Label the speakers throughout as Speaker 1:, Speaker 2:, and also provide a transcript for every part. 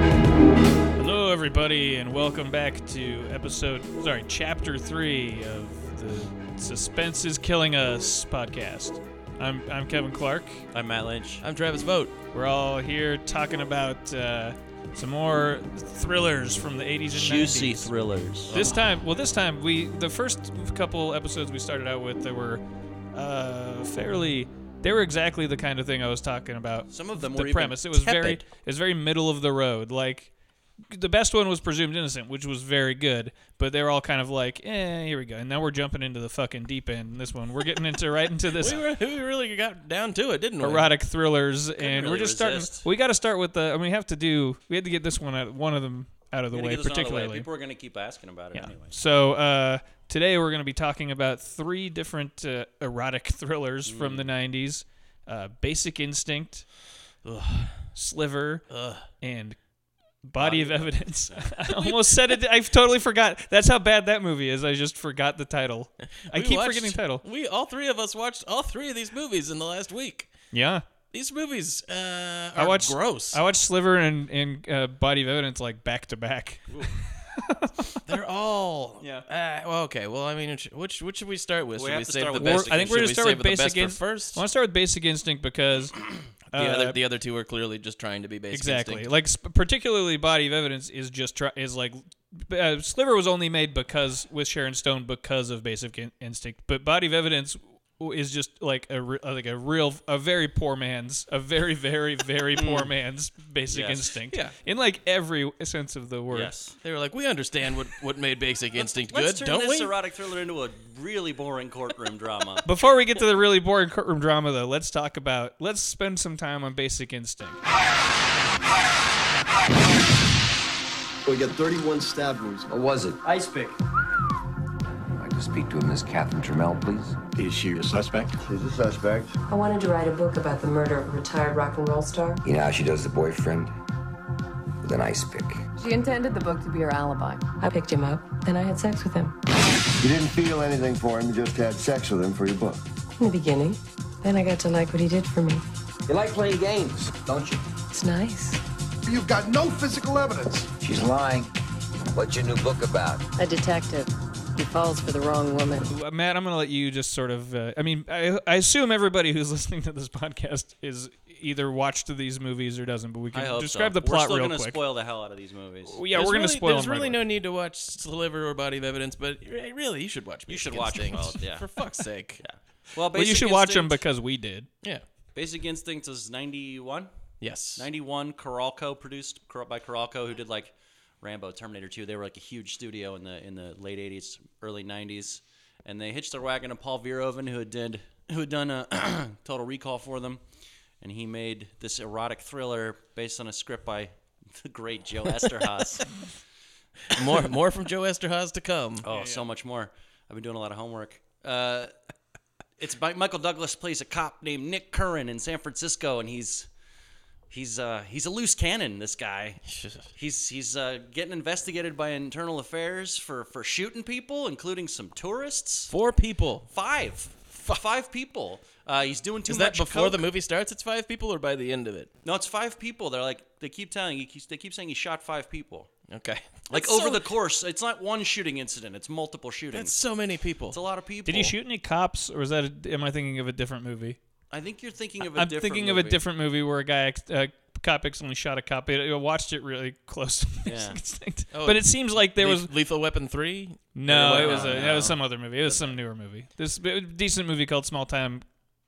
Speaker 1: Hello, everybody, and welcome back to episode, sorry, chapter three of the Suspense is Killing Us podcast. I'm, I'm Kevin Clark.
Speaker 2: I'm Matt Lynch. I'm Travis Vote.
Speaker 1: We're all here talking about uh, some more thrillers from the 80s and 90s.
Speaker 2: Juicy thrillers.
Speaker 1: This time, well, this time we the first couple episodes we started out with that were uh, fairly. They were exactly the kind of thing I was talking about.
Speaker 2: Some of them
Speaker 1: the
Speaker 2: were even
Speaker 1: premise. It was very,
Speaker 2: tepid.
Speaker 1: it was very middle of the road. Like the best one was Presumed Innocent, which was very good, but they were all kind of like, eh, here we go. And now we're jumping into the fucking deep end. in This one, we're getting into right into this
Speaker 2: we, were, we really got down to it, didn't we?
Speaker 1: erotic thrillers, and we're
Speaker 2: really
Speaker 1: just
Speaker 2: resist.
Speaker 1: starting. We got to start with the. I mean, we have to do. We had to get this one out, one of them out of the
Speaker 2: We're gonna
Speaker 1: way,
Speaker 2: get this on the
Speaker 1: particularly.
Speaker 2: People are going to keep asking about it anyway.
Speaker 1: So uh, today we're going to be talking about three different uh, erotic thrillers from
Speaker 2: Mm.
Speaker 1: the '90s: uh, Basic Instinct, Sliver, and Body, of Evidence. I almost said it. I've totally forgot. That's how bad that movie is. I just forgot the title. I
Speaker 2: We
Speaker 1: keep
Speaker 2: watched-
Speaker 1: forgetting title.
Speaker 2: We all three of us watched all three of these movies in the last week.
Speaker 1: Yeah,
Speaker 2: These movies uh, are
Speaker 1: I watched
Speaker 2: gross.
Speaker 1: I watched Sliver and and uh, Body of Evidence like back to back.
Speaker 2: They're all.
Speaker 1: Yeah.
Speaker 2: Uh, well, okay. Well, I mean, which- which which should we start with?
Speaker 3: We
Speaker 2: should we
Speaker 3: have to
Speaker 2: save
Speaker 3: start
Speaker 2: the
Speaker 3: with
Speaker 2: best?
Speaker 3: Basic
Speaker 1: I think we're
Speaker 2: should
Speaker 1: gonna
Speaker 2: we
Speaker 1: start
Speaker 2: save
Speaker 1: with
Speaker 2: the best
Speaker 1: Basic
Speaker 2: for
Speaker 1: Instinct
Speaker 2: first.
Speaker 1: I want to start with Basic Instinct because uh,
Speaker 2: the other the other two are clearly just trying to be basic.
Speaker 1: exactly
Speaker 2: Instinct.
Speaker 1: like sp- particularly body of evidence is just try- is like b- uh, sliver was only made because with sharon stone because of basic in- instinct but body of evidence w- is just like a re- uh, like a real a very poor man's a very very very poor man's basic
Speaker 3: Yes.
Speaker 1: instinct
Speaker 2: Yeah.
Speaker 1: in like every sense of the word
Speaker 3: Yes.
Speaker 2: They were like, we understand what, what made Basic Instinct
Speaker 3: Let's
Speaker 2: good,
Speaker 3: turn
Speaker 2: don't
Speaker 3: this
Speaker 2: we?
Speaker 3: erotic thriller into a really boring courtroom drama.
Speaker 1: before we get to the really boring courtroom drama though let's talk about let's spend some time on basic instinct
Speaker 4: We got 31 stab wounds.
Speaker 5: What was it?
Speaker 6: Ice pick.
Speaker 5: I'd like to speak to a Miss Catherine Trammell, please.
Speaker 7: Is she a suspect?
Speaker 8: She's a suspect.
Speaker 9: I wanted to write a book about the murder of a retired rock and roll star.
Speaker 5: You know how she does the boyfriend? With an ice pick.
Speaker 10: She intended the book to be her alibi.
Speaker 9: I picked him up, and I had sex with him.
Speaker 8: You didn't feel anything for him, you just had sex with him for your book.
Speaker 9: In the beginning. Then I got to like what he did for me.
Speaker 5: You like playing games, don't you?
Speaker 9: It's nice.
Speaker 8: You've got no physical evidence.
Speaker 5: She's lying. What's your new book about?
Speaker 10: A detective. He falls for the wrong woman.
Speaker 1: Uh, Matt, I'm going to let you just sort of. Uh, I mean, I, I assume everybody who's listening to this podcast is either watched these movies or doesn't, but we
Speaker 3: I
Speaker 1: can
Speaker 3: hope
Speaker 1: describe
Speaker 3: so.
Speaker 1: the plot
Speaker 3: We're still
Speaker 1: real
Speaker 3: gonna
Speaker 1: quick.
Speaker 3: spoil the hell out of these movies.
Speaker 1: Well, yeah,
Speaker 2: There's
Speaker 1: we're going to
Speaker 2: really-
Speaker 1: spoil
Speaker 2: There's
Speaker 1: them right
Speaker 2: really
Speaker 1: away.
Speaker 2: no need to watch Sliver or Body of Evidence, but re- really, you should watch. Basic
Speaker 3: should watch 'em
Speaker 2: Instinct,
Speaker 3: both, yeah.
Speaker 2: For fuck's sake.
Speaker 3: Well,
Speaker 1: Well,
Speaker 3: basic
Speaker 1: you should watch them
Speaker 3: Instinct-
Speaker 1: because we did.
Speaker 2: yeah.
Speaker 3: Basic Instinct is 91?
Speaker 2: Yes.
Speaker 3: 91, Caralco, produced Car- by Caralco, who did like Rambo, Terminator 2. They were like a huge studio in the in the late 80s, early 90s. And they hitched their wagon to Paul Verhoeven, who had, did, who had done a Total Recall for them. And he made this erotic thriller based on a script by the great Joe Esterhaas.
Speaker 2: more more from Joe Esterhaz to come.
Speaker 3: Oh, so much more. I've been doing a lot of homework. Uh, it's by Michael Douglas plays a cop named Nick Curran in San Francisco, and he's he's uh, he's a loose cannon. This guy, he's he's uh, getting investigated by internal affairs for for shooting people, including some tourists.
Speaker 2: Four people.
Speaker 3: Five, five people. Uh, he's doing too
Speaker 2: Is
Speaker 3: much.
Speaker 2: that before
Speaker 3: coke.
Speaker 2: the movie starts? It's five people, or by the end of it?
Speaker 3: No, it's five people. They're like they keep telling you. They keep saying he shot five people.
Speaker 2: Okay.
Speaker 3: Like
Speaker 2: That's
Speaker 3: over
Speaker 2: so-
Speaker 3: the course, it's not one shooting incident. It's multiple shootings.
Speaker 2: That's so many people.
Speaker 3: it's a lot of people.
Speaker 1: Did he shoot any cops, or is that? A, am I thinking of a different movie?
Speaker 3: I think you're thinking of a
Speaker 1: I'm
Speaker 3: different
Speaker 1: thinking of a
Speaker 3: movie.
Speaker 1: different movie where a guy, ex- a cop, accidentally shot a cop. I I watched it really close. To Basic Instinct.
Speaker 3: Oh,
Speaker 1: but it seems like there
Speaker 2: Le-
Speaker 1: was
Speaker 2: Lethal Weapon three.
Speaker 1: No,
Speaker 2: Or
Speaker 1: it
Speaker 2: what?
Speaker 1: was a, that was some other movie. It was some newer movie. This b- decent movie called Small Time,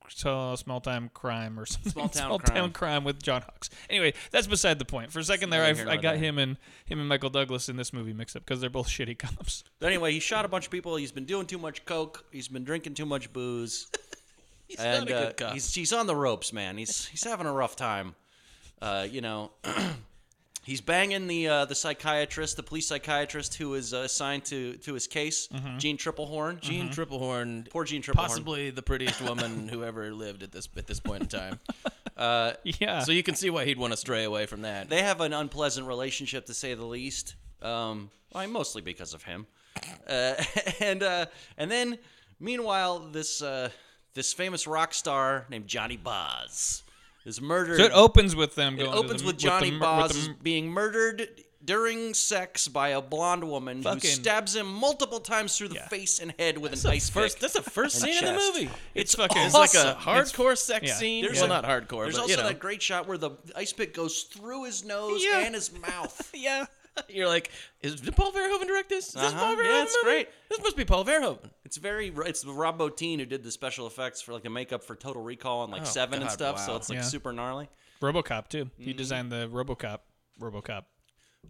Speaker 1: so- Small Time Crime or something.
Speaker 3: Small Town Crime.
Speaker 1: with John Hawks. Anyway, that's beside the point. For a second there,
Speaker 3: neither
Speaker 1: I,
Speaker 3: here
Speaker 1: I
Speaker 3: nor
Speaker 1: got
Speaker 3: there.
Speaker 1: him and him and Michael Douglas in this movie mixed up because they're both shitty cops.
Speaker 3: But anyway, he shot a bunch of people. He's been doing too much coke. He's been drinking too much booze. he's and,
Speaker 2: not a
Speaker 3: uh,
Speaker 2: good cop.
Speaker 3: He's, he's on the ropes, man. He's he's having a rough time. Uh, you know, he's banging the uh, the psychiatrist, the police psychiatrist who is uh, assigned to to his case, Gene Triplehorn.
Speaker 2: Gene Triplehorn.
Speaker 3: Poor Gene Triplehorn.
Speaker 2: Possibly the prettiest woman who ever lived at this at this point in time.
Speaker 1: yeah.
Speaker 2: So you can see why he'd want to stray away from that.
Speaker 3: They have an unpleasant relationship, to say the least. Um, I mostly because of him. Uh, and uh, and then, meanwhile, this uh, this famous rock star named Johnny Boz is murdered.
Speaker 1: so it opens with them
Speaker 3: It
Speaker 1: going. to the-
Speaker 3: opens with Johnny
Speaker 1: the, mur-
Speaker 3: Boz
Speaker 1: with the
Speaker 3: is being murdered during sex by a blonde woman who
Speaker 1: Fucking-
Speaker 3: stabs him multiple times through the
Speaker 1: Yeah.
Speaker 3: face and head with
Speaker 2: That's
Speaker 3: an
Speaker 2: the
Speaker 3: ice
Speaker 2: first.
Speaker 3: pick.
Speaker 2: That's the first
Speaker 3: and
Speaker 2: scene in the
Speaker 3: chest.
Speaker 2: movie.
Speaker 1: It's fucking-
Speaker 2: It's like a
Speaker 1: awesome.
Speaker 2: hardcore sex
Speaker 1: yeah.
Speaker 2: scene.
Speaker 1: There's
Speaker 2: well,
Speaker 1: a-
Speaker 2: not hardcore,
Speaker 3: There's
Speaker 2: but
Speaker 3: also
Speaker 2: you know,
Speaker 3: that great shot where the ice pick goes through his nose
Speaker 1: Yeah.
Speaker 3: and his mouth.
Speaker 1: yeah.
Speaker 2: you're like, is did Paul Verhoeven direct this? Is this
Speaker 3: Uh-huh.
Speaker 2: Paul Verhoeven?
Speaker 3: Yeah, it's
Speaker 2: movie?
Speaker 3: great.
Speaker 2: This must be Paul Verhoeven.
Speaker 3: It's very. It's Rob Bottin who did the special effects for like the makeup for Total Recall and like
Speaker 2: Oh,
Speaker 3: Seven and
Speaker 2: God,
Speaker 3: stuff. So
Speaker 2: wow.
Speaker 3: it's like
Speaker 1: Yeah.
Speaker 3: super gnarly.
Speaker 1: RoboCop too. He designed the RoboCop. RoboCop.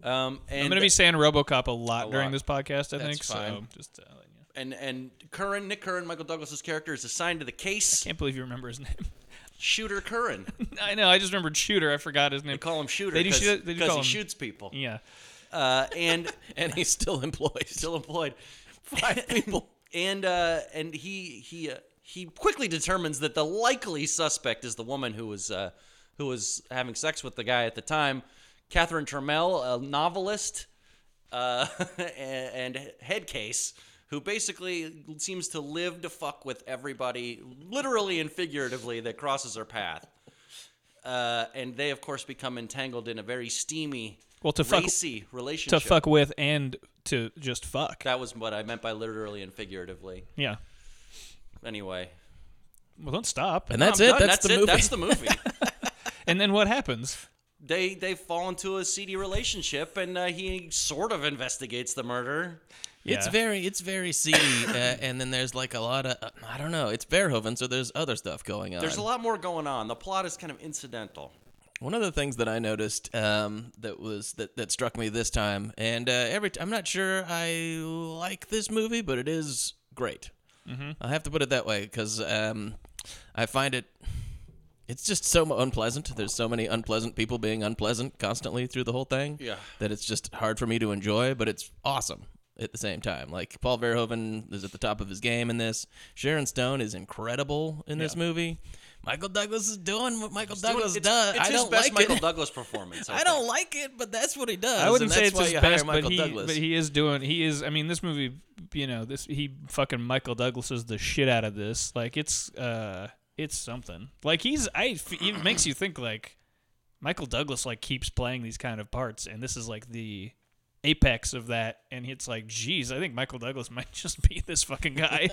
Speaker 3: Um, and
Speaker 1: I'm gonna be saying RoboCop a lot during
Speaker 3: lot.
Speaker 1: this podcast. I think so.
Speaker 2: fine.
Speaker 1: Just uh, letting you.
Speaker 3: and and Curran, Nick Curran, Michael Douglas's character is assigned to the case.
Speaker 1: Can't believe you remember his name.
Speaker 3: Shooter Curran.
Speaker 1: I know. I just remembered Shooter. I forgot his name.
Speaker 3: They call him Shooter
Speaker 1: They do shoot- they do
Speaker 3: because
Speaker 1: call
Speaker 3: he
Speaker 1: him-
Speaker 3: shoots people.
Speaker 1: Yeah.
Speaker 3: Uh, and
Speaker 2: And he's still employed.
Speaker 3: still employed. Five people. And uh, and he he uh, he quickly determines that the likely suspect is the woman who was uh, who was having sex with the guy at the time, Catherine Trammell, a novelist, uh, and, and head case. Who basically seems to live to fuck with everybody, literally and figuratively, that crosses her path. Uh, and they, of course, become entangled in a very steamy,
Speaker 1: Well, to fuck-
Speaker 3: racy
Speaker 1: To
Speaker 3: relationship.
Speaker 1: fuck with and to just fuck.
Speaker 3: That was what I meant by literally and figuratively.
Speaker 1: Yeah.
Speaker 3: Anyway,
Speaker 1: Well, don't stop.
Speaker 2: And that's
Speaker 3: I'm
Speaker 2: it.
Speaker 3: done.
Speaker 2: That's, the
Speaker 3: it.
Speaker 2: movie.
Speaker 3: That's the movie.
Speaker 1: And then what happens?
Speaker 3: they they fall into a seedy relationship, and uh, he sort of investigates the murder.
Speaker 2: It's
Speaker 1: Yeah.
Speaker 2: very, it's very seedy, uh, and then there's like a lot of, uh, I don't know, it's Verhoeven, so there's other stuff going on.
Speaker 3: There's a lot more going on. The plot is kind of incidental.
Speaker 2: One of the things that I noticed um, that was that, that struck me this time, and uh, every t- I'm not sure I like this movie, but it is great. I have to put it that way because um, I find it it's just so mu- unpleasant. There's so many unpleasant people being unpleasant constantly through the whole thing.
Speaker 3: Yeah.
Speaker 2: that it's just hard for me to enjoy, but it's awesome at the same time. Like Paul Verhoeven is at the top of his game in this. Sharon Stone is incredible in this movie. Michael Douglas is doing what Michael Douglas
Speaker 3: it's,
Speaker 2: does.
Speaker 3: it's
Speaker 2: I
Speaker 3: his
Speaker 2: don't
Speaker 3: best
Speaker 2: like
Speaker 3: Michael
Speaker 2: it.
Speaker 3: Douglas performance. I,
Speaker 2: I don't
Speaker 3: think.
Speaker 2: like it, but that's what he does.
Speaker 1: I wouldn't
Speaker 2: and
Speaker 1: say
Speaker 2: that's
Speaker 1: it's
Speaker 2: why
Speaker 1: his
Speaker 2: you hire
Speaker 1: best, but
Speaker 2: Michael
Speaker 1: he,
Speaker 2: Douglas.
Speaker 1: but he is doing. He is. I mean, this movie, you know, this he fucking Michael Douglas is the shit out of this. Like it's, uh, it's something. Like he's, I, f- it makes you think like Michael Douglas like keeps playing these kind of parts, and this is like the apex of that. And it's like, geez, I think Michael Douglas might just be this fucking guy,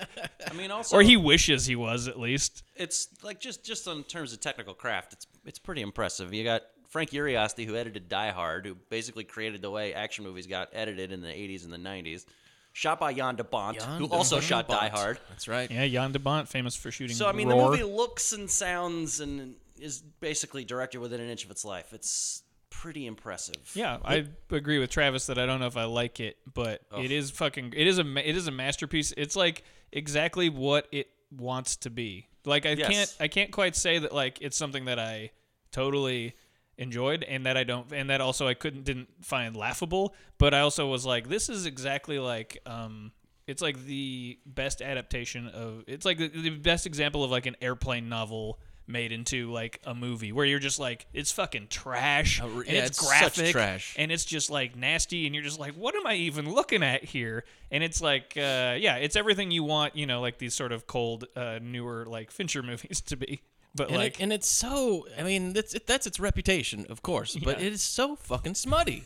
Speaker 3: I mean, also,
Speaker 1: or he wishes he was at least.
Speaker 3: it's like just just in terms of technical craft, it's it's pretty impressive. You got Frank Uriasti who edited Die Hard, who basically created the way action movies got edited in the 80s and the 90s. Shot by Jan de Bont, who also shot Die Hard.
Speaker 2: That's right.
Speaker 1: Yeah, Jan de Bont, famous for shooting.
Speaker 3: So I mean,
Speaker 1: Roar.
Speaker 3: the movie looks and sounds and is basically directed within an inch of its life. It's pretty impressive.
Speaker 1: Yeah, I agree with Travis that I don't know if I like it, but it is fucking it is a ma- it is a masterpiece. It's like exactly what it wants to be. Like I
Speaker 3: Yes.
Speaker 1: can't I can't quite say that like it's something that I totally enjoyed and that I don't and that also I couldn't didn't find laughable, but I also was like this is exactly like um it's like the best adaptation of it's like the, the best example of like an airplane novel made into like a movie where you're just like it's fucking trash
Speaker 2: re-
Speaker 1: and
Speaker 2: yeah,
Speaker 1: it's,
Speaker 2: it's such
Speaker 1: graphic
Speaker 2: trash.
Speaker 1: and it's just like nasty and you're just like what am i even looking at here and it's like uh, yeah it's everything you want you know like these sort of cold uh, newer like fincher movies to be but
Speaker 2: And,
Speaker 1: like
Speaker 2: it, and it's so. I mean, that's it, that's its reputation, of course, but it is so fucking smutty.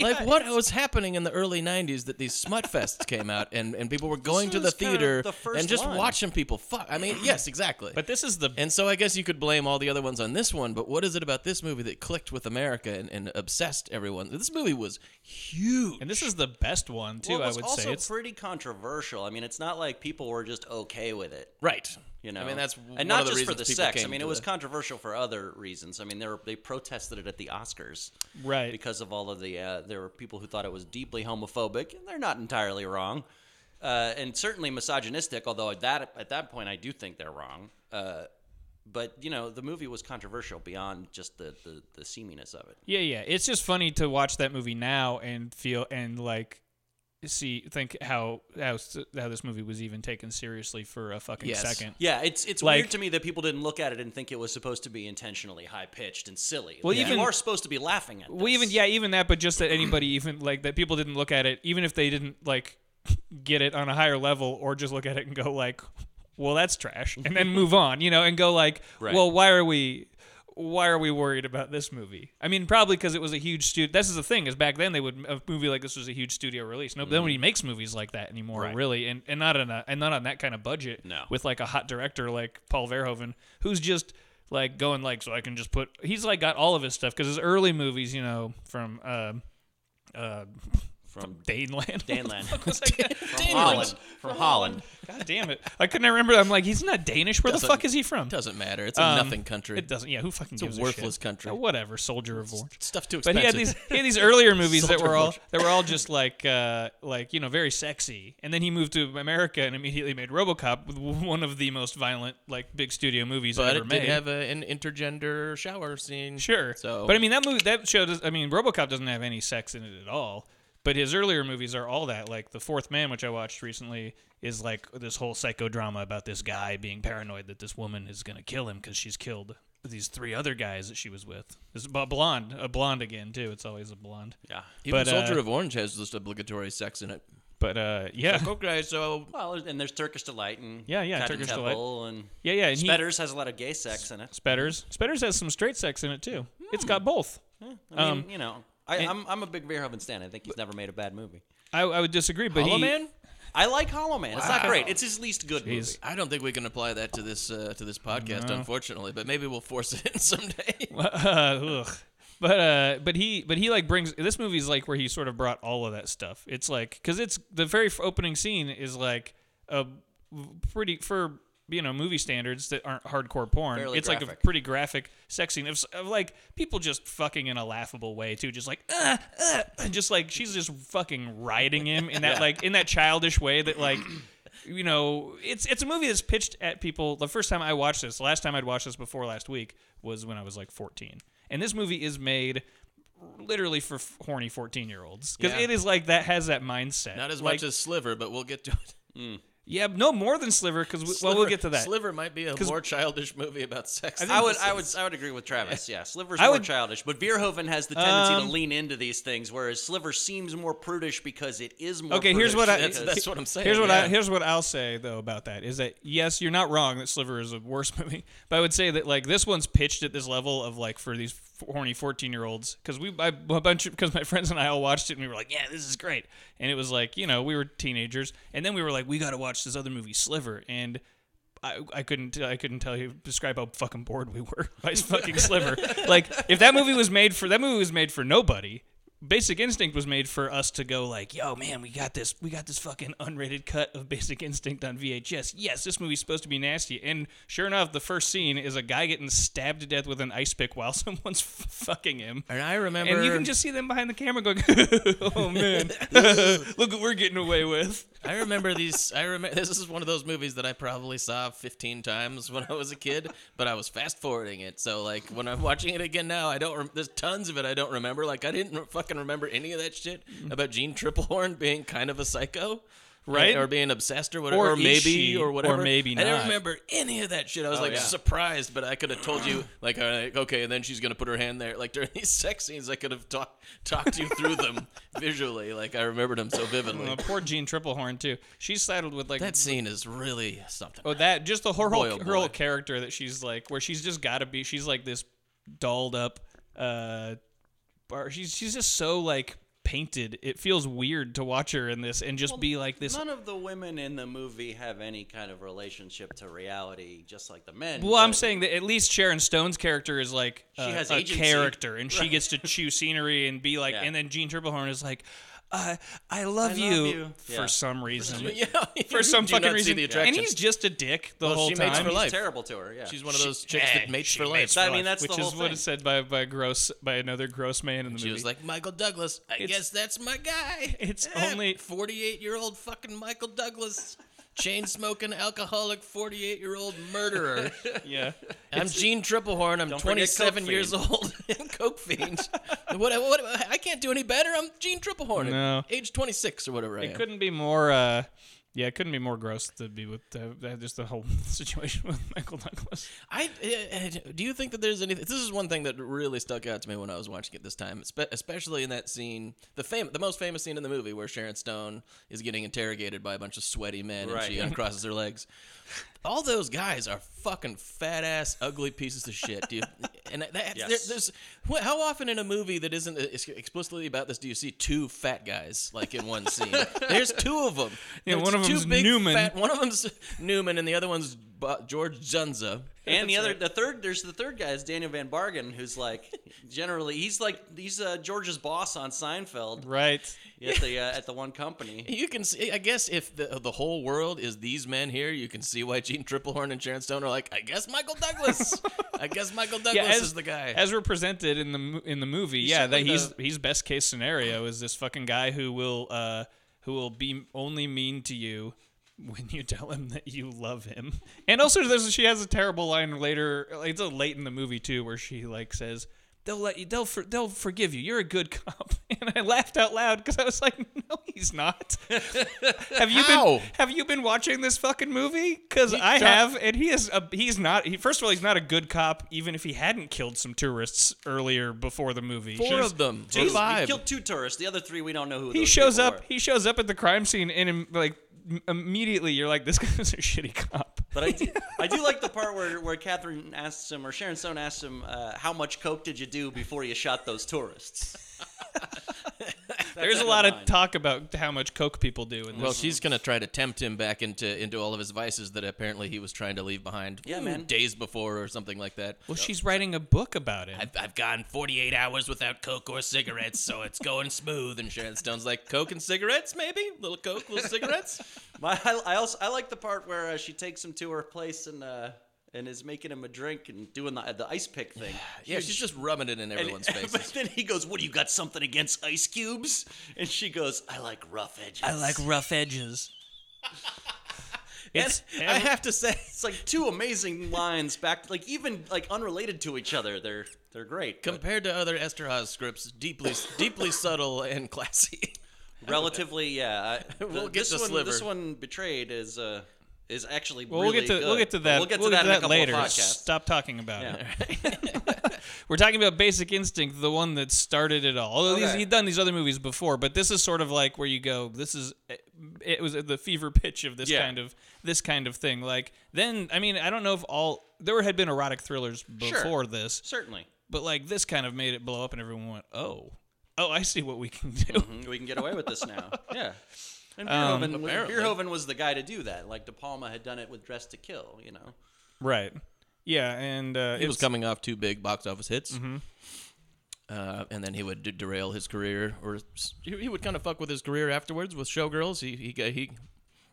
Speaker 2: like what was happening in the early '90s that these smut fests came out and, and people were going to the
Speaker 3: was kinda
Speaker 2: theater
Speaker 3: the first
Speaker 2: and just
Speaker 3: one.
Speaker 2: watching people fuck. I mean, yes, exactly.
Speaker 1: but this is the
Speaker 2: and so I guess you could blame all the other ones on this one, but what is it about this movie that clicked with America and, and obsessed everyone? This movie was huge.
Speaker 1: and this is the best one too
Speaker 3: Well, it
Speaker 1: i
Speaker 3: was
Speaker 1: would
Speaker 3: also
Speaker 1: say it's
Speaker 3: pretty controversial. I mean, it's not like people were just okay with it.
Speaker 2: Right.
Speaker 3: You know,
Speaker 2: I mean, that's one
Speaker 3: and not
Speaker 2: of the
Speaker 3: just for
Speaker 2: reasons
Speaker 3: the
Speaker 2: people
Speaker 3: sex. I
Speaker 2: came
Speaker 3: mean,
Speaker 2: to
Speaker 3: it was
Speaker 2: the-
Speaker 3: controversial for other reasons. I mean, they were, they protested it at the Oscars
Speaker 1: right
Speaker 3: because of all of the. Uh, there were people who thought it was deeply homophobic, and they're not entirely wrong, uh, and certainly misogynistic. Although at that at that point, I do think they're wrong. Uh, but you know, the movie was controversial beyond just the the, the seaminess of it.
Speaker 1: Yeah, yeah. It's just funny to watch that movie now and feel and like see think how how s- how this movie was even taken seriously for a fucking
Speaker 2: Yes.
Speaker 1: second.
Speaker 3: Yeah, it's it's
Speaker 1: Like-
Speaker 3: weird to me that people didn't look at it and think it was supposed to be intentionally high pitched and silly.
Speaker 1: Well,
Speaker 3: Like,
Speaker 1: even-
Speaker 3: you are supposed to be laughing at.
Speaker 1: Well,
Speaker 3: this.
Speaker 1: even yeah, even that, but just that anybody even like that people didn't look at it, even if they didn't like get it on a higher level, or just look at it and go like, "Well, that's trash," and then move on, you know, and go like,
Speaker 3: Right.
Speaker 1: "Well, why are we?" Why are we worried about this movie? I mean, probably because it was a huge studio. This is the thing: is back then they would a movie like this was a huge studio release. No,
Speaker 2: Mm-hmm.
Speaker 1: nobody makes movies like that anymore, really, and, and not on a and not on that kind of budget.
Speaker 3: No.
Speaker 1: with like a hot director like Paul Verhoeven, who's just like going like, so I can just put. He's like got all of his stuff because his early movies, you know, from uh, uh,
Speaker 3: from
Speaker 1: Daneland.
Speaker 3: Daneland.
Speaker 1: Was I-
Speaker 3: from Holland. From Holland.
Speaker 1: God damn it! I couldn't remember. I'm like, he's not Danish. Where the
Speaker 2: Doesn't-
Speaker 1: fuck is he from?
Speaker 2: Doesn't matter. It's a
Speaker 1: Um,
Speaker 2: nothing country.
Speaker 1: It doesn't. Yeah, who fucking
Speaker 2: a
Speaker 1: gives
Speaker 2: worthless
Speaker 1: shit?
Speaker 2: country.
Speaker 1: Uh, whatever, soldier of orange.
Speaker 2: Stuff too
Speaker 1: But he had these
Speaker 2: expensive.
Speaker 1: he had these earlier movies that
Speaker 2: Soldier
Speaker 1: were
Speaker 2: of
Speaker 1: all
Speaker 2: Orange.
Speaker 1: that were all just like uh, like you know very sexy, and then he moved to America and immediately made RoboCop, with one of the most violent like big studio movies
Speaker 2: but
Speaker 1: ever
Speaker 2: it
Speaker 1: made.
Speaker 2: did have a, an intergender shower scene.
Speaker 1: Sure.
Speaker 2: So,
Speaker 1: but I mean that movie that show does. I mean RoboCop doesn't have any sex in it at all. But his earlier movies are all that. Like The Fourth Man, which I watched recently, is like this whole psychodrama about this guy being paranoid that this woman is gonna kill him because she's killed these three other guys that she was with. This is a blonde, a blonde again too. It's always a blonde.
Speaker 3: Yeah.
Speaker 2: even
Speaker 1: but,
Speaker 2: Soldier
Speaker 1: uh,
Speaker 2: of Orange has this obligatory sex in it.
Speaker 1: But uh, yeah,
Speaker 3: oh,
Speaker 2: Okay, so
Speaker 3: Well, and there's Turkish delight and
Speaker 1: Yeah, yeah,
Speaker 3: Captain
Speaker 1: Turkish
Speaker 3: Temple and
Speaker 1: yeah, yeah. And he-
Speaker 3: Spetters has a lot of gay sex in it.
Speaker 1: Spetters. Spetters has some straight sex in it too. It's got
Speaker 3: Hmm.
Speaker 1: both.
Speaker 3: I
Speaker 1: Um,
Speaker 3: mean, you know, I, I'm I'm a big Verhoeven stan. I think he's never made a bad movie.
Speaker 1: I, I would disagree, but
Speaker 2: Hollow
Speaker 1: he,
Speaker 2: Man.
Speaker 3: I like Hollow Man. It's not great. It's his least good movie.
Speaker 2: I don't think we can apply that to this uh, to this podcast, unfortunately. But maybe we'll force it in someday.
Speaker 1: uh, ugh. But uh, but he but he like brings this movie's like where he sort of brought all of that stuff. It's like because it's the very f- opening scene is like a pretty for you know movie standards that aren't hardcore porn.
Speaker 3: Fairly
Speaker 1: it's like a
Speaker 3: graphic.
Speaker 1: pretty graphic sex scene of, s- of like people just fucking in a laughable way too, just like uh, uh, and just like she's just fucking riding him in that like in that childish way that like you know, it's it's a movie that's pitched at people. The first time I watched this, the last time I'd watched this before last week was when I was like 14. And this movie is made literally for f- horny 14 year olds because
Speaker 2: Yeah.
Speaker 1: it is like that has that mindset.
Speaker 2: Not as
Speaker 1: Like-
Speaker 2: much as Sliver, but we'll get to it.
Speaker 1: yeah, no more than Sliver because we, well we'll
Speaker 2: Sliver-
Speaker 1: get to that.
Speaker 2: Sliver might be a more childish movie about sex.
Speaker 3: I would, I would, I would agree with Travis. Yeah, Sliver's
Speaker 1: I
Speaker 3: more
Speaker 1: would- Um,
Speaker 3: childish, but Verhoeven has the tendency to lean into these things, whereas Sliver seems more prudish because it is more.
Speaker 1: Okay, here's
Speaker 3: prudish
Speaker 1: what I-
Speaker 2: That's,
Speaker 3: because-
Speaker 2: that's what I'm saying.
Speaker 1: Here's what I
Speaker 2: yeah.
Speaker 1: here's what I'll say though about that is that yes, you're not wrong that Sliver is a worse movie, but I would say that like this one's pitched at this level of like for these f- horny 14 year olds because we I, a bunch because my friends and I all watched it and we were like yeah this is great and it was like you know we were teenagers and then we were like we got to watch this other movie Sliver and. I, I couldn't I couldn't tell you describe how fucking bored we were by fucking Sliver. Like if that movie was made for that movie was made for nobody. Basic Instinct was made for us to go like, yo man, we got this we got this fucking unrated cut of Basic Instinct on VHS. Yes, this movie's supposed to be nasty. And sure enough, the first scene is a guy getting stabbed to death with an ice pick while someone's f- fucking him.
Speaker 2: And I remember.
Speaker 1: And you can just see them behind the camera going, "Oh man, look what we're getting away with."
Speaker 2: I remember these. I remember this is one of those movies that I probably saw 15 times when I was a kid, but I was fast forwarding it. So like when I'm watching it again now, I don't. Rem- there's tons of it I don't remember. Like I didn't re- fucking remember any of that shit about Gene Triplehorn being kind of a psycho.
Speaker 1: Right.
Speaker 2: Or being obsessed or whatever.
Speaker 1: Or
Speaker 2: Or,
Speaker 1: is
Speaker 2: maybe,
Speaker 1: she,
Speaker 2: or
Speaker 1: or
Speaker 2: whatever.
Speaker 1: maybe
Speaker 2: I
Speaker 1: not. Oh,
Speaker 2: don't remember any of that shit. I was like
Speaker 3: yeah.
Speaker 2: surprised, but I could have told you, like, all right, okay, and then she's going to put her hand there. Like during these sex scenes, I could have talked talked you through them visually. Like I remembered them so vividly.
Speaker 1: Uh, poor Jean Triplehorn too. She's saddled with like
Speaker 2: That scene is really something.
Speaker 1: Oh, that just the whole
Speaker 2: Boy, oh,
Speaker 1: her whole
Speaker 2: boy.
Speaker 1: character that she's like, where she's just got to be. She's like this dolled up. uh bar. She's she's just so like painted. It feels weird to watch her in this and just be like this.
Speaker 3: None of the women in the movie have any kind of relationship to reality, just like the men.
Speaker 1: Well, I'm
Speaker 3: but-
Speaker 1: saying that at least Sharon Stone's character is like uh,
Speaker 3: has
Speaker 1: a
Speaker 3: agency.
Speaker 1: character, and she gets to chew scenery and be like.
Speaker 3: Yeah.
Speaker 1: And then Gene Triplehorn is like, uh, "I love you,
Speaker 3: you.
Speaker 1: for
Speaker 3: Yeah.
Speaker 1: some reason,
Speaker 2: Yeah,
Speaker 1: for some
Speaker 2: do not
Speaker 1: fucking
Speaker 2: see
Speaker 1: reason."
Speaker 2: the
Speaker 1: and
Speaker 2: attraction.
Speaker 1: he's just a dick the whole
Speaker 2: she
Speaker 1: time.
Speaker 2: mates for
Speaker 3: he's
Speaker 2: life.
Speaker 3: terrible to her. Yeah,
Speaker 2: She's one of those chicks
Speaker 1: Yeah,
Speaker 2: that eh, mates
Speaker 1: Eh, she
Speaker 2: for life.
Speaker 1: for
Speaker 3: I mean,
Speaker 1: life,
Speaker 3: that's the
Speaker 1: which is
Speaker 3: whole
Speaker 1: what
Speaker 3: thing.
Speaker 1: is said by by gross by another gross man in the
Speaker 2: She
Speaker 1: movie.
Speaker 2: was like Michael Douglas. I guess that's my guy.
Speaker 1: It's
Speaker 2: Eh,
Speaker 1: only-
Speaker 2: forty-eight-year-old fucking Michael Douglas, chain smoking alcoholic forty-eight-year-old murderer.
Speaker 1: yeah,
Speaker 2: I'm Gene Triplehorn. I'm
Speaker 3: forget Coke
Speaker 2: twenty-seven years
Speaker 3: Fiend.
Speaker 2: old and coke fiend. What, what? I can't do any better. I'm Gene Triplehorn,
Speaker 1: No.
Speaker 2: age 26 or whatever I
Speaker 1: It
Speaker 2: am.
Speaker 1: couldn't be more. uh yeah, it couldn't be more gross to be with uh, just the whole situation with Michael Douglas.
Speaker 2: I uh, uh, do you think that there's any? This is one thing that really stuck out to me when I was watching it this time, espe- especially in that scene, the fam- the most famous scene in the movie, where Sharon Stone is getting interrogated by a bunch of sweaty men,
Speaker 3: Right.
Speaker 2: and she uncrosses her legs. All those guys are fucking fat ass, ugly pieces of shit, dude. And that, that's, there-
Speaker 3: Yes.
Speaker 2: there's wh- how often in a movie that isn't uh, ex- explicitly about this do you see two fat guys like in one scene? there's two of them.
Speaker 1: Yeah, one of
Speaker 2: two
Speaker 1: them's
Speaker 2: big,
Speaker 1: Newman.
Speaker 2: fat- one of them's Newman, and the other one's Bu- George Junza.
Speaker 3: And the other, the third, there's the third guy is Daniel Van Bargen, who's like generally he's like he's uh, George's boss on Seinfeld
Speaker 1: Right.
Speaker 3: at the uh, at the one company.
Speaker 2: You can see, I guess, if the the whole world is these men here, you can see why Gene Triplehorn and Sharon Stone are like, I guess Michael Douglas. I guess Michael Douglas
Speaker 1: Yeah, as,
Speaker 2: is the guy.
Speaker 1: as we're presented in the mo- in the movie, yeah,
Speaker 2: said,
Speaker 1: that
Speaker 2: like,
Speaker 1: he's
Speaker 2: the-
Speaker 1: he's best case scenario is this fucking guy who will uh who will be only mean to you when you tell him that you love him. And also, there's she has a terrible line later. like, It's a late in the movie too, where she like says. They'll let you. They'll for, they'll forgive you. You're a good cop. And I laughed out loud because I was like, "No, he's not." have you
Speaker 2: How?
Speaker 1: been Have you been watching this fucking movie? Because
Speaker 2: He
Speaker 1: I
Speaker 2: dro-
Speaker 1: have have- and he is a, he's not he, first of all he's not a good cop even if he hadn't killed some tourists earlier before the movie
Speaker 2: Four
Speaker 1: Shows-
Speaker 2: of them.
Speaker 3: He-
Speaker 2: Or
Speaker 3: He
Speaker 2: five.
Speaker 3: killed two tourists. The other three we don't know who.
Speaker 1: he
Speaker 3: those
Speaker 1: shows
Speaker 3: people
Speaker 1: up
Speaker 3: were.
Speaker 1: he shows up at the crime scene and im- like m- immediately you're like this guy's a shitty cop
Speaker 3: But I do, I do like the part where, where Catherine asks him, or Sharon Stone asks him, uh, how much coke did you do before you shot those tourists?
Speaker 1: there's a
Speaker 3: good
Speaker 1: lot of
Speaker 3: line.
Speaker 1: talk about how much coke people do in
Speaker 2: well,
Speaker 1: this
Speaker 2: she's gonna try to tempt him back into into all of his vices that apparently he was trying to leave behind.
Speaker 3: Yeah,
Speaker 2: ooh,
Speaker 3: man.
Speaker 2: Days before or something like that.
Speaker 1: well she's writing a book about it
Speaker 2: I've, I've gone 48 hours without coke or cigarettes, so it's going smooth. And Sharon Stone's like, Coke and cigarettes, maybe? Little Coke, little cigarettes?
Speaker 3: My, I, I also I like the part where uh, she takes him to her place and uh, and is making him a drink and doing the, the ice pick thing.
Speaker 2: Yeah, she's just rubbing it in
Speaker 3: And-
Speaker 2: everyone's faces.
Speaker 3: But then he goes, "What do you got? Something against ice cubes?" And she goes, "I like rough edges."
Speaker 1: rough edges it's
Speaker 2: And I have to say,
Speaker 3: It's like two amazing lines back, like even like unrelated to each other. They're they're great. but
Speaker 2: compared to other Esther Haas scripts, deeply deeply subtle and classy.
Speaker 3: relatively, yeah. I,
Speaker 2: We'll
Speaker 3: the-
Speaker 2: get
Speaker 3: this
Speaker 2: to
Speaker 3: one.
Speaker 2: sliver.
Speaker 3: This one, betrayed, is uh, is actually
Speaker 1: well,
Speaker 3: really
Speaker 1: we'll get to
Speaker 3: good.
Speaker 1: we'll get to
Speaker 3: But
Speaker 1: that
Speaker 3: We'll get to that, in a couple
Speaker 1: later.
Speaker 3: Of podcasts.
Speaker 1: Stop talking about it.
Speaker 3: Yeah.
Speaker 1: We're talking about Basic Instinct, the one that started it all. Although these,
Speaker 3: Okay.
Speaker 1: he'd done these other movies before, but this is sort of like where you go. This is it was at the fever pitch of this
Speaker 3: Yeah.
Speaker 1: kind of this kind of thing. Like then, I mean, I don't know if all there had been erotic thrillers before this,
Speaker 3: Certainly,
Speaker 1: but like this kind of made it blow up, and everyone went, "Oh, oh, I see what we can do."
Speaker 3: Mhm, we can get away with this now. Yeah. And
Speaker 2: Um,
Speaker 3: Verhoeven, was, Verhoeven was the guy to do that. Like De Palma had done it with Dress to Kill. You know.
Speaker 1: Right? Yeah, and uh,
Speaker 2: He was
Speaker 1: it's-
Speaker 2: coming off two big box office hits, uh, and then he would d- derail his career, or s- he, he would kind of fuck with his career afterwards with Showgirls. He he got- he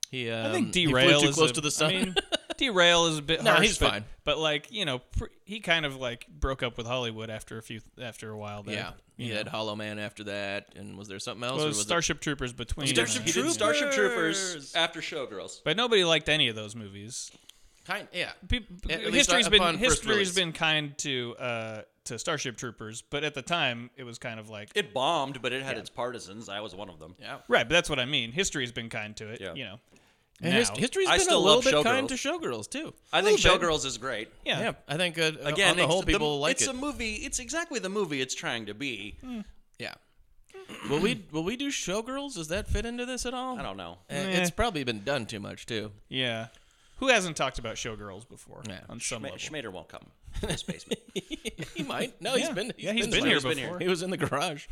Speaker 2: he. Um,
Speaker 1: I think
Speaker 2: he
Speaker 1: derail
Speaker 2: flew too
Speaker 1: is
Speaker 2: close
Speaker 1: a-
Speaker 2: to
Speaker 1: I
Speaker 2: the sun.
Speaker 1: mean, derail is a bit
Speaker 2: No,
Speaker 1: harsh,
Speaker 2: he's
Speaker 1: but,
Speaker 2: fine.
Speaker 1: but like you know, pr- he kind of like broke up with Hollywood after a few after a while. There,
Speaker 2: yeah, he
Speaker 1: you know.
Speaker 2: had Hollow Man after that, and was there something else?
Speaker 1: Well,
Speaker 2: or
Speaker 1: it
Speaker 2: was
Speaker 1: was
Speaker 2: it-
Speaker 1: Starship Troopers between,
Speaker 2: Starship
Speaker 1: uh,
Speaker 2: Troopers.
Speaker 3: Starship Troopers after Showgirls.
Speaker 1: but nobody liked any of those movies.
Speaker 2: kind, yeah.
Speaker 1: Peop
Speaker 2: At least
Speaker 1: history's
Speaker 2: u-
Speaker 1: been
Speaker 2: upon first
Speaker 1: history's
Speaker 2: release.
Speaker 1: been kind to uh, to Starship Troopers, but at the time it was kind of like
Speaker 3: It bombed, but it had its partisans. I was one of them.
Speaker 2: Yeah.
Speaker 1: right. But that's what I mean. History's been kind to it.
Speaker 3: Yeah.
Speaker 1: You know,
Speaker 2: And his,
Speaker 1: now.
Speaker 2: history's
Speaker 3: I
Speaker 2: been a
Speaker 3: still
Speaker 2: little
Speaker 3: love
Speaker 2: bit kind
Speaker 3: Showgirls.
Speaker 2: to Showgirls too.
Speaker 3: I think
Speaker 2: Little bit.
Speaker 3: Showgirls is great.
Speaker 1: yeah.
Speaker 2: Yeah, I think uh,
Speaker 3: Again,
Speaker 2: on the
Speaker 3: it's
Speaker 2: whole, people like
Speaker 3: it's
Speaker 2: it. Hmm.
Speaker 3: a movie. It's exactly the movie it's trying to be.
Speaker 2: Yeah. will we will we do showgirls? Does that fit into this at all?
Speaker 3: I don't know.
Speaker 2: Uh, It's probably been done too much too.
Speaker 1: yeah. Who hasn't talked about Showgirls before
Speaker 2: Yeah.
Speaker 1: on some
Speaker 3: Ma-
Speaker 1: level?
Speaker 3: Schmader won't come. in This basement.
Speaker 2: He might. No,
Speaker 1: Yeah.
Speaker 2: he's been.
Speaker 1: Yeah, he's
Speaker 2: been,
Speaker 1: been here
Speaker 2: He's
Speaker 1: before.
Speaker 2: He was in the garage.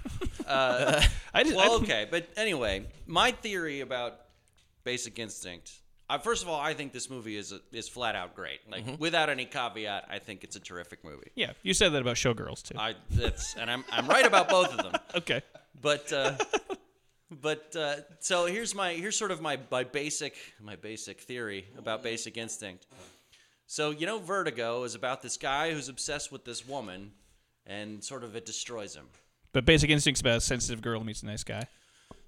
Speaker 1: I did,
Speaker 3: well, okay, but anyway, my theory about Basic Instinct. Uh, first of all, I think this movie is is flat out great. Like without any caveat, I think it's a terrific movie.
Speaker 1: yeah, you said that about Showgirls too.
Speaker 3: I that's and I'm I'm right about both of them.
Speaker 1: okay.
Speaker 3: But uh, but uh, so here's my here's sort of my my basic my basic theory about Basic Instinct. So you know, Vertigo is about this guy who's obsessed with this woman, and sort of it destroys him.
Speaker 1: But Basic Instinct's about a sensitive girl meets a nice guy.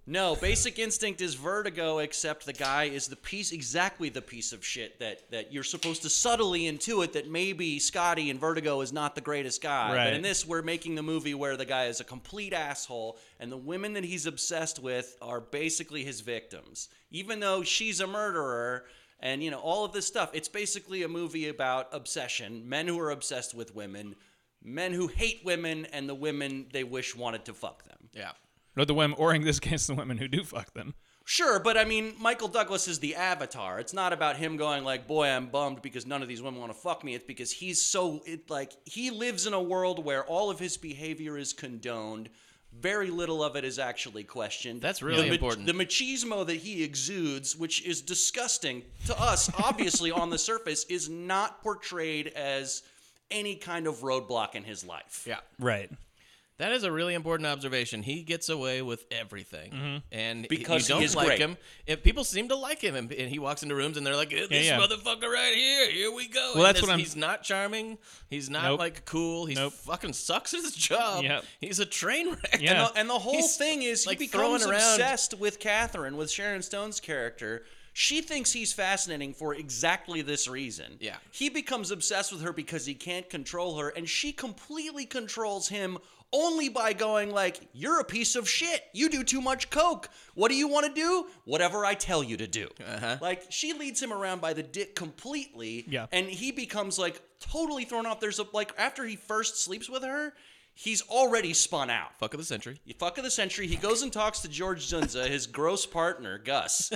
Speaker 3: No, Basic Instinct is Vertigo, except the guy is the piece, exactly the piece of shit that, that you're supposed to subtly intuit that maybe Scotty in Vertigo is not the greatest guy.
Speaker 1: Right.
Speaker 3: But in this, we're making the movie where the guy is a complete asshole, and the women that he's obsessed with are basically his victims. Even though she's a murderer, and you know all of this stuff, it's basically a movie about obsession, men who are obsessed with women, men who hate women, and the women they wish wanted to fuck them.
Speaker 2: Yeah.
Speaker 1: No, the women, or in this case, the women who do fuck them.
Speaker 3: Sure, but I mean, Michael Douglas is the avatar. It's not about him going like, "Boy, I'm bummed because none of these women want to fuck me." It's because he's so it like he lives in a world where all of his behavior is condoned. Very little of it is actually questioned.
Speaker 2: That's really
Speaker 3: the ma-
Speaker 2: important.
Speaker 3: The machismo that he exudes, which is disgusting to us, obviously on the surface, is not portrayed as any kind of roadblock in his life.
Speaker 2: Yeah.
Speaker 1: Right.
Speaker 2: That is a really important observation. He gets away with everything,
Speaker 1: Mm-hmm.
Speaker 2: and
Speaker 3: Because
Speaker 2: you
Speaker 3: he
Speaker 2: don't
Speaker 3: is
Speaker 2: like
Speaker 3: great.
Speaker 2: him. If people seem to like him, and, and he walks into rooms, and they're like, "Eh, "This
Speaker 1: yeah.
Speaker 2: motherfucker right here, here we go."
Speaker 1: Well,
Speaker 2: And
Speaker 1: that's
Speaker 2: this-
Speaker 1: what I'm-
Speaker 2: He's not charming. He's not
Speaker 1: Nope.
Speaker 2: like cool. He
Speaker 1: Nope.
Speaker 2: fucking sucks at his job.
Speaker 1: Yep.
Speaker 2: He's a train wreck.
Speaker 1: Yeah.
Speaker 3: And the, and the whole
Speaker 2: He's,
Speaker 3: thing is
Speaker 2: like,
Speaker 3: he
Speaker 2: throwing
Speaker 3: becomes
Speaker 2: around-
Speaker 3: obsessed with Catherine, with Sharon Stone's character. She thinks he's fascinating for exactly this reason.
Speaker 2: Yeah.
Speaker 3: He becomes obsessed with her because he can't control her, and she completely controls him only by going like, "You're a piece of shit. You do too much coke. What do you want to do? Whatever I tell you to do."
Speaker 2: Uh-huh.
Speaker 3: Like she leads him around by the dick completely.
Speaker 1: Yeah.
Speaker 3: And he becomes like totally thrown off. There's a like after he first sleeps with her, he's already spun out.
Speaker 2: Fuck of the century.
Speaker 3: You fuck of the century. He goes and talks to George Zunza, his gross partner, Gus,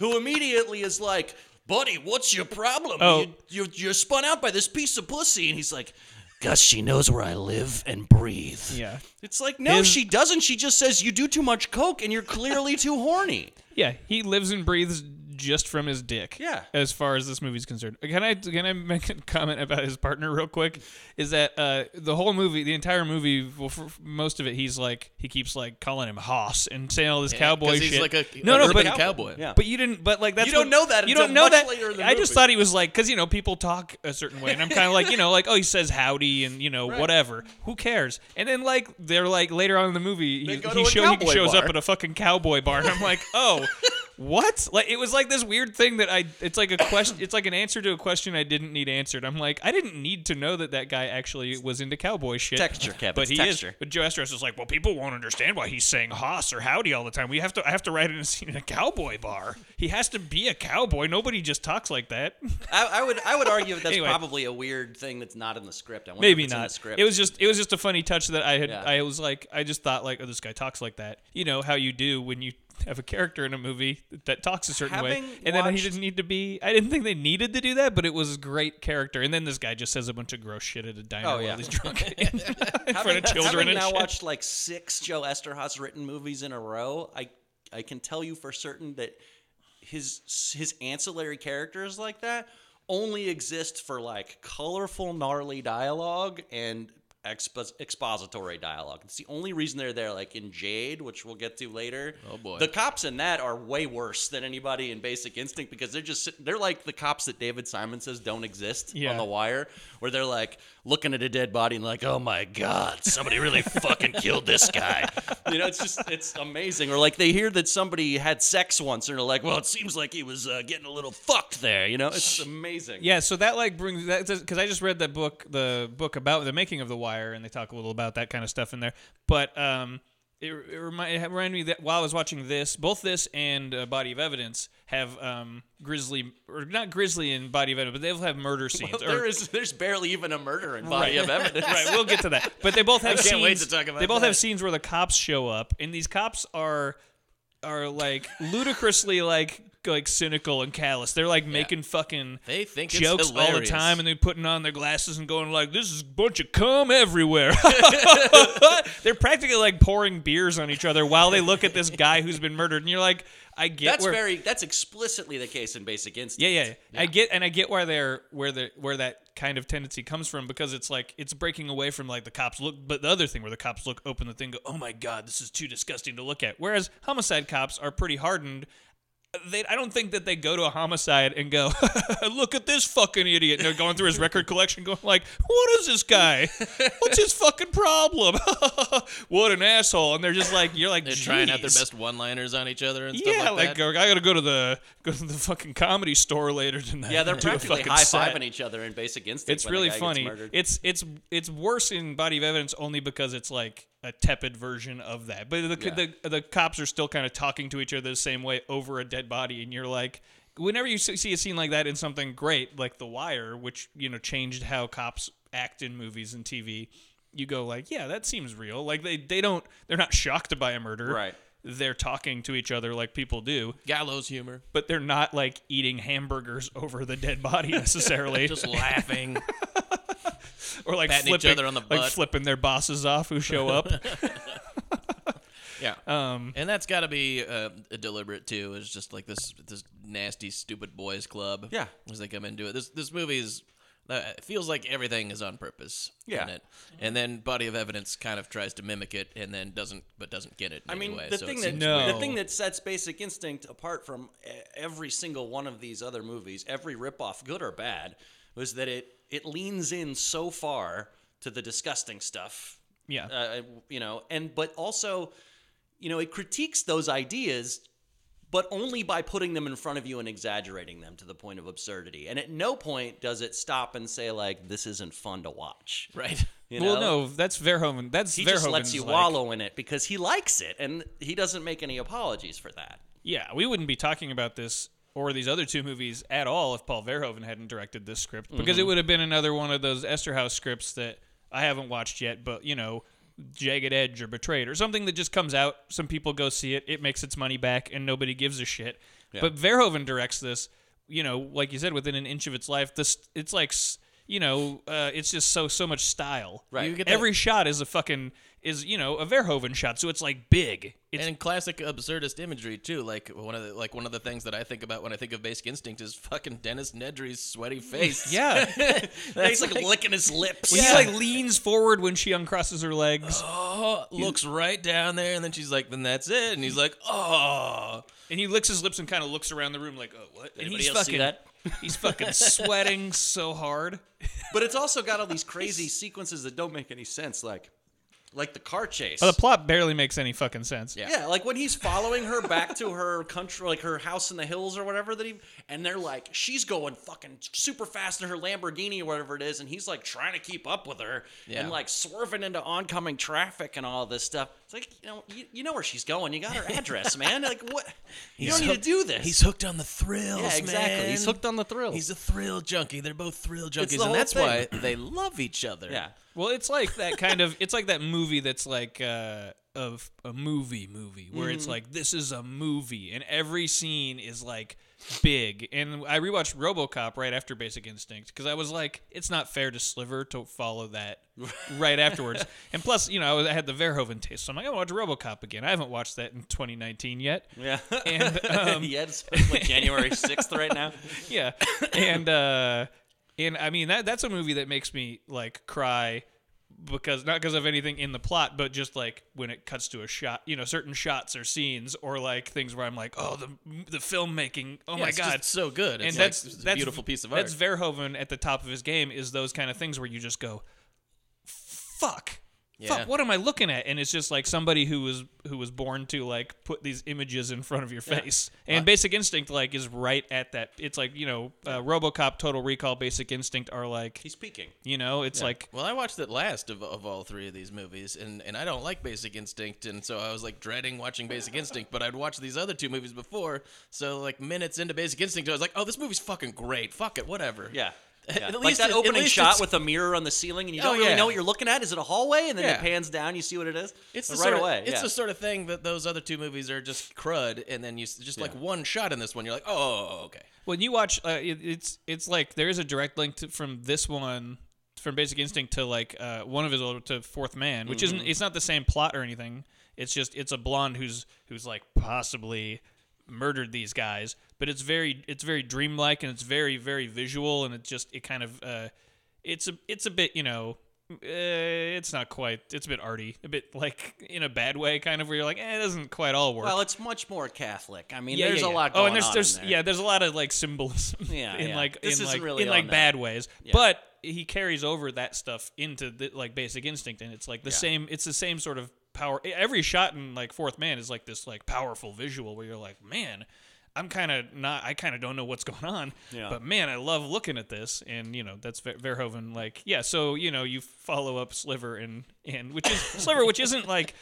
Speaker 3: who immediately is like, Buddy, what's your problem?
Speaker 1: Oh.
Speaker 3: You, you're, you're spun out by this piece of pussy. And he's like, Gus, she knows where I live and breathe.
Speaker 1: Yeah.
Speaker 3: It's like, no,
Speaker 1: His-
Speaker 3: she doesn't. She just says, You do too much coke and you're clearly too horny.
Speaker 1: Yeah, he lives and breathes just from his dick.
Speaker 3: Yeah.
Speaker 1: As far as this movie's concerned, can I can I make a comment about his partner real quick? Is that uh, the whole movie, the entire movie, well, for most of it, he's like he keeps like calling him Hoss and saying all this cowboy
Speaker 2: 'cause he's
Speaker 1: shit.
Speaker 2: like a-
Speaker 1: no,
Speaker 2: an
Speaker 1: no,
Speaker 2: urban
Speaker 1: but
Speaker 2: cowboy.
Speaker 3: Yeah.
Speaker 1: But you didn't. But like that's
Speaker 3: You don't
Speaker 1: what-
Speaker 3: know that
Speaker 1: You
Speaker 3: until
Speaker 1: don't know
Speaker 3: much
Speaker 1: that.
Speaker 3: later in the
Speaker 1: I just
Speaker 3: movie.
Speaker 1: thought he was like because you know people talk a certain way, and I'm kind of like you know like oh he says howdy and you know whatever. Who cares? And then like they're like later on in the movie he,
Speaker 3: go
Speaker 1: he
Speaker 3: to a
Speaker 1: show- he
Speaker 3: cowboy
Speaker 1: shows up
Speaker 3: bar.
Speaker 1: at a fucking cowboy bar, and I'm like oh. What? Like it was like this weird thing that I. It's like a question. It's like an answer to a question I didn't need answered. I'm like, I didn't need to know that that guy actually was into cowboy shit.
Speaker 3: Texture, Kev,
Speaker 1: But
Speaker 3: it's
Speaker 1: he is.
Speaker 3: texture.
Speaker 1: But Joe Estros is like, well, people won't understand why he's saying Haas or Howdy all the time. We have to. I have to write in a scene in a cowboy bar. He has to be a cowboy. Nobody just talks like that.
Speaker 3: I, I would I would argue that that's
Speaker 1: Anyway.
Speaker 3: probably a weird thing that's not in the script. I wonder
Speaker 1: Maybe
Speaker 3: if it's In the
Speaker 1: not.
Speaker 3: script.
Speaker 1: It was just. It was just a funny touch that I had.
Speaker 3: Yeah.
Speaker 1: I was like, I just thought like, oh, this guy talks like that. You know how you do when you have a character in a movie that talks a certain way,
Speaker 3: Having
Speaker 1: and then he
Speaker 3: watched-
Speaker 1: didn't need to be. I didn't think they needed to do that, but it was great character. And then this guy just says a bunch of gross shit at a diner
Speaker 3: Oh,
Speaker 1: while
Speaker 3: yeah.
Speaker 1: he's drunk in, in front of
Speaker 3: having,
Speaker 1: children
Speaker 3: having
Speaker 1: and
Speaker 3: now
Speaker 1: shit.
Speaker 3: watched like six Joe Esterhaas written movies in a row, I I can tell you for certain that his his ancillary characters like that only exist for like colorful, gnarly dialogue and expo- expository dialogue. It's the only reason they're there. Like in Jade, which we'll get to later.
Speaker 2: Oh, boy.
Speaker 3: the cops in that are way worse than anybody in Basic Instinct because they're just sit- they're like the cops that David Simon says don't exist
Speaker 1: Yeah.
Speaker 3: on the wire, where they're like looking at a dead body and like, oh my god, somebody really fucking killed this guy. You know, it's just it's amazing. Or like they hear that somebody had sex once and they're like, well, it seems like he was uh, getting a little fucked there. You know, it's amazing.
Speaker 1: Yeah, so that like brings that because I just read that book, the book about the making of The Wire, and they talk a little about that kind of stuff in there. But um, it, it, remind, it reminded me that while I was watching this, both this and uh, Body of Evidence have um, grizzly or not grizzly in Body of Evidence, but they'll have murder scenes. or-
Speaker 3: There is there's barely even a murder in body of evidence.
Speaker 1: right, we'll get to that. But they both have
Speaker 2: can't
Speaker 1: scenes.
Speaker 2: wait to talk about
Speaker 1: they both
Speaker 2: that.
Speaker 1: have scenes where the cops show up, and these cops are are like ludicrously like like cynical and callous. They're like making fucking
Speaker 2: They think it's
Speaker 1: jokes all the
Speaker 2: hilarious.
Speaker 1: time, and they're putting on their glasses and going like, "This is a bunch of cum everywhere." they're practically like pouring beers on each other while they look at this guy who's been murdered, and you're like, "I get
Speaker 3: That's
Speaker 1: where
Speaker 3: very that's explicitly the case in Basic Instinct.
Speaker 1: yeah, yeah, yeah. I get and I get why they're where the where that kind of tendency comes from because it's like it's breaking away from like the cops look but the other thing where the cops look open the thing go, Oh my god, this is too disgusting to look at. Whereas homicide cops are pretty hardened they, I don't think that they go to a homicide and go, look at this fucking idiot. And they're going through his record collection, going like, what is this guy? What's his fucking problem? what an asshole! And they're just like, you're like,
Speaker 2: They're trying out their
Speaker 1: "Jeez."
Speaker 2: best one-liners on each other and stuff
Speaker 1: Yeah,
Speaker 2: like
Speaker 1: like,
Speaker 2: that.
Speaker 1: I gotta go to the go to the fucking comedy store later tonight.
Speaker 3: Yeah, they're
Speaker 1: and do a
Speaker 3: practically
Speaker 1: fucking
Speaker 3: high
Speaker 1: set."
Speaker 3: fiving each other in Basic Instinct.
Speaker 1: It's
Speaker 3: when the
Speaker 1: really
Speaker 3: guy gets
Speaker 1: funny.
Speaker 3: murdered.
Speaker 1: It's it's it's worse in Body of Evidence only because it's like a tepid version of that. But the the, the cops are still kind of talking to each other the same way over a dead body, and you're like, whenever you see see a scene like that in something great like The Wire, which you know changed how cops act in movies and TV, you go like, yeah, that seems real. Like they they don't they're not shocked by a murder,
Speaker 3: Right.
Speaker 1: They're talking to each other like people do,
Speaker 2: Gallows humor,
Speaker 1: but they're not like eating hamburgers over the dead body necessarily.
Speaker 2: just laughing.
Speaker 1: or like
Speaker 2: Patting each
Speaker 1: flipping,
Speaker 2: other on the
Speaker 1: like
Speaker 2: butt.
Speaker 1: flipping their bosses off who show up.
Speaker 2: Yeah. Um, and that's got to be uh, deliberate too. It's just like this this nasty, stupid boys club.
Speaker 3: Yeah.
Speaker 2: as they come into it. This this movie is uh, it feels like everything is on purpose.
Speaker 3: Yeah.
Speaker 2: in it. and then Body of Evidence kind of tries to mimic it, and then doesn't, but doesn't get it. in
Speaker 3: I mean,
Speaker 2: any way,
Speaker 3: the
Speaker 2: so it
Speaker 3: thing that
Speaker 2: seems
Speaker 1: No.
Speaker 2: weird.
Speaker 1: weird.
Speaker 3: the thing that sets Basic Instinct apart from e- every single one of these other movies, every ripoff, good or bad, was that it it leans in so far to the disgusting stuff.
Speaker 1: Yeah.
Speaker 3: uh, you know, and but also, you know, it critiques those ideas. But only by putting them in front of you and exaggerating them to the point of absurdity. And at no point does it stop and say, like, this isn't fun to watch.
Speaker 2: right.
Speaker 3: You
Speaker 1: well,
Speaker 3: know?
Speaker 1: no, that's Verhoeven. That's
Speaker 3: He
Speaker 1: Verhoeven's
Speaker 3: just lets you
Speaker 1: like-
Speaker 3: wallow in it because he likes it and he doesn't make any apologies for that.
Speaker 1: Yeah, we wouldn't be talking about this or these other two movies at all if Paul Verhoeven hadn't directed this script because it would have been another one of those Esterhaus scripts that I haven't watched yet, but you know. Jagged Edge or Betrayed or something that just comes out. Some people go see it. It makes its money back, and nobody gives a shit. But Verhoeven directs this. You know, like you said, within an inch of its life. This it's like s- you know, uh, it's just so so much style.
Speaker 3: Right. You
Speaker 2: get that-
Speaker 1: Every shot is a fucking is you know a Verhoeven shot, so it's like big. It's
Speaker 2: and in classic absurdist imagery too, like one of the like one of the things that I think about when I think of Basic Instinct is fucking Dennis Nedry's sweaty face.
Speaker 1: yeah.
Speaker 3: He's like, licking his lips.
Speaker 1: When he like leans forward when she uncrosses her legs,
Speaker 2: looks right down there, and then she's like, "Then that's it," and he's like, "Oh."
Speaker 1: and he licks his lips and kind of looks around the room like, "Oh, what?" And
Speaker 3: Anybody
Speaker 1: he's
Speaker 3: else
Speaker 1: fucking,
Speaker 3: see that?
Speaker 1: he's fucking sweating so hard.
Speaker 3: But it's also got all these crazy sequences that don't make any sense, like like the car chase.
Speaker 1: But the plot barely makes any fucking sense.
Speaker 2: Yeah.
Speaker 3: yeah, like when he's following her back to her country, like her house in the hills or whatever that he, and they're like, she's going fucking super fast in her Lamborghini or whatever it is, and he's like trying to keep up with her
Speaker 2: Yeah.
Speaker 3: and like swerving into oncoming traffic and all this stuff. It's like, you know, you, you know where she's going. You got her address, man. Like, what? You don't need to do this.
Speaker 2: He's hooked on the thrills.
Speaker 3: yeah, exactly.
Speaker 2: man.
Speaker 3: He's hooked on the thrill.
Speaker 2: He's a thrill junkie. They're both thrill junkies,
Speaker 3: the
Speaker 2: and
Speaker 3: whole
Speaker 2: that's
Speaker 3: thing.
Speaker 2: why they love each other.
Speaker 3: yeah.
Speaker 1: Well, it's like that kind of. It's like that movie that's like uh, of a movie movie where it's like this is a movie and every scene is like big. And I rewatched RoboCop right after Basic Instinct because I was like, it's not fair to Sliver to follow that right afterwards. And plus, you know, I, was, I had the Verhoeven taste, so I'm like, I watch RoboCop again. I haven't watched that in 2019 yet.
Speaker 3: Yeah.
Speaker 1: And um,
Speaker 3: yeah, it's like January 6th right now.
Speaker 1: yeah and uh and i mean that that's a movie that makes me like cry because not because of anything in the plot but just like when it cuts to a shot you know certain shots or scenes or like things where i'm like oh the the filmmaking oh my
Speaker 2: it's just
Speaker 1: god
Speaker 2: so good. It's
Speaker 1: and
Speaker 2: like-
Speaker 1: that's
Speaker 2: it's a
Speaker 1: that's
Speaker 2: beautiful piece of
Speaker 1: that's
Speaker 2: art.
Speaker 1: verhoeven at the top of his game is those kind of things where you just go fuck
Speaker 2: Yeah.
Speaker 1: Fuck, what am I looking at? And it's just like somebody who was who was born to like put these images in front of your face. And Basic Instinct like is right at that. It's like you know, uh, RoboCop, Total Recall, Basic Instinct are like
Speaker 3: He's peeking.
Speaker 1: you know, it's like
Speaker 2: Well, I watched it last of, of all three of these movies, and, and I don't like Basic Instinct, and so I was like dreading watching Basic Instinct, but I'd watched these other two movies before, so like minutes into Basic Instinct, I was like, oh, this movie's fucking great. Fuck it, whatever.
Speaker 3: Yeah.
Speaker 2: At
Speaker 3: Yeah. like
Speaker 2: least
Speaker 3: that
Speaker 2: it- at
Speaker 3: opening
Speaker 2: least
Speaker 3: shot
Speaker 2: it's-
Speaker 3: with a mirror on the ceiling, and you
Speaker 2: Oh,
Speaker 3: don't really
Speaker 2: yeah.
Speaker 3: know what you're looking at. Is it a hallway? And then
Speaker 2: Yeah.
Speaker 3: it pans down, you see what it is.
Speaker 2: It's the
Speaker 3: But
Speaker 2: sort
Speaker 3: right
Speaker 2: of,
Speaker 3: away.
Speaker 2: It's
Speaker 3: yeah.
Speaker 2: the sort of thing that those other two movies are just crud, and then you s- just like one shot in this one, you're like, oh, okay.
Speaker 1: when you watch uh, it, it's it's like there is a direct link to, from this one from Basic Instinct to like uh, one of his old to Fourth Man, which isn't it's not the same plot or anything. It's just it's a blonde who's who's like possibly murdered these guys, but it's very it's very dreamlike and it's very very visual and it just it kind of uh, it's a it's a bit you know eh, it's not quite. It's a bit arty, a bit like in a bad way, kind of where you're like, eh, it doesn't quite all work.
Speaker 3: Well, it's much more Catholic. I mean, there's a lot.
Speaker 1: oh,
Speaker 3: Going
Speaker 1: and there's
Speaker 3: on
Speaker 1: there's
Speaker 3: in there.
Speaker 1: yeah, there's a lot of like symbolism.
Speaker 3: Yeah,
Speaker 1: in
Speaker 3: yeah.
Speaker 1: like
Speaker 3: This
Speaker 1: in
Speaker 3: isn't
Speaker 1: like
Speaker 3: really
Speaker 1: in
Speaker 3: on
Speaker 1: like
Speaker 3: that.
Speaker 1: bad ways,
Speaker 3: Yeah.
Speaker 1: but he carries over that stuff into the, like Basic Instinct, and it's like the same. It's the same sort of power. e, Every shot in like Fourth Man is like this like powerful visual where you're like, man. I'm kind of not. I kind of don't know what's going on,
Speaker 3: Yeah.
Speaker 1: but man, I love looking at this, and you know that's Ver- Verhoeven. Like, yeah, so you know you follow up Sliver and and which is Sliver, which isn't like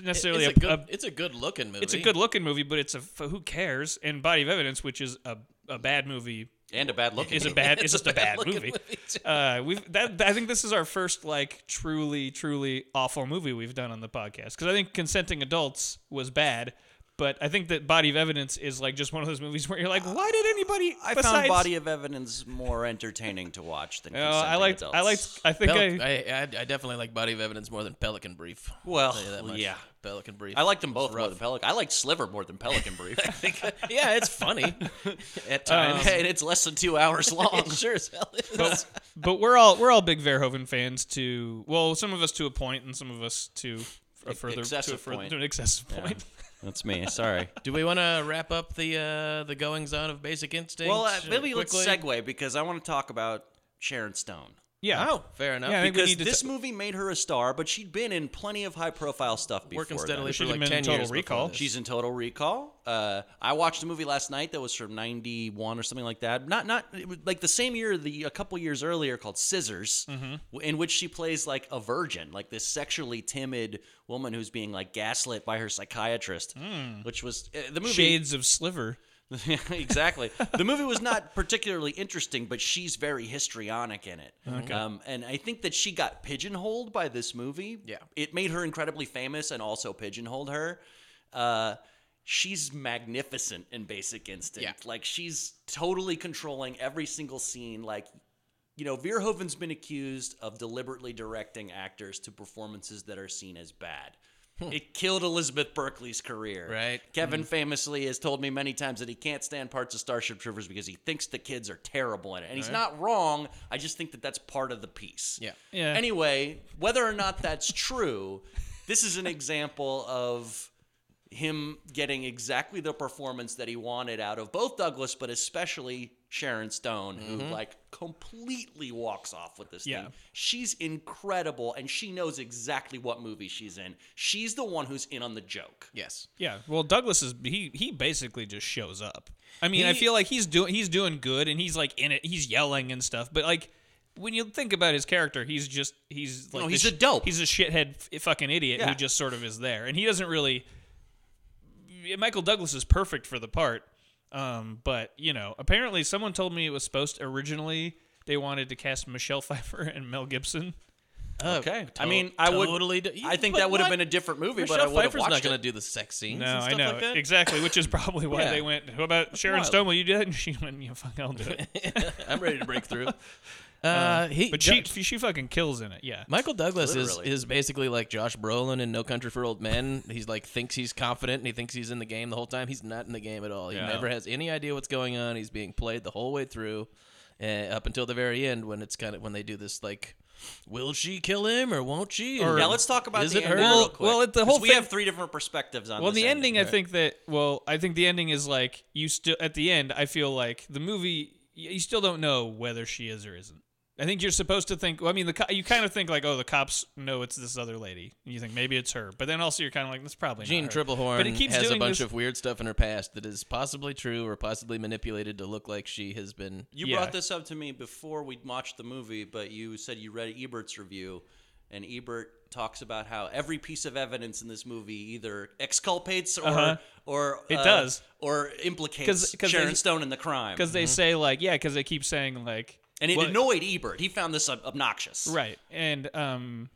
Speaker 1: necessarily
Speaker 2: it's,
Speaker 1: a-
Speaker 2: a good,
Speaker 1: a
Speaker 2: it's a good looking movie.
Speaker 1: it's a good looking movie, but it's a f- who cares? And Body of Evidence, which is a, a bad movie,
Speaker 3: and a bad looking.
Speaker 1: is a bad is just a bad
Speaker 2: bad-looking
Speaker 1: movie.
Speaker 2: movie, too.
Speaker 1: uh, we've that I think this is our first like truly truly awful movie we've done on the podcast because I think Consenting Adults was bad. But I think that Body of Evidence is like just one of those movies where you're like, why did anybody?
Speaker 3: Uh, I
Speaker 1: besides,
Speaker 3: found Body of Evidence more entertaining to watch than.
Speaker 1: Oh, I liked. I liked. I think
Speaker 2: Pelic-
Speaker 1: I.
Speaker 2: I, I, I definitely like Body of Evidence more than Pelican Brief. I'll
Speaker 3: Well,
Speaker 2: tell you that much.
Speaker 3: yeah.
Speaker 2: Pelican Brief.
Speaker 3: I liked them both
Speaker 2: It's
Speaker 3: more
Speaker 2: rough.
Speaker 3: than Pelican. I liked Sliver more than Pelican Brief. I think
Speaker 2: yeah, it's funny.
Speaker 3: at times, and it's less than two hours long.
Speaker 2: it sure as hell is.
Speaker 1: But, but we're all we're all big Verhoeven fans to well, some of us to a point, and some of us to a further to, a
Speaker 3: E, excessive
Speaker 1: further,
Speaker 3: point.
Speaker 1: to an excessive point.
Speaker 3: That's me. Sorry.
Speaker 2: Do we want to wrap up the uh, the goings on of Basic Instinct?
Speaker 3: Well, uh,
Speaker 2: uh,
Speaker 3: maybe let's
Speaker 2: quickly?
Speaker 3: segue because I want to talk about Sharon Stone.
Speaker 1: Yeah.
Speaker 2: Oh, fair enough.
Speaker 1: Yeah, I think we
Speaker 3: Because
Speaker 1: need to
Speaker 3: this
Speaker 1: t-
Speaker 3: movie made her a star, but she'd been in plenty of high profile stuff before.
Speaker 2: Working
Speaker 3: then.
Speaker 2: steadily
Speaker 1: She
Speaker 2: for
Speaker 1: did
Speaker 2: like
Speaker 1: Men in
Speaker 2: ten
Speaker 1: Total
Speaker 2: years. before
Speaker 1: Recall.
Speaker 2: this.
Speaker 3: She's in Total Recall. Uh, I watched a movie last night that was from '91 or something like that. Not not it was like the same year, the a couple years earlier, called Scissors,
Speaker 2: Mm-hmm.
Speaker 3: w- in which she plays like a virgin, like this sexually timid woman who's being like gaslit by her psychiatrist,
Speaker 2: Hmm.
Speaker 3: which was uh, the movie.
Speaker 1: Shades of Sliver.
Speaker 3: exactly. The movie was not particularly interesting, but she's very histrionic in it. Um, and I think that she got pigeonholed by this movie.
Speaker 2: Yeah.
Speaker 3: It made her incredibly famous and also pigeonholed her. Uh, she's magnificent in Basic Instinct.
Speaker 2: Yeah.
Speaker 3: Like, she's totally controlling every single scene. Like, you know, Verhoeven's been accused of deliberately directing actors to performances that are seen as bad. It killed Elizabeth Berkley's career.
Speaker 2: Hmm. Right.
Speaker 3: Kevin famously has told me many times that he can't stand parts of Starship Troopers because he thinks the kids are terrible in it. And he's not wrong. I just think that that's part of the piece.
Speaker 2: Yeah.
Speaker 1: Yeah.
Speaker 3: Anyway, whether or not that's true, this is an example of him getting exactly the performance that he wanted out of both Douglas, but especially Sharon Stone,
Speaker 2: Mm-hmm.
Speaker 3: who like completely walks off with this
Speaker 1: Yeah.
Speaker 3: thing. She's incredible, and she knows exactly what movie she's in. She's the one who's in on the joke.
Speaker 2: Yes.
Speaker 1: Yeah. Well, Douglas is he he basically just shows up. I mean, I
Speaker 2: He-
Speaker 1: feel like he's doing he's doing good and he's like in it. He's yelling and stuff, but like when you think about his character, he's just he's like
Speaker 3: No,
Speaker 1: this
Speaker 3: he's a
Speaker 1: sh-
Speaker 3: dope.
Speaker 1: He's a shithead f- fucking idiot
Speaker 3: Yeah.
Speaker 1: who just sort of is there, and he doesn't really. Michael Douglas is perfect for the part, um, but you know, apparently someone told me it was supposed to originally they wanted to cast Michelle Pfeiffer and Mel Gibson.
Speaker 2: Okay.
Speaker 3: I mean, I would.
Speaker 2: Oh, Totally do-
Speaker 3: I think
Speaker 2: but
Speaker 3: that would have
Speaker 2: what?
Speaker 3: been a different movie,
Speaker 2: Michelle
Speaker 3: but I would have
Speaker 2: Pfeiffer's
Speaker 3: watched
Speaker 2: not going
Speaker 3: it.
Speaker 2: to do the sex scenes.
Speaker 1: No,
Speaker 2: and
Speaker 1: I
Speaker 2: stuff
Speaker 1: know
Speaker 2: Like that.
Speaker 1: exactly, which is probably why
Speaker 2: Yeah.
Speaker 1: they went. How about Sharon
Speaker 2: Wild.
Speaker 1: Stone? Will you do that? And she went, "Yeah, fuck, I'll do it."
Speaker 2: I'm ready to break through. Uh, he,
Speaker 1: But she she fucking kills in it. Yeah.
Speaker 2: Michael Douglas is,
Speaker 3: Literally.
Speaker 2: is basically like Josh Brolin in No Country for Old Men. He's like thinks he's confident and he thinks he's in the game the whole time. He's not in the game at all. He
Speaker 1: Yeah.
Speaker 2: never has any idea what's going on. He's being played the whole way through, uh, up until the very end when it's kind of when they do this like, will she kill him or won't she? Or
Speaker 3: Yeah, let's talk about
Speaker 2: is
Speaker 3: the
Speaker 2: it her?
Speaker 3: ending real
Speaker 1: Well-
Speaker 3: quick.
Speaker 1: well, it- the
Speaker 3: 'cause
Speaker 1: whole
Speaker 3: we
Speaker 1: thing-
Speaker 3: have three different perspectives on.
Speaker 1: Well,
Speaker 3: this
Speaker 1: the ending, I think that. Well, I think the ending is like you still at the end. I feel like the movie y- you still don't know whether she is or isn't. I think you're supposed to think. Well, I mean, the co- you kind of think like, oh, the cops know it's this other lady, and you think maybe it's her. But then also you're kind of like, that's probably
Speaker 2: Gene
Speaker 1: not her.
Speaker 2: Triplehorn
Speaker 1: But it keeps
Speaker 2: has a
Speaker 1: doing
Speaker 2: bunch
Speaker 1: this-
Speaker 2: of weird stuff in her past that is possibly true or possibly manipulated to look like she has been.
Speaker 3: You
Speaker 1: Yeah.
Speaker 3: brought this up to me before we watched the movie, but you said you read Ebert's review, and Ebert talks about how every piece of evidence in this movie either exculpates or
Speaker 1: Uh-huh.
Speaker 3: or
Speaker 1: It
Speaker 3: uh,
Speaker 1: does.
Speaker 3: or
Speaker 1: 'Cause-
Speaker 3: implicates
Speaker 1: 'cause
Speaker 3: Sharon
Speaker 1: they-
Speaker 3: Stone in the crime.
Speaker 1: because
Speaker 2: Mm-hmm.
Speaker 1: they say like, yeah, because they keep saying like,
Speaker 3: and it
Speaker 1: well-
Speaker 3: annoyed Ebert. He found this ob- obnoxious.
Speaker 1: Right. And um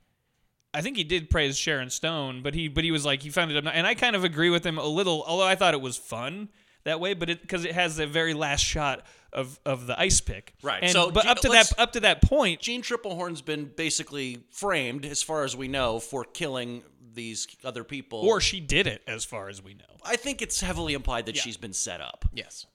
Speaker 1: I think he did praise Sharon Stone, but he but he was like he found it obnoxious. and I kind of agree with him a little, although I thought it was fun that way, but it because it has the very last shot of of the ice pick.
Speaker 3: Right.
Speaker 1: And,
Speaker 3: So,
Speaker 1: but
Speaker 3: G-
Speaker 1: up to
Speaker 3: let's-
Speaker 1: that up to that point,
Speaker 3: Gene Triplehorn's been basically framed, as far as we know, for killing these other people.
Speaker 1: or she did it as far as we know.
Speaker 3: I think it's heavily implied that she's been set up.
Speaker 2: Yes.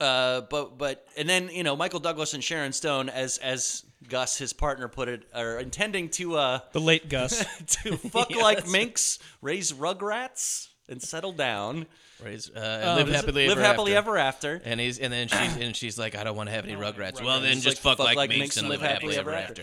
Speaker 3: Uh, but but and then you know Michael Douglas and Sharon Stone as as Gus, his partner, put it, or intending to uh,
Speaker 1: The late Gus.
Speaker 3: to fuck like minks, raise rugrats, and settle down,
Speaker 2: Raise, uh, and live
Speaker 1: is it-
Speaker 2: happily,
Speaker 3: Um, live
Speaker 2: ever,
Speaker 3: happily
Speaker 2: after.
Speaker 3: ever after.
Speaker 2: And he's and then she's and she's like, I don't want to have any Rugrats. Well, then
Speaker 3: It's
Speaker 2: just fuck, like, minks, and live happily ever after.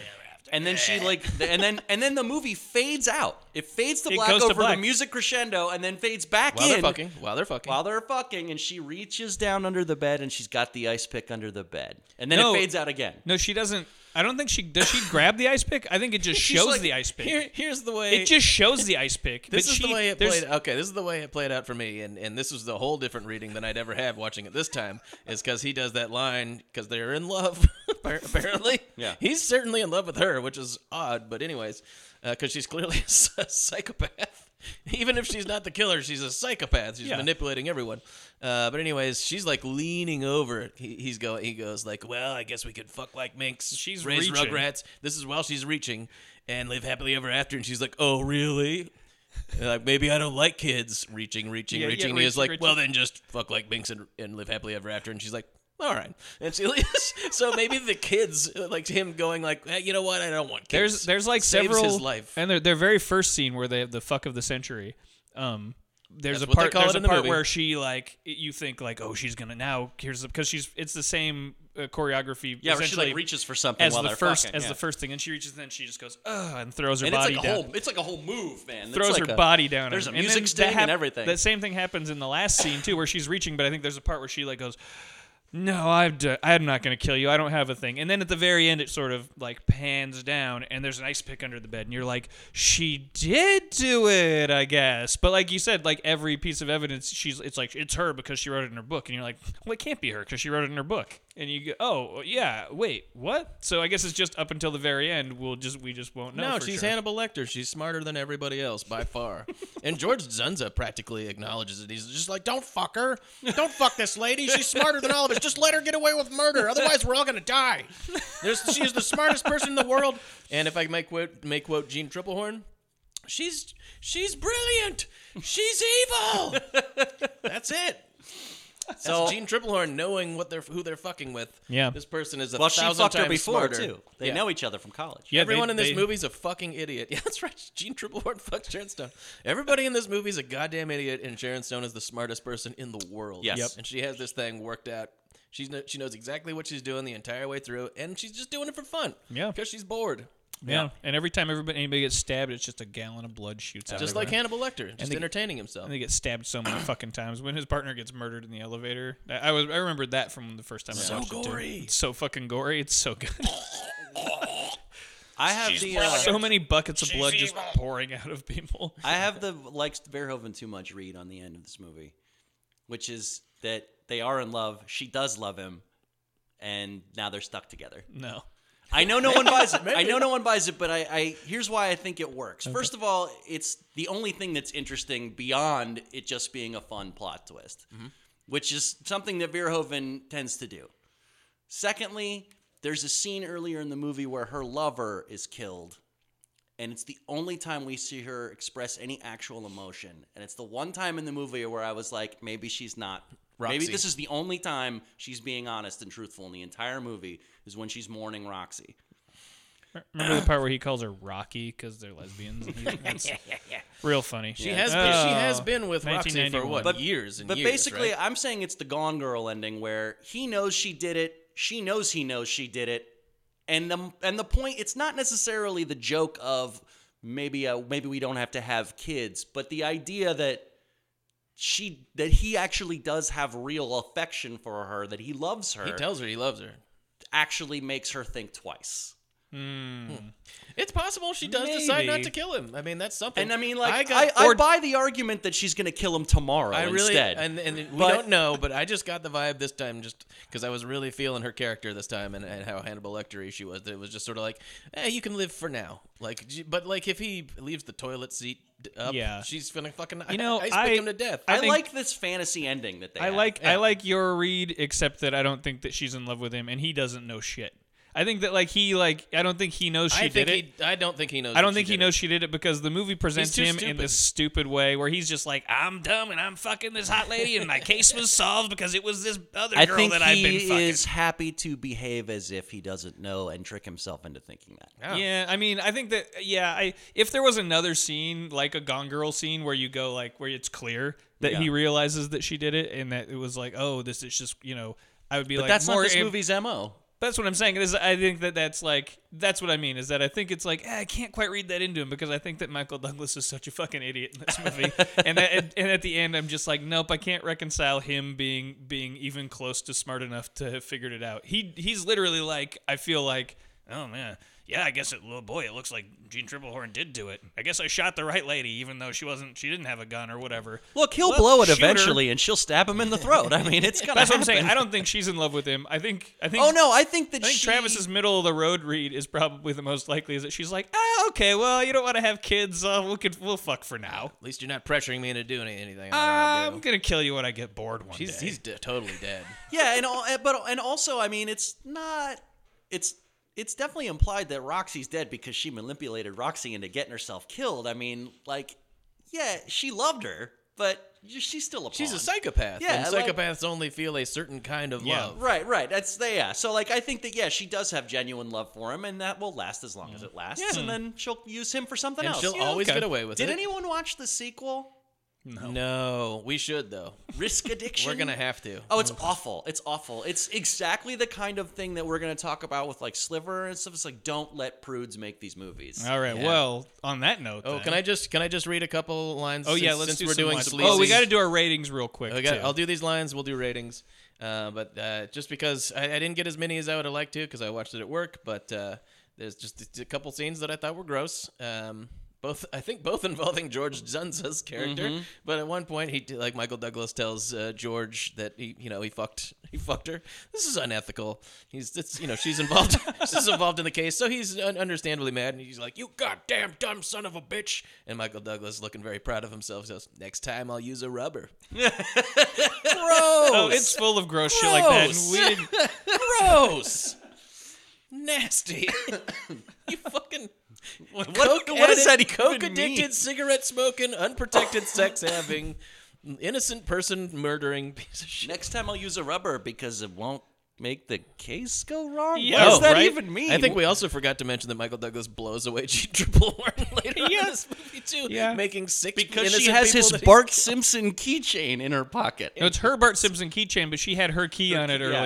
Speaker 3: And then she like, th- and then and then the movie fades out. It fades to
Speaker 1: It
Speaker 3: black
Speaker 1: goes to
Speaker 3: over
Speaker 1: black.
Speaker 3: the music crescendo, and then fades back
Speaker 2: While
Speaker 3: in
Speaker 2: they're fucking, while they're fucking,
Speaker 3: while they're fucking. And she reaches down under the bed, and she's got the ice pick under the bed, and then
Speaker 1: No.
Speaker 3: it fades out again.
Speaker 1: No, she doesn't. I don't think she does. She grab the ice pick. I think it just
Speaker 2: She's
Speaker 1: shows
Speaker 2: like,
Speaker 1: the ice pick.
Speaker 2: Here, here's the way.
Speaker 1: it just shows the ice pick.
Speaker 2: This
Speaker 1: but
Speaker 2: is
Speaker 1: she-
Speaker 2: the way it
Speaker 1: there's-
Speaker 2: played. Okay, this is the way it played out for me, and and this was the whole different reading than I'd ever have watching it this time. Is because he does that line because they're in love, appar- apparently.
Speaker 3: Yeah.
Speaker 2: he's certainly in love with her, which is odd. But anyways, because she's clearly a s- a psychopath. Even if she's not the killer, she's a psychopath. She's
Speaker 1: Yeah.
Speaker 2: manipulating everyone. Uh, but anyways, she's like leaning over. He, he's go. He goes like, "Well, I guess we could fuck like minks.
Speaker 1: She's
Speaker 2: raise
Speaker 1: reaching.
Speaker 2: rugrats. This is while she's reaching, and live happily ever after." And she's like, "Oh, really? And like maybe I don't like kids reaching, reaching,
Speaker 1: Yeah, yeah,
Speaker 2: reaching. he is
Speaker 1: reaching,
Speaker 2: like,
Speaker 1: reaching.
Speaker 2: well, then just fuck like minks and, and live happily ever after. And she's like, all right. And she leaves. so maybe the kids uh, like him going like, eh, you know what? I don't want kids.
Speaker 1: There's there's like
Speaker 2: Saves
Speaker 1: several
Speaker 2: his life.
Speaker 1: and their their very first scene where they have the fuck of the century. Um, there's a
Speaker 2: That's what they
Speaker 1: part
Speaker 2: call
Speaker 1: there's
Speaker 2: it
Speaker 1: a
Speaker 2: in the
Speaker 1: part
Speaker 2: movie.
Speaker 1: where she like you think like oh she's gonna now here's because she's it's the same uh, choreography
Speaker 3: Yeah, where she
Speaker 1: essentially
Speaker 3: like reaches for something
Speaker 1: as
Speaker 3: while
Speaker 1: the
Speaker 3: they're
Speaker 1: first
Speaker 3: fucking,
Speaker 1: as
Speaker 3: yeah.
Speaker 1: the first thing and she reaches and then she just goes ugh and throws her
Speaker 3: And it's
Speaker 1: body
Speaker 3: like a
Speaker 1: down.
Speaker 3: whole, it's like a whole move, man. It's
Speaker 1: throws
Speaker 3: like
Speaker 1: her
Speaker 3: a-
Speaker 1: body down.
Speaker 3: There's
Speaker 1: him.
Speaker 3: a music
Speaker 1: then
Speaker 3: sting
Speaker 1: that hap-
Speaker 3: and everything.
Speaker 1: That same thing happens in the last scene too, where she's reaching, but I think there's a part where she like goes, "No, I've d- I'm not gonna kill you. I don't have a thing." And then at the very end, it sort of like pans down, and there's an ice pick under the bed, and you're like, "She did do it, I guess." But like you said, like every piece of evidence, she's it's like it's her because she wrote it in her book, and you're like, "Well, it can't be her because she wrote it in her book." And you go, "Oh, yeah, wait, what?" So I guess it's just up until the very end. We'll just we just won't know.
Speaker 2: no,
Speaker 1: for
Speaker 2: she's
Speaker 1: sure.
Speaker 2: Hannibal Lecter. She's smarter than everybody else by far. and George Zunza practically acknowledges it. He's just like, "Don't fuck her. Don't fuck this lady. She's smarter than all of us. Just let her get away with murder. Otherwise, we're all gonna die. There's, she is the smartest person in the world." And if I may quote, may quote Gene Triplehorn, "She's she's brilliant. She's evil. That's it." That's
Speaker 3: So-
Speaker 2: Gene Triplehorn knowing what they're who they're fucking with.
Speaker 1: Yeah.
Speaker 2: this person is a
Speaker 3: well, she
Speaker 2: thousand
Speaker 3: fucked her
Speaker 2: times
Speaker 3: before
Speaker 2: smarter.
Speaker 3: too. They
Speaker 2: Yeah.
Speaker 3: know each other from college.
Speaker 1: Yeah, they-
Speaker 2: Everyone in this
Speaker 1: they-
Speaker 2: movie's a fucking idiot. Yeah, that's right. Gene Triplehorn fucks Sharon Stone. Everybody in this movie's a goddamn idiot, and Sharon Stone is the smartest person in the world.
Speaker 3: Yes. Yep.
Speaker 2: And she has this thing worked out. She's kn- she knows exactly what she's doing the entire way through, and she's just doing it for fun.
Speaker 1: Yeah.
Speaker 2: Because she's bored.
Speaker 1: Yeah. And every time everybody anybody gets stabbed, it's just a gallon of blood shoots out.
Speaker 2: Just like Hannibal Lecter, just
Speaker 1: they-
Speaker 2: entertaining himself.
Speaker 1: And they get stabbed so many fucking times. When his partner gets murdered in the elevator, I, I was I remembered that from the first time I
Speaker 2: So
Speaker 1: watched it. too.
Speaker 2: gory.
Speaker 1: It's so fucking gory. It's so good.
Speaker 3: I have the uh,
Speaker 1: so many buckets of blood just pouring out of people.
Speaker 3: I have the likes Verhoeven too much read on the end of this movie, which is that they are in love. She does love him, and now they're stuck together.
Speaker 1: No.
Speaker 3: I know no one buys it. I know no one buys it, but I, I here's why I think it works. First of all, it's the only thing that's interesting beyond it just being a fun plot twist, which is something that Verhoeven tends to do. Secondly, there's a scene earlier in the movie where her lover is killed, and it's the only time we see her express any actual emotion. And it's the one time in the movie where I was like, maybe she's not. Maybe
Speaker 2: Roxy.
Speaker 3: this is the only time she's being honest and truthful in the entire movie is when she's mourning Roxy.
Speaker 1: Remember the part where he calls her Rocky because they're lesbians? And he- that's real funny. Oh.
Speaker 2: she has been, she has been with Roxy for what
Speaker 3: But-
Speaker 2: years and
Speaker 3: But
Speaker 2: years.
Speaker 3: basically,
Speaker 2: right?
Speaker 3: I'm saying it's the Gone Girl ending where he knows she did it, she knows he knows she did it, and the and the point it's not necessarily the joke of maybe uh, maybe we don't have to have kids, but the idea that she that he actually does have real affection for her, that he loves her,
Speaker 2: he tells her he loves her.
Speaker 3: actually makes her think twice.
Speaker 2: It's possible she does decide not
Speaker 1: Maybe.
Speaker 2: to kill him. I mean, that's something.
Speaker 3: And I mean, like I,
Speaker 2: got-
Speaker 3: I,
Speaker 2: or-
Speaker 3: buy the argument that she's gonna kill him tomorrow
Speaker 2: I really
Speaker 3: instead.
Speaker 2: and and we
Speaker 3: But-
Speaker 2: don't know, but I just got the vibe this time, just because I was really feeling her character this time and, and how Hannibal Lecter she was. That it was just sort of like, eh, you can live for now, like, j- but like if he leaves the toilet seat d- up,
Speaker 1: Yeah.
Speaker 2: she's gonna fucking
Speaker 1: You know,
Speaker 2: ice
Speaker 1: I-
Speaker 2: pick him to death.
Speaker 3: I,
Speaker 1: I think-
Speaker 3: like this fantasy ending that they.
Speaker 1: I
Speaker 3: have.
Speaker 1: like I like your read, except that I don't think that she's in love with him, and he doesn't know shit. I think that like he like I don't think he knows she
Speaker 2: I
Speaker 1: did
Speaker 2: think
Speaker 1: it.
Speaker 2: he, I don't think he knows.
Speaker 1: I don't
Speaker 2: that
Speaker 1: think
Speaker 2: she
Speaker 1: he
Speaker 2: did it.
Speaker 1: knows she did it because the movie presents
Speaker 2: too
Speaker 1: him in
Speaker 2: stupid.
Speaker 1: this stupid way where he's just like, "I'm dumb and I'm fucking this hot lady and my case was solved because it was this other
Speaker 3: I
Speaker 1: girl
Speaker 3: think
Speaker 1: that
Speaker 3: he
Speaker 1: I've been fucking."
Speaker 3: is happy to behave as if he doesn't know and trick himself into thinking that.
Speaker 2: Yeah.
Speaker 1: Yeah, I mean, I think that yeah, I if there was another scene like a Gone Girl scene where you go like where it's clear that he
Speaker 3: Yeah.
Speaker 1: realizes that she did it and that it was like, oh, this is just you know, I would be
Speaker 3: But
Speaker 1: like,
Speaker 3: that's
Speaker 1: more
Speaker 3: not this
Speaker 1: am-
Speaker 3: movie's mo.
Speaker 1: That's what I'm saying. This, I think that that's like that's what I mean is that I think it's like eh, I can't quite read that into him because I think that Michael Douglas is such a fucking idiot in this movie, and that, and, and at the end I'm just like, nope, I can't reconcile him being being even close to smart enough to have figured it out. He he's literally like, I feel like, oh man, yeah, I guess it, little boy, it looks like Gene Triplehorn did do it. I guess I shot the right lady, even though she wasn't, she didn't have a gun or whatever.
Speaker 3: Look, he'll
Speaker 1: Well,
Speaker 3: blow it
Speaker 1: shoot her.
Speaker 3: eventually, and she'll stab him in the throat. I mean, it's gonna.
Speaker 1: That's what I'm
Speaker 3: happen.
Speaker 1: saying. I don't think she's in love with him. I think I think.
Speaker 3: Oh no, I think that
Speaker 1: I think
Speaker 3: she-
Speaker 1: Travis's middle of the road read is probably the most likely. Is that she's like, ah, okay, well, you don't want to have kids. Uh, we'll could, we'll fuck for now.
Speaker 2: At least you're not pressuring me into doing anything. I don't
Speaker 1: I'm
Speaker 2: wanna do.
Speaker 1: gonna kill you when I get bored one
Speaker 2: He's
Speaker 1: day.
Speaker 2: he's de- totally dead.
Speaker 3: Yeah, and all, eh, but and also, I mean, it's not. It's it's definitely implied that Roxy's dead because she manipulated Roxy into getting herself killed. I mean, like, yeah, she loved her, but she's still a
Speaker 2: She's a
Speaker 3: pawn.
Speaker 2: psychopath.
Speaker 3: Yeah,
Speaker 2: and
Speaker 3: like-
Speaker 2: psychopaths only feel a certain kind of
Speaker 1: Yeah.
Speaker 2: love.
Speaker 3: Right, right. That's yeah. So like, I think that yeah, she does have genuine love for him, and that will last as long as it lasts. And then she'll use him for something
Speaker 2: Mm. And
Speaker 3: else.
Speaker 2: she'll
Speaker 3: you know?
Speaker 2: always
Speaker 1: okay.
Speaker 2: get away with
Speaker 3: Did
Speaker 2: it.
Speaker 3: anyone watch the sequel,
Speaker 2: No. we should though.
Speaker 3: Risk Addiction?
Speaker 2: We're gonna have to.
Speaker 3: Oh, it's awful. It's awful. It's exactly the kind of thing that we're going to talk about with like Sliver and stuff. It's like, don't let prudes make these movies.
Speaker 1: All right. Well, on that note.
Speaker 2: Oh,
Speaker 1: then-
Speaker 2: can I just can I just read a couple lines?
Speaker 1: Oh yeah,
Speaker 2: since-
Speaker 1: let's
Speaker 2: since
Speaker 1: do
Speaker 2: we're
Speaker 1: some
Speaker 2: doing
Speaker 1: lines.
Speaker 2: sleazy.
Speaker 1: Oh, we got to do our ratings real quick.
Speaker 2: I got,
Speaker 1: too.
Speaker 2: I'll do these lines. We'll do ratings. Uh, but uh, just because I, I didn't get as many as I would have liked to because I watched it at work, but uh, there's just a, a couple scenes that I thought were gross. Um, both, I think, both involving George Zunza's character.
Speaker 1: Mm-hmm.
Speaker 2: But at one point, he did- like Michael Douglas tells uh, George that he, you know, he fucked, he fucked her. This is unethical. He's, it's, you know, she's involved. she's involved in the case, so he's un- understandably mad, and he's like, "You goddamn dumb son of a bitch!" And Michael Douglas, looking very proud of himself, says, "Next time, I'll use a rubber."
Speaker 1: Oh, it's full of gross shit like that. And
Speaker 2: Gross.
Speaker 1: we didn't,
Speaker 2: Gross. Nasty. you fucking. What,
Speaker 3: what does that even
Speaker 2: Coke
Speaker 3: mean?
Speaker 2: addicted, cigarette smoking, unprotected sex having, innocent person murdering piece of shit.
Speaker 3: Next time I'll use a rubber because it won't make the case go wrong.
Speaker 1: Yeah.
Speaker 3: what does
Speaker 1: Oh,
Speaker 3: that
Speaker 1: right?
Speaker 3: even mean?
Speaker 2: I think we also forgot to mention that Michael Douglas blows away G Triple Horn later on in this movie too,
Speaker 1: Yeah.
Speaker 2: making six
Speaker 3: because
Speaker 2: innocent
Speaker 3: she has
Speaker 2: people
Speaker 3: his
Speaker 2: that he-
Speaker 3: Bart Simpson keychain in her pocket.
Speaker 1: no, it's her Bart Simpson keychain, but she had her key on it
Speaker 3: key-
Speaker 1: early.
Speaker 3: yeah,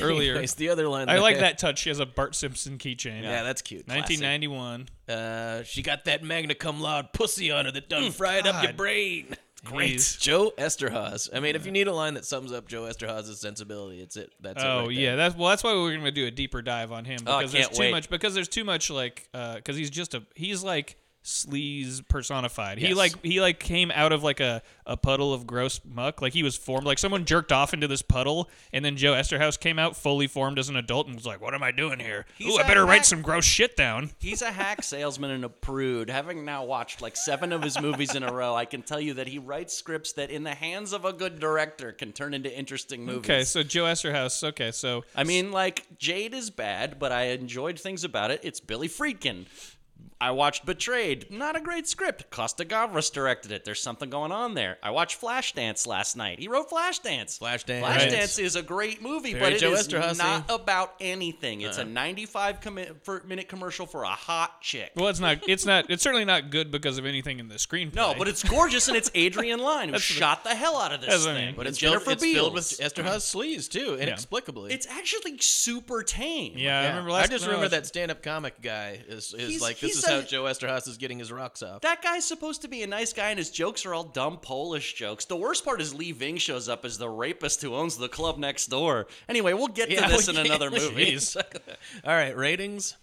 Speaker 1: Earlier.
Speaker 2: Anyways, the other line.
Speaker 1: I like
Speaker 2: had-
Speaker 1: that touch. She has a Bart Simpson keychain.
Speaker 2: Yeah, that's cute.
Speaker 1: 1991.
Speaker 2: Uh, she got that magna cum laude pussy on her that done fried up your
Speaker 1: God.
Speaker 2: brain.
Speaker 1: Great.
Speaker 2: Mm, He's Joe Esterhaz. I mean, if you need a line that sums up Joe Esterhaz's sensibility, it's it. That's it.
Speaker 1: Oh
Speaker 2: right
Speaker 1: yeah,
Speaker 2: there.
Speaker 1: that's well. That's why we're gonna do a deeper dive on him
Speaker 3: Oh, I
Speaker 1: because
Speaker 3: can't
Speaker 1: there's too
Speaker 3: wait.
Speaker 1: much. Because there's too much like because he's just a he's like sleaze personified. He
Speaker 2: Yes.
Speaker 1: like he like came out of like a a puddle of gross muck. Like he was formed like someone jerked off into this puddle, and then Joe Esterhaus came out fully formed as an adult and was like, "What am I doing here?
Speaker 3: He's
Speaker 1: Ooh, I
Speaker 3: a
Speaker 1: better write
Speaker 3: hack.
Speaker 1: some gross shit down."
Speaker 3: He's a hack salesman and a prude. Having now watched like seven of his movies in a row, I can tell you that he writes scripts that, in the hands of a good director, can turn into interesting movies.
Speaker 1: Okay, so Joe Esterhaus. Okay, so
Speaker 3: I mean, like Jade is bad, but I enjoyed things about it. It's Billy Friedkin. I watched Betrayed. Not a great script. Costa Gavras directed it. There's something going on there. I watched Flashdance last night. He wrote Flashdance.
Speaker 2: Flashdance.
Speaker 3: Flashdance is a great movie,
Speaker 2: Very
Speaker 3: but it
Speaker 2: Joe Uh-huh.
Speaker 3: is
Speaker 2: Esterhazy.
Speaker 3: not about anything. It's a 95 commi- for- minute commercial for a hot chick.
Speaker 1: well, it's not it's not it's certainly not good because of anything in the screenplay.
Speaker 3: No, but it's gorgeous and it's Adrian Lyne who shot the hell out of
Speaker 1: That's
Speaker 3: this
Speaker 1: what I
Speaker 3: thing.
Speaker 1: mean.
Speaker 3: But it's
Speaker 2: filled-
Speaker 3: Jennifer
Speaker 2: it's filled with
Speaker 3: Beals.
Speaker 2: Esterhaz sleaze too, inexplicably.
Speaker 3: It's actually super tame.
Speaker 1: yeah, I
Speaker 2: Yeah.
Speaker 1: remember last.
Speaker 2: just
Speaker 1: no,
Speaker 2: remember
Speaker 1: it's-
Speaker 2: that stand-up comic guy is, is
Speaker 3: He's-
Speaker 2: like this
Speaker 3: he's
Speaker 2: is how
Speaker 3: a-
Speaker 2: Joe Esterhaz is getting his rocks off.
Speaker 3: That guy's supposed to be a nice guy, and his jokes are all dumb Polish jokes. The worst part is Lee Ving shows up as the rapist who owns the club next door. Anyway, we'll get
Speaker 2: Yeah,
Speaker 3: to this
Speaker 2: we
Speaker 3: in
Speaker 2: can't-
Speaker 3: another movie.
Speaker 2: All right, ratings.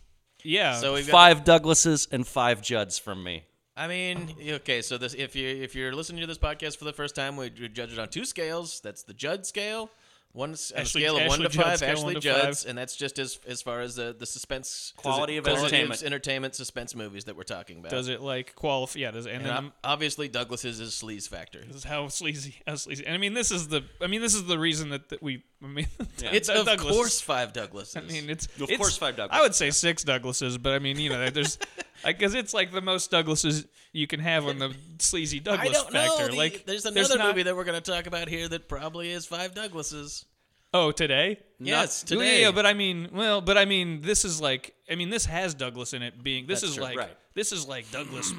Speaker 1: Yeah.
Speaker 2: So we've got
Speaker 3: Five Douglases and five Judds from me.
Speaker 2: I mean, okay, so this if you if you're listening to this podcast for the first time, we we judge it on two scales. That's the Judd scale, One s- on a
Speaker 1: Ashley-
Speaker 2: scale of one
Speaker 1: Ashley
Speaker 2: to
Speaker 1: Judd's
Speaker 2: five,
Speaker 1: scale,
Speaker 2: Ashley
Speaker 1: one to
Speaker 2: Judd's,
Speaker 1: five.
Speaker 2: and that's just as as far as the the suspense
Speaker 3: Quality of
Speaker 2: quality
Speaker 3: entertainment.
Speaker 2: entertainment suspense movies that we're talking about.
Speaker 1: Does it like qualify? Yeah, does it? And,
Speaker 2: And
Speaker 1: then
Speaker 2: I'm, obviously, Douglas's is sleaze factor.
Speaker 1: this is how sleazy, how sleazy. And I mean, this is the, I mean, this is the reason that, that we, I mean,
Speaker 2: It's
Speaker 1: Doug-
Speaker 2: of
Speaker 1: Douglas.
Speaker 2: course five Douglases.
Speaker 1: I mean, it's
Speaker 3: Of
Speaker 1: it's-
Speaker 3: course five
Speaker 1: I would say six Douglases, but I mean, you know, there's like because it's like the most Douglases you can have on the sleazy
Speaker 2: I
Speaker 1: Douglas
Speaker 2: don't know.
Speaker 1: factor.
Speaker 2: the-
Speaker 1: like,
Speaker 2: there's another
Speaker 1: not-
Speaker 2: movie that we're going to talk about here that probably is five Douglases.
Speaker 1: Oh, today?
Speaker 2: Yes,
Speaker 1: Well,
Speaker 2: today.
Speaker 1: Yeah, yeah, but I mean, well, but I mean, this is like, I mean, this has Douglas in it. Being this
Speaker 2: That's
Speaker 1: is
Speaker 2: true,
Speaker 1: like,
Speaker 3: right.
Speaker 1: this is like Douglas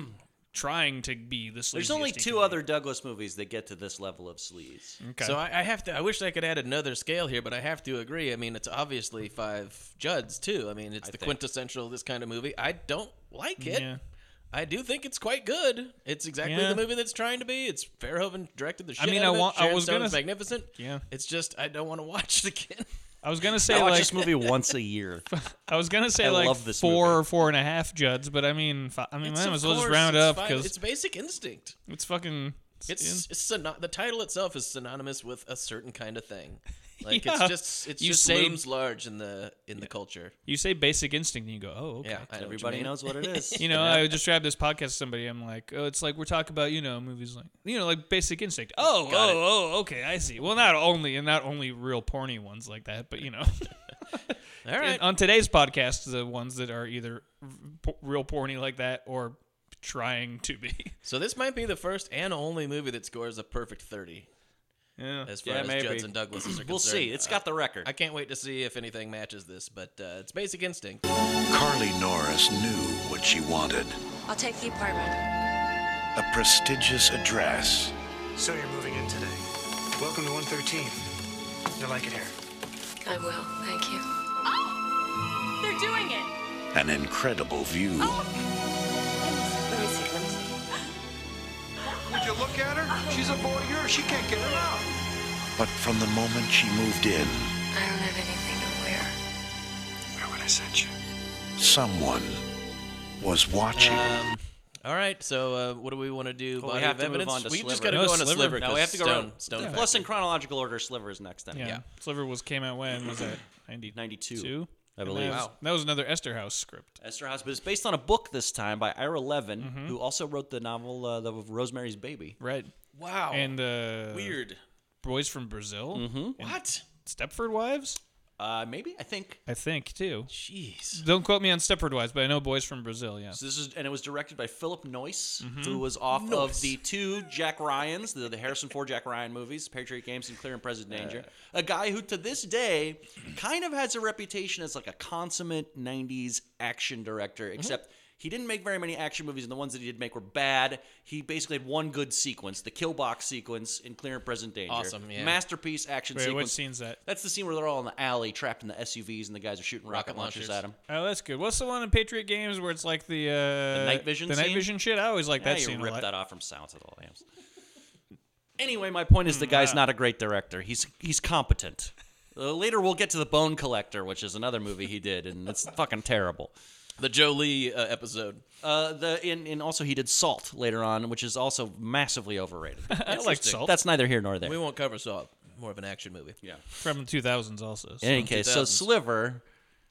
Speaker 1: trying to be the.
Speaker 3: There's only
Speaker 1: sleaziest he
Speaker 3: two
Speaker 1: can be.
Speaker 3: other Douglas movies that get to this level of sleaze.
Speaker 1: Okay.
Speaker 2: So I, I have to. I wish I could add another scale here, but I have to agree. I mean, it's obviously five Judds too. I mean, it's the
Speaker 3: think.
Speaker 2: quintessential this kind of movie. I don't like it.
Speaker 1: Yeah.
Speaker 2: I do think it's quite good. It's exactly
Speaker 1: Yeah.
Speaker 2: the movie that's trying to be. It's Verhoeven directed the shit.
Speaker 1: I mean,
Speaker 2: out
Speaker 1: I
Speaker 2: of it.
Speaker 1: want- I
Speaker 2: Sharon
Speaker 1: was
Speaker 2: Stone
Speaker 1: gonna
Speaker 2: is
Speaker 1: s-
Speaker 2: magnificent.
Speaker 1: Yeah.
Speaker 2: It's just I don't want to watch it again.
Speaker 1: I was gonna
Speaker 3: I
Speaker 1: say
Speaker 3: watch
Speaker 1: like
Speaker 3: this movie once a year.
Speaker 1: I was gonna say
Speaker 3: I
Speaker 1: like
Speaker 3: love this
Speaker 1: four
Speaker 3: movie.
Speaker 1: or four and a half Juds, but I mean, fi- I mean,
Speaker 2: It's
Speaker 1: might
Speaker 2: of
Speaker 1: as well just
Speaker 2: course,
Speaker 1: round
Speaker 2: it's
Speaker 1: up
Speaker 2: fine.
Speaker 1: because
Speaker 2: it's Basic Instinct.
Speaker 1: it's fucking.
Speaker 2: It's, it's syno- the title itself is synonymous with a certain kind of thing. Like
Speaker 1: Yeah.
Speaker 2: it's just it's
Speaker 1: You
Speaker 2: just
Speaker 1: say-
Speaker 2: looms large in the in the culture.
Speaker 1: You say basic instinct, and you go, "Oh, okay."
Speaker 2: Yeah, I know what you
Speaker 3: Everybody
Speaker 2: mean.
Speaker 3: knows what it is.
Speaker 1: You know, I would describe this podcast to somebody. I'm like, "Oh, it's like we're talking about you know movies like you know like Basic Instinct." Oh, oh, oh, okay, I see. Well, not only and not only real porny ones like that, but you know,
Speaker 2: All right.
Speaker 1: And on today's podcast, the ones that are either r- po- real porny like that or trying to be.
Speaker 2: So this might be the first and only movie that scores a perfect thirty
Speaker 1: Yeah.
Speaker 2: as far
Speaker 3: Yeah,
Speaker 2: as
Speaker 3: maybe.
Speaker 2: Judds and Douglases are concerned. Uh,
Speaker 3: We'll see. It's got the record.
Speaker 2: I can't wait to see if anything matches this, but uh, it's Basic Instinct.
Speaker 6: Carly Norris knew what she wanted
Speaker 10: I'll take the apartment.
Speaker 6: a prestigious address,
Speaker 7: So you're moving in today. Welcome to 113. You'll like it here.
Speaker 10: I will, thank you.
Speaker 9: Oh! They're doing it!
Speaker 6: an incredible view,
Speaker 10: Oh, Let me see, let me see.
Speaker 7: Would you look at her? She's a voyeur. She can't get her out.
Speaker 6: but from the moment she moved in,
Speaker 10: I don't have anything to wear.
Speaker 7: Where would I send you?
Speaker 6: someone was watching.
Speaker 2: All right. So uh, what do we want to do?
Speaker 3: Well, we
Speaker 2: Body
Speaker 3: have
Speaker 2: of
Speaker 3: to move
Speaker 2: evidence.
Speaker 3: on to
Speaker 2: we just
Speaker 3: Sliver.
Speaker 2: got to
Speaker 1: No,
Speaker 2: go on a
Speaker 1: Sliver.
Speaker 2: sliver.
Speaker 3: no,
Speaker 2: 'cause
Speaker 3: we have to go
Speaker 2: Stone.
Speaker 3: to
Speaker 2: Stone
Speaker 3: Plus,
Speaker 2: Factor.
Speaker 3: in chronological order, Slivers next time.
Speaker 1: Yeah. Sliver was came out when was that? 92.
Speaker 3: 92, I
Speaker 1: And that
Speaker 3: believe.
Speaker 1: was-
Speaker 2: Wow.
Speaker 1: That was another Esther House script.
Speaker 3: Esther House, but it's based on a book Mm-hmm. this time by Ira Levin, who also wrote the novel uh, the Rosemary's Baby.
Speaker 1: Right.
Speaker 2: Wow.
Speaker 1: And uh
Speaker 2: Oh, weird.
Speaker 1: Boys from Brazil. Mm-hmm.
Speaker 2: What?
Speaker 1: Stepford Wives?
Speaker 3: Uh, maybe I think
Speaker 1: I think too.
Speaker 2: Jeez.
Speaker 1: Don't quote me on Stepford Wives, but I know Boys from Brazil, yeah.
Speaker 3: so this is, and it was directed by Philip Noyce, who was off of the two Jack Ryan's, the, the Harrison Ford Jack Ryan movies, Patriot Games and Clear and Present Danger. a guy who to this day kind of has a reputation as like a consummate '90s action director, except. He didn't make very many action movies, and the ones that he did make were bad. He basically had one good sequence, the kill box sequence in Clear and Present Danger.
Speaker 2: Awesome, yeah.
Speaker 3: Masterpiece action
Speaker 1: Wait,
Speaker 3: sequence.
Speaker 1: what scene's that?
Speaker 3: That's the scene where they're all in the alley, trapped in the SUVs, and the guys are shooting rocket,
Speaker 2: Rocket
Speaker 3: launchers,
Speaker 2: launchers.
Speaker 3: at them.
Speaker 1: Oh, that's good. What's the one in Patriot Games where it's like the uh the
Speaker 3: night vision
Speaker 1: the night
Speaker 3: scene?
Speaker 1: vision shit? I always like
Speaker 3: Yeah,
Speaker 1: that
Speaker 3: you
Speaker 1: scene. a
Speaker 3: ripped
Speaker 1: lot.
Speaker 3: that off from Silence of the Lambs. anyway, my point is the
Speaker 2: Mm,
Speaker 3: guy's
Speaker 2: uh.
Speaker 3: not a great director. He's he's competent. Uh, later, we'll get to the Bone Collector, which is another movie he did, and it's fucking terrible.
Speaker 2: The Jolie uh, episode.
Speaker 3: Uh, the and, and also he did Salt later on, which is also massively overrated.
Speaker 1: I like
Speaker 2: Interesting.
Speaker 1: Salt
Speaker 3: That's neither here nor there.
Speaker 2: We won't cover Saw. More of an action movie.
Speaker 3: yeah.
Speaker 1: from the 2000s also. so-
Speaker 3: In any case, so
Speaker 2: 2000s.
Speaker 3: Sliver,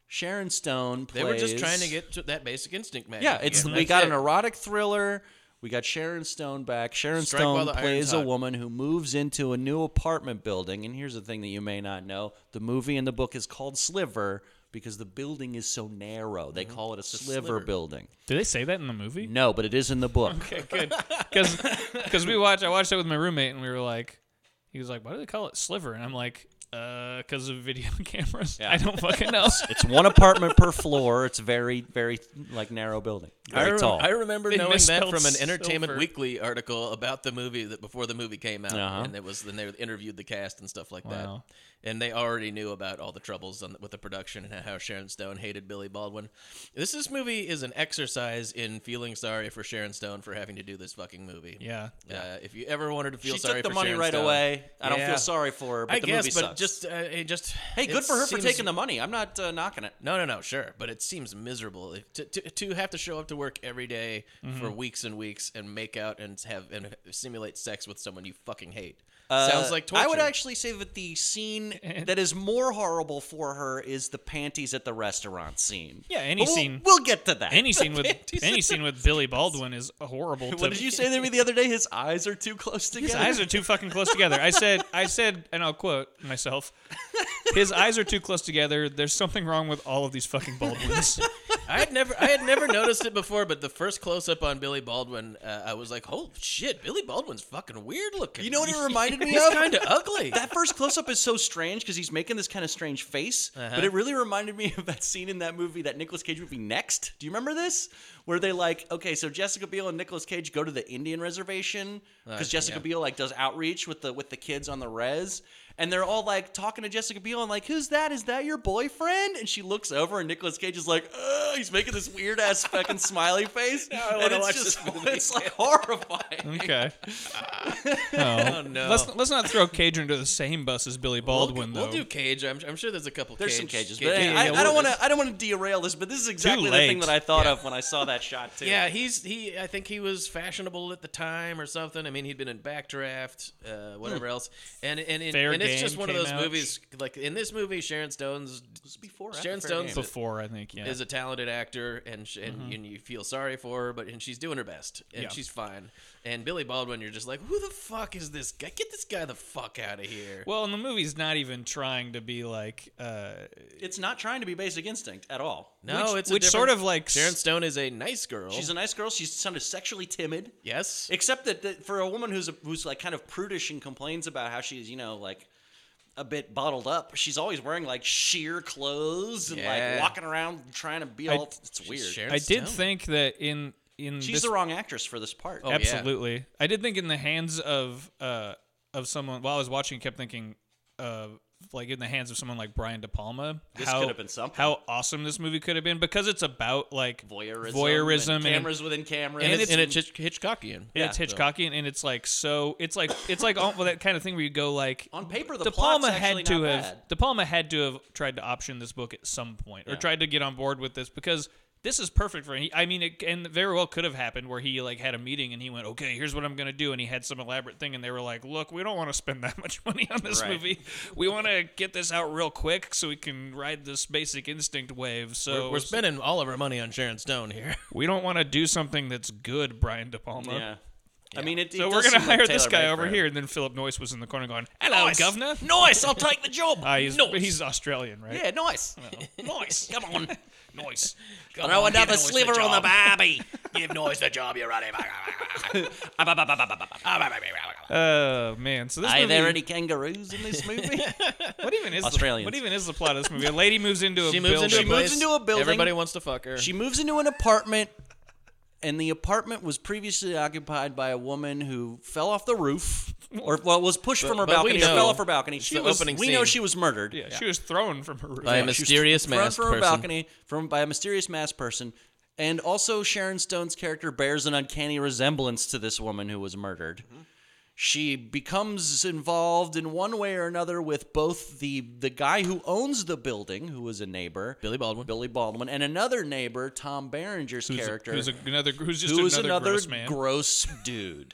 Speaker 3: Sharon Stone plays.
Speaker 2: They were just trying to get to that basic instinct match.
Speaker 3: Yeah, it's we got an erotic thriller. We got Sharon Stone back. Sharon
Speaker 2: Strike while
Speaker 3: Stone
Speaker 2: the iron's
Speaker 3: plays a
Speaker 2: hot.
Speaker 3: woman who moves into a new apartment building. And here's the thing that you may not know: the movie and the book is called Sliver because the building is so narrow. They call it Mm-hmm. a sliver, building.
Speaker 1: Did they say that in the movie?
Speaker 3: No, but it is in the book.
Speaker 1: good because we watched i watched it with my roommate and we were like he was like why do they call it sliver and i'm like uh because of video cameras i don't fucking know
Speaker 3: It's one apartment per floor. It's very, very like narrow building.
Speaker 2: I,
Speaker 3: Very
Speaker 2: rem-
Speaker 3: tall.
Speaker 2: I remember
Speaker 1: They
Speaker 2: knowing that
Speaker 1: misspelled
Speaker 2: from an Entertainment
Speaker 1: silver.
Speaker 2: Weekly article about the movie that before the movie came out,
Speaker 3: Uh-huh.
Speaker 2: and it was then they interviewed the cast and stuff like
Speaker 1: Wow.
Speaker 2: that, and they already knew about all the troubles on the, with the production and how Sharon Stone hated Billy Baldwin. This this movie is an exercise in feeling sorry for Sharon Stone for having to do this fucking movie.
Speaker 1: yeah
Speaker 2: Uh, if you ever wanted to feel
Speaker 3: she
Speaker 2: sorry
Speaker 3: took the
Speaker 2: for
Speaker 3: money
Speaker 2: Sharon
Speaker 3: right
Speaker 2: Stone-
Speaker 3: away. I don't
Speaker 2: Yeah.
Speaker 3: feel sorry for her, but
Speaker 2: I
Speaker 3: the
Speaker 2: guess,
Speaker 3: movie
Speaker 2: but
Speaker 3: sucks.
Speaker 2: just uh, it just
Speaker 3: Hey, good
Speaker 2: it
Speaker 3: for her
Speaker 2: seems-
Speaker 3: for taking the money. I'm not uh, knocking it.
Speaker 2: No, no, no, sure, but it seems miserable If- to, to, to have to show up to work every day for weeks and weeks and make out and have and simulate sex with someone you fucking hate. Sounds
Speaker 3: Uh,
Speaker 2: like torture.
Speaker 3: I would actually say that the scene that is more horrible for her is the panties at the restaurant scene.
Speaker 1: Yeah, any
Speaker 3: But we'll-
Speaker 1: scene-
Speaker 3: We'll get to that.
Speaker 1: Any scene with
Speaker 3: Panties
Speaker 1: any
Speaker 3: at
Speaker 1: scene with Billy Baldwin is horrible.
Speaker 3: the-
Speaker 1: to-
Speaker 3: What did you say to me the other day? His eyes are too close together.
Speaker 1: His eyes are too fucking close together. I said, I said, and I'll quote myself. His eyes are too close together. There's something wrong with all of these fucking Baldwins.
Speaker 2: I had never, I had never noticed it before, but the first close up on Billy Baldwin, uh, I was like, "Oh shit, Billy Baldwin's fucking weird looking."
Speaker 3: You know what it reminded me
Speaker 2: He's
Speaker 3: of?
Speaker 2: kind of ugly.
Speaker 3: that first close up is so strange because he's making this kind of strange face,
Speaker 2: Uh-huh.
Speaker 3: but it really reminded me of that scene in that movie, that Nicolas Cage movie, Next. Do you remember this? Where they like, okay, so Jessica Biel and Nicolas Cage go to the Indian reservation
Speaker 2: Uh,
Speaker 3: because Jessica Biel like does outreach with the with the kids on the res, and they're all like talking to Jessica Biel and like, who's that? Is that your boyfriend? And she looks over and Nicolas Cage is like, Ugh, he's making this weird ass fucking smiley face, and
Speaker 2: wanna
Speaker 3: it's
Speaker 2: watch
Speaker 3: just
Speaker 2: this movie.
Speaker 3: it's like horrifying.
Speaker 1: Okay.
Speaker 2: oh
Speaker 1: No.
Speaker 2: no.
Speaker 1: Let's let's not throw Cage into the same bus as Billy Baldwin
Speaker 2: we'll,
Speaker 1: though.
Speaker 2: do Cage. I'm, I'm sure there's a couple.
Speaker 3: There's
Speaker 2: Cage,
Speaker 3: some cages,
Speaker 2: Cage-
Speaker 3: but hey,
Speaker 2: Yeah,
Speaker 3: I,
Speaker 2: yeah,
Speaker 3: I don't
Speaker 2: we'll-
Speaker 3: want to. I don't want to derail this, but this is exactly the
Speaker 1: late.
Speaker 3: thing that I thought of when I saw that shot too.
Speaker 2: Yeah, he's he. I think he was fashionable at the time or something. I mean, he'd been in Backdraft, uh, whatever else, and and and,
Speaker 1: Hmm. Fair
Speaker 2: and it's
Speaker 1: Game
Speaker 2: just one of
Speaker 1: came
Speaker 2: those
Speaker 1: out.
Speaker 2: movies. Like in this movie, Sharon Stone's
Speaker 3: was it before or after
Speaker 2: Sharon
Speaker 3: Fair
Speaker 2: Stone's
Speaker 3: Game?
Speaker 1: Before I think, yeah. Mm-hmm.
Speaker 2: is a talented actor, and sh- and, and you feel sorry for her, but and she's doing her best, and
Speaker 1: Yeah.
Speaker 2: she's fine. And Billy Baldwin, you're just like, who the fuck is this guy? Get this guy the fuck out of here.
Speaker 1: well, and the movie's not even trying to be like, uh,
Speaker 3: it's not trying to be Basic Instinct at all.
Speaker 2: no,
Speaker 1: which-
Speaker 2: it's a
Speaker 1: which sort
Speaker 2: different-
Speaker 1: of like s-
Speaker 2: Sharon Stone is a nice girl.
Speaker 3: She's a nice girl. She's kind of sexually timid,
Speaker 2: yes.
Speaker 3: except that, that for a woman who's a, who's like kind of prudish and complains about how she's you know like a bit bottled up. She's always wearing like sheer clothes and
Speaker 2: Yeah.
Speaker 3: like walking around trying to be
Speaker 1: I-
Speaker 3: all. It's weird.
Speaker 2: Sharon
Speaker 1: I did
Speaker 2: Stone.
Speaker 1: think that in in
Speaker 3: She's
Speaker 1: this Oh.
Speaker 3: the wrong actress for this part.
Speaker 2: yeah.
Speaker 1: Absolutely. I did think in the hands of uh of someone while I was watching, kept thinking uh like in the hands of someone like Brian De Palma.
Speaker 3: This
Speaker 1: how-
Speaker 3: could have been something.
Speaker 1: How awesome this movie could have been because it's about like
Speaker 3: Voyeurism,
Speaker 1: voyeurism
Speaker 3: and cameras within cameras,
Speaker 2: and, it's,
Speaker 1: it's-
Speaker 2: and it's Hitch- Hitchcockian.
Speaker 1: and it's Hitchcockian, and it's like so. It's like it's like all that kind of thing where you go like
Speaker 3: On paper, the
Speaker 1: De
Speaker 3: plot's
Speaker 1: Palma
Speaker 3: actually
Speaker 1: had to
Speaker 3: not
Speaker 1: have
Speaker 3: bad.
Speaker 1: De Palma had to have tried to option this book at some point or tried to get on board with this because this is perfect for him. I mean, it and very well could have happened where he like had a meeting and he went, "Okay, here's what I'm gonna do," and he had some elaborate thing, and they were like, "Look, we don't want to spend that much money on this
Speaker 3: Right.
Speaker 1: movie. We want to get this out real quick so we can ride this Basic Instinct wave." So
Speaker 2: We're, we're spending all of our money on Sharon Stone here.
Speaker 1: we don't want to do something that's good, Brian De Palma.
Speaker 3: yeah. I mean, it, it
Speaker 1: So
Speaker 3: does
Speaker 1: we're gonna
Speaker 3: seem like
Speaker 1: hire this
Speaker 3: tailor-made
Speaker 1: guy
Speaker 3: for
Speaker 1: over
Speaker 3: her.
Speaker 1: here, and then Philip Noyce was in the corner going, "Hello, governor."
Speaker 2: Nice, I'll take the job.
Speaker 1: Ah, he's,
Speaker 2: Noyce.
Speaker 1: he's Australian, right? Oh,
Speaker 3: Yeah, nice.
Speaker 1: Noyce. Come on, Noyce.
Speaker 3: Throw another sliver on the barbie.
Speaker 2: Give Noise the job, you're running.
Speaker 1: Oh man, so this
Speaker 3: Are
Speaker 1: movie.
Speaker 3: there any kangaroos in this movie?
Speaker 1: what even is
Speaker 3: Australians.
Speaker 1: The, what even is the plot of this movie? A lady moves into a
Speaker 2: She moves
Speaker 1: building.
Speaker 2: into a
Speaker 3: She moves
Speaker 2: place.
Speaker 3: into a building.
Speaker 2: Everybody wants to fuck her.
Speaker 3: she moves into an apartment, and the apartment was previously occupied by a woman who fell off the roof, or well, was pushed from her
Speaker 2: but we
Speaker 3: balcony, or
Speaker 2: know-
Speaker 3: fell off her balcony. She
Speaker 2: the
Speaker 3: was.
Speaker 2: opening
Speaker 3: We know
Speaker 2: scene.
Speaker 3: she was murdered.
Speaker 1: yeah, she was thrown from her roof.
Speaker 2: by a
Speaker 1: Yeah.
Speaker 2: mysterious
Speaker 3: thrown
Speaker 2: masked
Speaker 3: from her
Speaker 2: person.
Speaker 3: balcony from by a mysterious masked person. And also, Sharon Stone's character bears an uncanny resemblance to this woman who was murdered.
Speaker 2: Mm-hmm.
Speaker 3: She becomes involved in one way or another with both the the guy who owns the building, who was a neighbor,
Speaker 2: Billy Baldwin.
Speaker 3: Billy Baldwin, and another neighbor, Tom Berenger's
Speaker 1: Who's a-
Speaker 3: character,
Speaker 1: Who's another? Who's just
Speaker 3: who is
Speaker 1: another,
Speaker 3: another
Speaker 1: gross man?
Speaker 3: gross dude,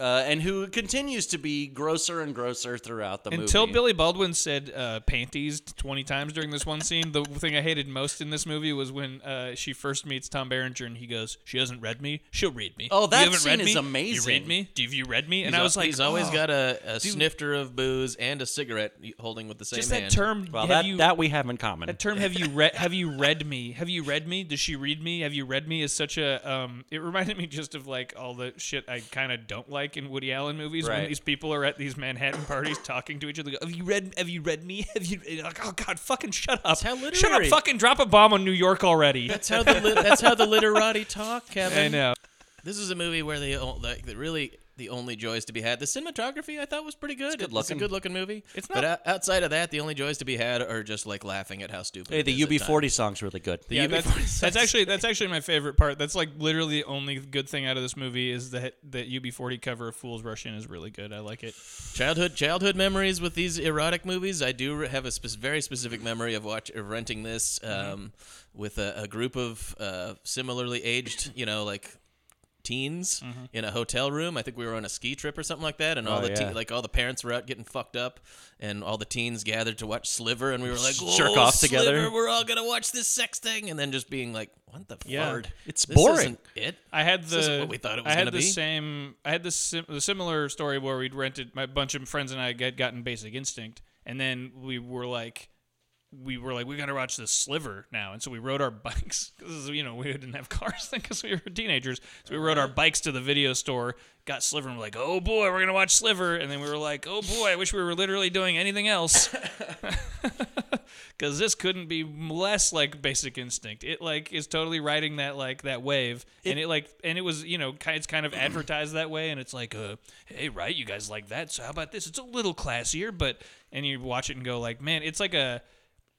Speaker 3: uh, and who continues to be grosser and grosser throughout the movie.
Speaker 1: Until Billy Baldwin said uh, panties 20 times during this one scene, the thing I hated most in this movie was when uh, she first meets Tom Berenger and he goes, She hasn't read me. She'll read me.
Speaker 3: Oh,
Speaker 1: You
Speaker 3: that
Speaker 1: haven't
Speaker 3: scene
Speaker 1: read
Speaker 3: is
Speaker 1: me?
Speaker 3: amazing.
Speaker 1: You read me? Do you- have you read me? And
Speaker 2: He's
Speaker 1: I
Speaker 2: al-
Speaker 1: was like,
Speaker 2: he's always
Speaker 1: "Oh."
Speaker 2: got a, a snifter of booze and a cigarette y- holding with the same
Speaker 1: Just
Speaker 2: hand.
Speaker 1: that term.
Speaker 3: well,
Speaker 1: have
Speaker 3: that,
Speaker 1: you,
Speaker 3: that we have in common.
Speaker 1: That term have you read have you read me? Have you read me? Does she read me? Have you read me is such a um it reminded me just of like all the shit I kind of don't like in Woody Allen movies when
Speaker 3: Right.
Speaker 1: these people are at these Manhattan parties talking to each other. They go, Have you read have you read me? Have you and like, oh god, fucking shut up.
Speaker 2: how
Speaker 1: Shut up,
Speaker 2: literary.
Speaker 1: fucking drop a bomb on New York already.
Speaker 2: That's how the li- that's how the literati talk, Kevin.
Speaker 1: I know.
Speaker 2: This is a movie where they all- like that really the the only joys to be had. The cinematography I thought was pretty good. It's,
Speaker 3: good-looking.
Speaker 2: a good looking movie.
Speaker 1: It's
Speaker 2: But
Speaker 1: not-
Speaker 2: o- outside of that, the only joys to be had are just like laughing at how stupid.
Speaker 3: Hey,
Speaker 2: it
Speaker 3: the
Speaker 2: is at
Speaker 3: UB40
Speaker 2: times.
Speaker 3: song's really good.
Speaker 2: The
Speaker 1: yeah,
Speaker 2: UB40
Speaker 1: that's, that's
Speaker 2: songs.
Speaker 1: actually that's actually my favorite part. That's like literally the only good thing out of this movie is that that UB40 cover of Fools Rush In is really good. I like it.
Speaker 2: Childhood childhood memories with these erotic movies. I do re- have a spec- very specific memory of watch of renting this
Speaker 3: Mm-hmm.
Speaker 2: um, with a, a group of uh, similarly aged, you know, like teens in a hotel room. I think we were on a ski trip or something like that, and all
Speaker 3: Mm-hmm. Oh,
Speaker 2: the te-
Speaker 3: yeah.
Speaker 2: like all the parents were out getting fucked up, and all the teens gathered to watch Sliver, and we were like,
Speaker 3: Jerk
Speaker 2: "Whoa,
Speaker 3: off together."
Speaker 2: Sliver, we're all gonna watch this sex thing, and then just being like, "What the
Speaker 1: Yeah.
Speaker 2: fart?
Speaker 3: It's
Speaker 2: This
Speaker 3: boring.
Speaker 2: isn't it
Speaker 1: I had the
Speaker 2: This isn't what we thought it was
Speaker 1: I had
Speaker 2: gonna
Speaker 1: the
Speaker 2: be.
Speaker 1: same. I had the, sim- the similar story where we'd rented my bunch of friends and I had gotten Basic Instinct, and then we were like, we were like, we gotta watch this Sliver now, and so we rode our bikes because you know we didn't have cars then because we were teenagers, so we rode our bikes to the video store, got Sliver, and we're like, oh boy, we're gonna watch Sliver, and then we were like, oh boy, I wish we were literally doing anything else. because this couldn't be less like Basic Instinct. It like is totally riding that like that wave, and it like and it was you know ki- it's kind of advertised that way, and it's like uh hey right you guys like that, so how about this? It's a little classier, but and you watch it and go like man, it's like a.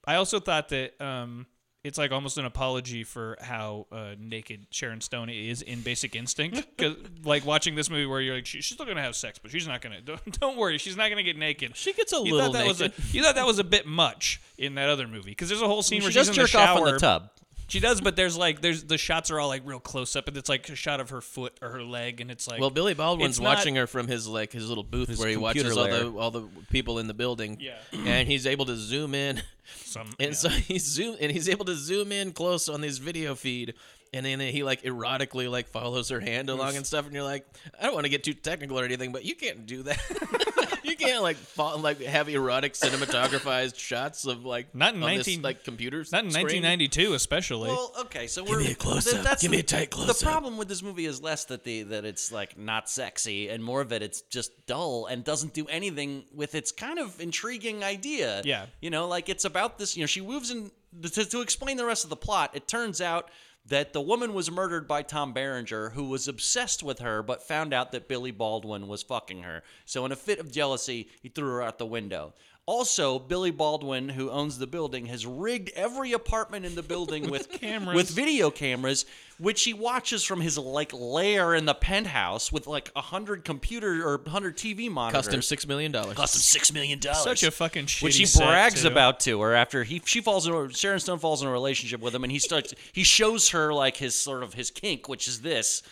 Speaker 1: I also thought that um it's like almost an apology for how uh, naked Sharon Stone is in Basic Instinct, 'Cause, like watching this movie where you're like she, she's still gonna have sex, but she's not gonna don't, don't worry, she's not gonna get naked.
Speaker 2: She gets a
Speaker 1: You thought
Speaker 2: little
Speaker 1: that
Speaker 2: naked.
Speaker 1: Was a, you thought that was a bit much in that other movie because there's a whole scene
Speaker 3: She
Speaker 1: where
Speaker 3: does
Speaker 1: she's in the
Speaker 3: jerk
Speaker 1: shower.
Speaker 3: off in the tub.
Speaker 1: She does, but there's like there's the shots are all like real close up, and it's like a shot of her foot or her leg, and it's like
Speaker 2: Well, Billy Baldwin's
Speaker 1: it's not-
Speaker 2: watching her from his like his little booth
Speaker 3: His
Speaker 2: where he
Speaker 3: computer
Speaker 2: watches all the
Speaker 3: lair.
Speaker 2: all the people in the building.
Speaker 1: Yeah.
Speaker 2: and he's able to zoom in,
Speaker 1: some yeah.
Speaker 2: and so he zoom and he's able to zoom in close on this video feed, and then he like erotically like follows her hand along and stuff, and you're like, I don't want to get too technical or anything, but you can't do that. You can't like fall, like have erotic cinematographized shots of like
Speaker 1: Not in
Speaker 2: on this,
Speaker 1: 19
Speaker 2: like computers
Speaker 1: not in
Speaker 2: screen.
Speaker 1: 1992 especially.
Speaker 3: Well, okay, so we're
Speaker 2: me a close-up.
Speaker 3: th- that's
Speaker 2: Give me a tight close-up.
Speaker 3: The problem with this movie is less that the that it's like not sexy, and more of it it's just dull and doesn't do anything with its kind of intriguing idea.
Speaker 1: Yeah.
Speaker 3: you know, like it's about this. You know, she moves in to, to explain the rest of the plot. It turns out that the woman was murdered by Tom Berenger, who was obsessed with her, but found out that Billy Baldwin was fucking her. So in a fit of jealousy, he threw her out the window. Also, Billy Baldwin, who owns the building, has rigged every apartment in the building with
Speaker 1: cameras.
Speaker 3: with video cameras, which he watches from his like lair in the penthouse with like a hundred computer or hundred TV monitors.
Speaker 2: Custom six million dollars.
Speaker 3: Cost him six million dollars.
Speaker 1: Such a fucking shitty
Speaker 3: Which he
Speaker 1: set,
Speaker 3: brags
Speaker 1: too.
Speaker 3: about to her after he she falls in a- Sharon Stone falls in a relationship with him, and he starts he shows her like his sort of his kink, which is this.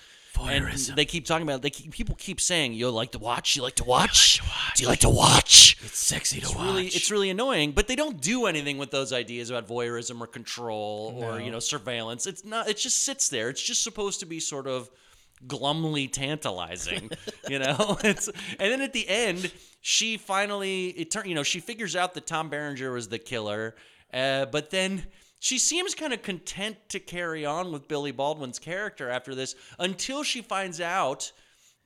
Speaker 3: And they keep talking about they keep, people keep saying you like to watch, you like to watch, do you like to watch?
Speaker 2: It's sexy to
Speaker 3: It's
Speaker 2: watch.
Speaker 3: really it's really annoying, but they don't do anything with those ideas about voyeurism or control or you know surveillance. It's not it just sits there. It's just supposed to be sort of glumly tantalizing, you know? It's and then at the end, she finally it turn you know, she figures out that Tom Berenger was the killer. Uh, but then she seems kind of content to carry on with Billy Baldwin's character after this until she finds out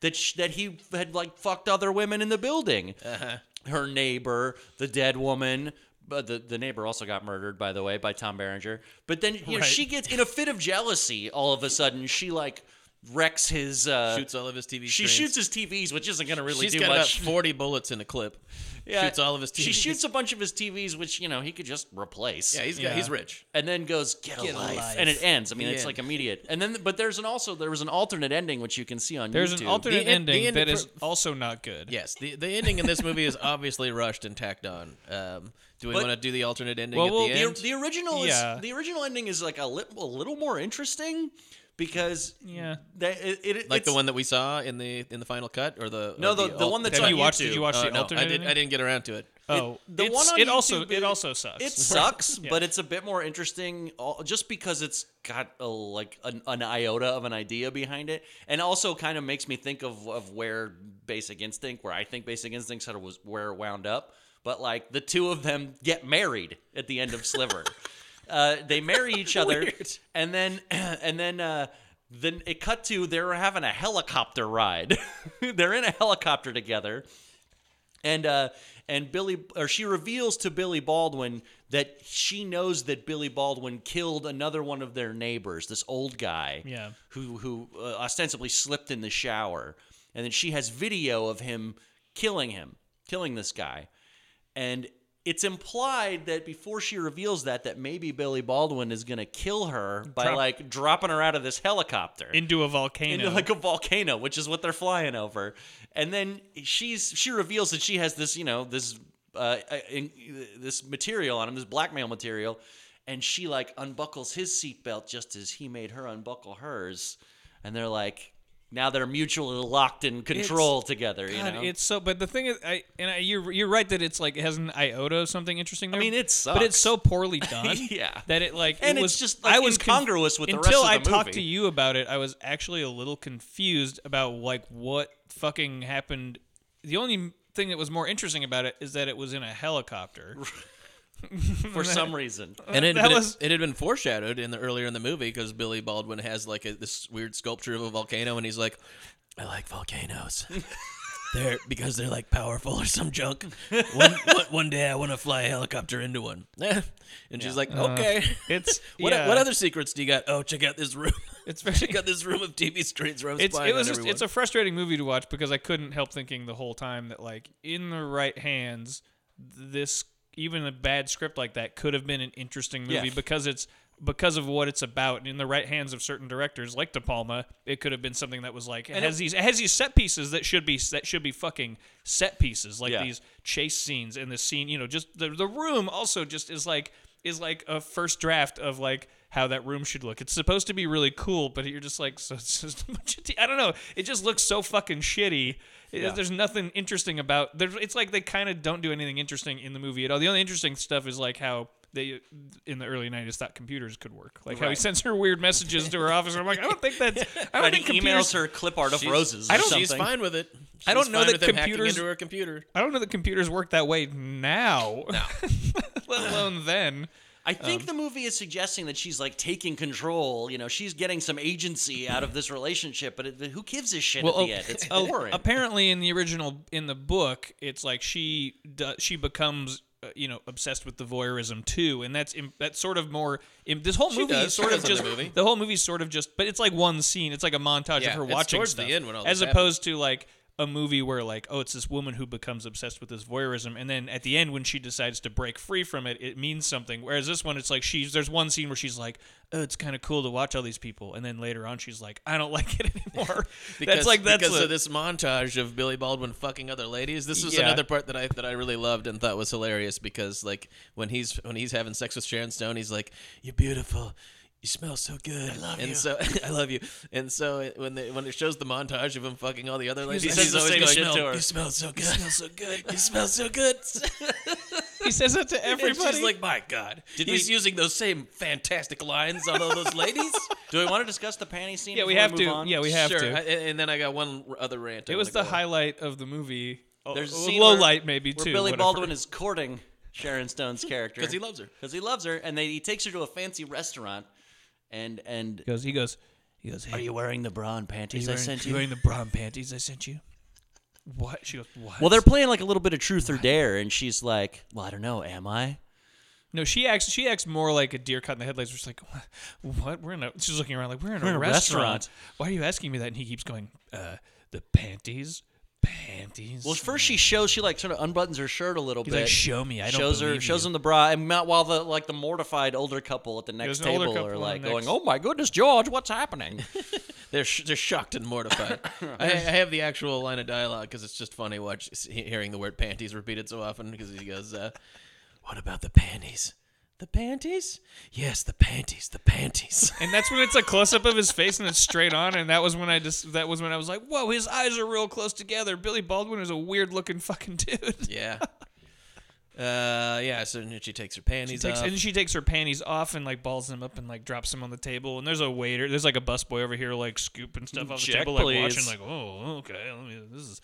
Speaker 3: that sh- that he had like fucked other women in the building.
Speaker 2: Uh-huh.
Speaker 3: Her neighbor, the dead woman. But the, the neighbor also got murdered, by the way, by Tom Berenger. But then you know,
Speaker 1: Right.
Speaker 3: she gets in a fit of jealousy. All of a sudden, she like wrecks his. Uh,
Speaker 2: shoots all of his TV.
Speaker 3: she
Speaker 2: screens.
Speaker 3: shoots his TVs, which isn't gonna really
Speaker 2: She's
Speaker 3: do
Speaker 2: got
Speaker 3: much.
Speaker 2: about 40 bullets in a clip. Shoots all of his TVs.
Speaker 3: She shoots a bunch of his TVs, which you know he could just replace
Speaker 2: Yeah, he's got, he's rich.
Speaker 3: and then goes get, a, life.
Speaker 2: life.
Speaker 3: and it ends. I mean,
Speaker 2: The
Speaker 3: it's
Speaker 2: end.
Speaker 3: like immediate. And then, but there's an also there was an alternate ending which you can see on
Speaker 1: There's
Speaker 3: YouTube.
Speaker 1: an alternate
Speaker 2: The en- the
Speaker 1: ending
Speaker 2: end
Speaker 1: that
Speaker 2: for-
Speaker 1: is also not good.
Speaker 2: Yes, the the ending in this movie is obviously rushed and tacked on. Um, do we
Speaker 3: But-
Speaker 2: want to do the alternate ending
Speaker 1: Well,
Speaker 2: at
Speaker 1: well,
Speaker 2: the
Speaker 1: the-
Speaker 2: end?
Speaker 3: the, the original is
Speaker 1: Yeah.
Speaker 3: the original ending is like a, li- a little more interesting because
Speaker 1: Yeah.
Speaker 3: that it, it
Speaker 2: like the
Speaker 3: it's-
Speaker 2: one that we saw in the in the final cut, or the
Speaker 3: no
Speaker 2: or
Speaker 3: the, the
Speaker 2: al-
Speaker 3: one that's
Speaker 1: Have
Speaker 3: on
Speaker 1: you watched- did
Speaker 3: YouTube. uh,
Speaker 1: you watch
Speaker 2: Oh,
Speaker 1: the
Speaker 2: no,
Speaker 1: alternate
Speaker 2: I did.
Speaker 1: ending?
Speaker 2: I didn't get around to it.
Speaker 1: Oh,
Speaker 3: the
Speaker 1: it's-
Speaker 3: one on
Speaker 1: it also
Speaker 3: YouTube,
Speaker 1: it also sucks.
Speaker 3: It sucks, but it's a bit more interesting all- just because it's got a, like an, an iota of an idea behind it, and also kind of makes me think of, of where Basic Instinct, where I think Basic Instinct sort of was where it wound up. But like the two of them get married at the end of Sliver. uh, they marry each other, and then and then. Uh, then it cut to they're having a helicopter ride. they're in a helicopter together, and uh and Billy or she reveals to Billy Baldwin that she knows that Billy Baldwin killed another one of their neighbors, this old guy,
Speaker 1: Yeah.
Speaker 3: who who uh, ostensibly slipped in the shower. and then she has video of him killing him, killing this guy, and it's implied that before she reveals that, that maybe Billy Baldwin is gonna kill her by
Speaker 1: Drop-
Speaker 3: like dropping her out of this helicopter
Speaker 1: into a volcano.
Speaker 3: into like a volcano, which is what they're flying over. And then she's she reveals that she has this, you know, this uh, uh, in, this material on him, this blackmail material, and she like unbuckles his seatbelt just as he made her unbuckle hers, and they're like. Now they're mutually locked in control together, you
Speaker 1: God,
Speaker 3: know.
Speaker 1: it's so. But the thing is, I and I, you're you're right that it's like it has an iota of something interesting. There,
Speaker 3: mean, it
Speaker 1: but it's
Speaker 3: sucks.
Speaker 1: so poorly done.
Speaker 3: Yeah.
Speaker 1: that it like
Speaker 3: And
Speaker 1: it
Speaker 3: it's
Speaker 1: was
Speaker 3: just, like,
Speaker 1: I was conf-
Speaker 3: incongruous with the rest
Speaker 1: until
Speaker 3: of
Speaker 1: I
Speaker 3: the
Speaker 1: talked
Speaker 3: movie.
Speaker 1: to you about it. I was actually a little confused about like what fucking happened. The only thing that was more interesting about it is that it was in a helicopter.
Speaker 3: for some reason,
Speaker 2: And it
Speaker 1: That
Speaker 2: had, been,
Speaker 1: was-
Speaker 2: it had been foreshadowed in the earlier in the movie because Billy Baldwin has like a, this weird sculpture of a volcano, and he's like, "I like volcanoes, they're because they're like powerful or some junk. One, one, one day I want to fly a helicopter into one." Eh. and she's like, "Okay,
Speaker 1: it's-
Speaker 2: what,
Speaker 1: yeah.
Speaker 2: what other secrets do you got? Oh, check out this room.
Speaker 1: It's very.
Speaker 2: check out this room of TV screens where I'm
Speaker 1: It's,
Speaker 2: spying
Speaker 1: it was
Speaker 2: on
Speaker 1: just
Speaker 2: everyone."
Speaker 1: it's a frustrating movie to watch because I couldn't help thinking the whole time that like in the right hands this even a bad script like that could have been an interesting movie
Speaker 3: Yeah.
Speaker 1: because it's because of what it's about and in the right hands of certain directors like De Palma it could have been something that was like it has these it has these set pieces that should be that should be fucking set pieces like
Speaker 3: Yeah.
Speaker 1: these chase scenes and the scene you know just the, the room also just is like is like a first draft of like how that room should look. It's supposed to be really cool, but you're just like so it's just a bunch of tea. I don't know. It just looks so fucking shitty. It- There's nothing interesting about. There's, it's like they kind of don't do anything interesting in the movie at all. The only interesting stuff is like how they in the early 90s thought computers could work. Like how he sends her weird messages to her office. I'm like, I don't think that's I don't
Speaker 3: but he
Speaker 1: think computers
Speaker 3: emails her clip art of roses.
Speaker 1: I don't-
Speaker 3: or something.
Speaker 2: She's fine with it.
Speaker 1: I don't
Speaker 2: She's
Speaker 1: know
Speaker 2: fine
Speaker 1: that
Speaker 2: with him hacking
Speaker 1: computers-
Speaker 2: into her computer.
Speaker 1: I don't know that computers work that way now. Let alone then.
Speaker 3: I think
Speaker 1: Um,
Speaker 3: the movie is suggesting that she's like taking control. You know, she's getting some agency out of this relationship, but it, who gives a shit at the
Speaker 1: oh,
Speaker 3: end? It's
Speaker 1: a-
Speaker 3: boring.
Speaker 1: Apparently, in the original, in the book, it's like she do, she becomes uh, you know obsessed with the voyeurism too, and that's im- that's sort of more. Im- this whole movie
Speaker 2: does.
Speaker 1: is
Speaker 2: She
Speaker 1: sort of
Speaker 2: does in the
Speaker 1: just
Speaker 2: movie.
Speaker 1: whole movie's sort of just, but it's like one scene. It's like a montage
Speaker 2: Yeah,
Speaker 1: of her
Speaker 2: it's
Speaker 1: watching
Speaker 2: towards the
Speaker 1: stuff,
Speaker 2: end when all
Speaker 1: as
Speaker 2: this
Speaker 1: opposed to like a movie where like oh it's this woman who becomes obsessed with this voyeurism and then at the end when she decides to break free from it it means something whereas this one it's like she's there's one scene where she's like oh it's kind of cool to watch all these people and then later on she's like i don't like it anymore
Speaker 2: Because,
Speaker 1: that's like that's
Speaker 2: because
Speaker 1: a-
Speaker 2: of this montage of Billy Baldwin fucking other ladies. This is
Speaker 1: Yeah.
Speaker 2: another part that I that I really loved and thought was hilarious because like when he's when he's having sex with Sharon Stone, he's like, "You're beautiful." You smell so good. I love and so I love you. And so it- when they, when it shows the montage of him fucking all the other ladies,
Speaker 3: says
Speaker 2: he's
Speaker 3: the
Speaker 2: always
Speaker 3: same
Speaker 2: going, "You
Speaker 3: shit to
Speaker 2: smell- You smell
Speaker 3: her."
Speaker 2: so good. You smell so good. you smell so good.
Speaker 1: He says that to
Speaker 2: and
Speaker 1: everybody.
Speaker 2: she's like, my God. he's using those same fantastic lines on all those ladies.
Speaker 3: Do we want to discuss the panty scene?
Speaker 1: yeah, we
Speaker 3: before
Speaker 1: have
Speaker 3: move
Speaker 1: to.
Speaker 3: on?
Speaker 1: Yeah, we have
Speaker 2: sure. I-
Speaker 1: to.
Speaker 2: and and then I got one r- other rant. I
Speaker 1: it was
Speaker 2: wanna
Speaker 1: the
Speaker 2: go on.
Speaker 1: highlight of the movie.
Speaker 3: There's a
Speaker 1: Oh,
Speaker 3: scene
Speaker 1: low
Speaker 3: where-
Speaker 1: light maybe
Speaker 3: where
Speaker 1: too.
Speaker 3: Billy
Speaker 1: whatever.
Speaker 3: Baldwin is courting Sharon Stone's character
Speaker 2: 'Cause he loves her.
Speaker 3: Because he loves her, and they, he takes her to a fancy restaurant, and and
Speaker 1: He goes. He goes. He goes. Hey,
Speaker 3: are you wearing the bra and panties
Speaker 1: you
Speaker 3: I
Speaker 1: wearing,
Speaker 3: sent
Speaker 1: you
Speaker 3: you?
Speaker 1: wearing the brown panties I sent you? What? She goes. What?
Speaker 3: well, they're playing like a little bit of truth or dare, and she's like, "Well, I don't know, am I?"
Speaker 1: no. She acts. She acts more like a deer caught in the headlights. She's like, "What? what? We're in a. She's looking around like we're in,
Speaker 3: We're
Speaker 1: a,
Speaker 3: in a
Speaker 1: restaurant.
Speaker 3: restaurant.
Speaker 1: Why are you asking me that? And he keeps going. Uh, the panties, panties.
Speaker 3: Well, first she shows she like sort of unbuttons her shirt a little
Speaker 1: He's
Speaker 3: bit.
Speaker 1: like, "Show me, I don't
Speaker 3: shows her
Speaker 1: believe
Speaker 3: shows
Speaker 1: you."
Speaker 3: him the bra, and not while the like the mortified older couple at the next
Speaker 1: There's an older
Speaker 3: table
Speaker 1: couple
Speaker 3: are
Speaker 1: on
Speaker 3: like
Speaker 1: the
Speaker 3: going,
Speaker 1: next-
Speaker 3: "Oh my goodness, George, what's happening?"
Speaker 2: They're sh- they're shocked and mortified. I, I have the actual line of dialogue because it's just funny watch s- he- hearing the word panties repeated so often because he goes, uh, "What about the panties? The panties? Yes, the panties. The panties."
Speaker 1: And that's when it's a close up of his face and it's straight on. And that was when I just that was when I was like, whoa, his eyes are real close together. Billy Baldwin is a weird looking fucking dude.
Speaker 2: yeah. Uh, yeah. So then she takes her panties
Speaker 1: Takes,
Speaker 2: off.
Speaker 1: and she takes her panties off and like balls them up and like drops them on the table. And there's a waiter, there's like a busboy over here like scooping stuff off the
Speaker 3: Check,
Speaker 1: table,
Speaker 3: please.
Speaker 1: like watching, like oh okay, let me, this is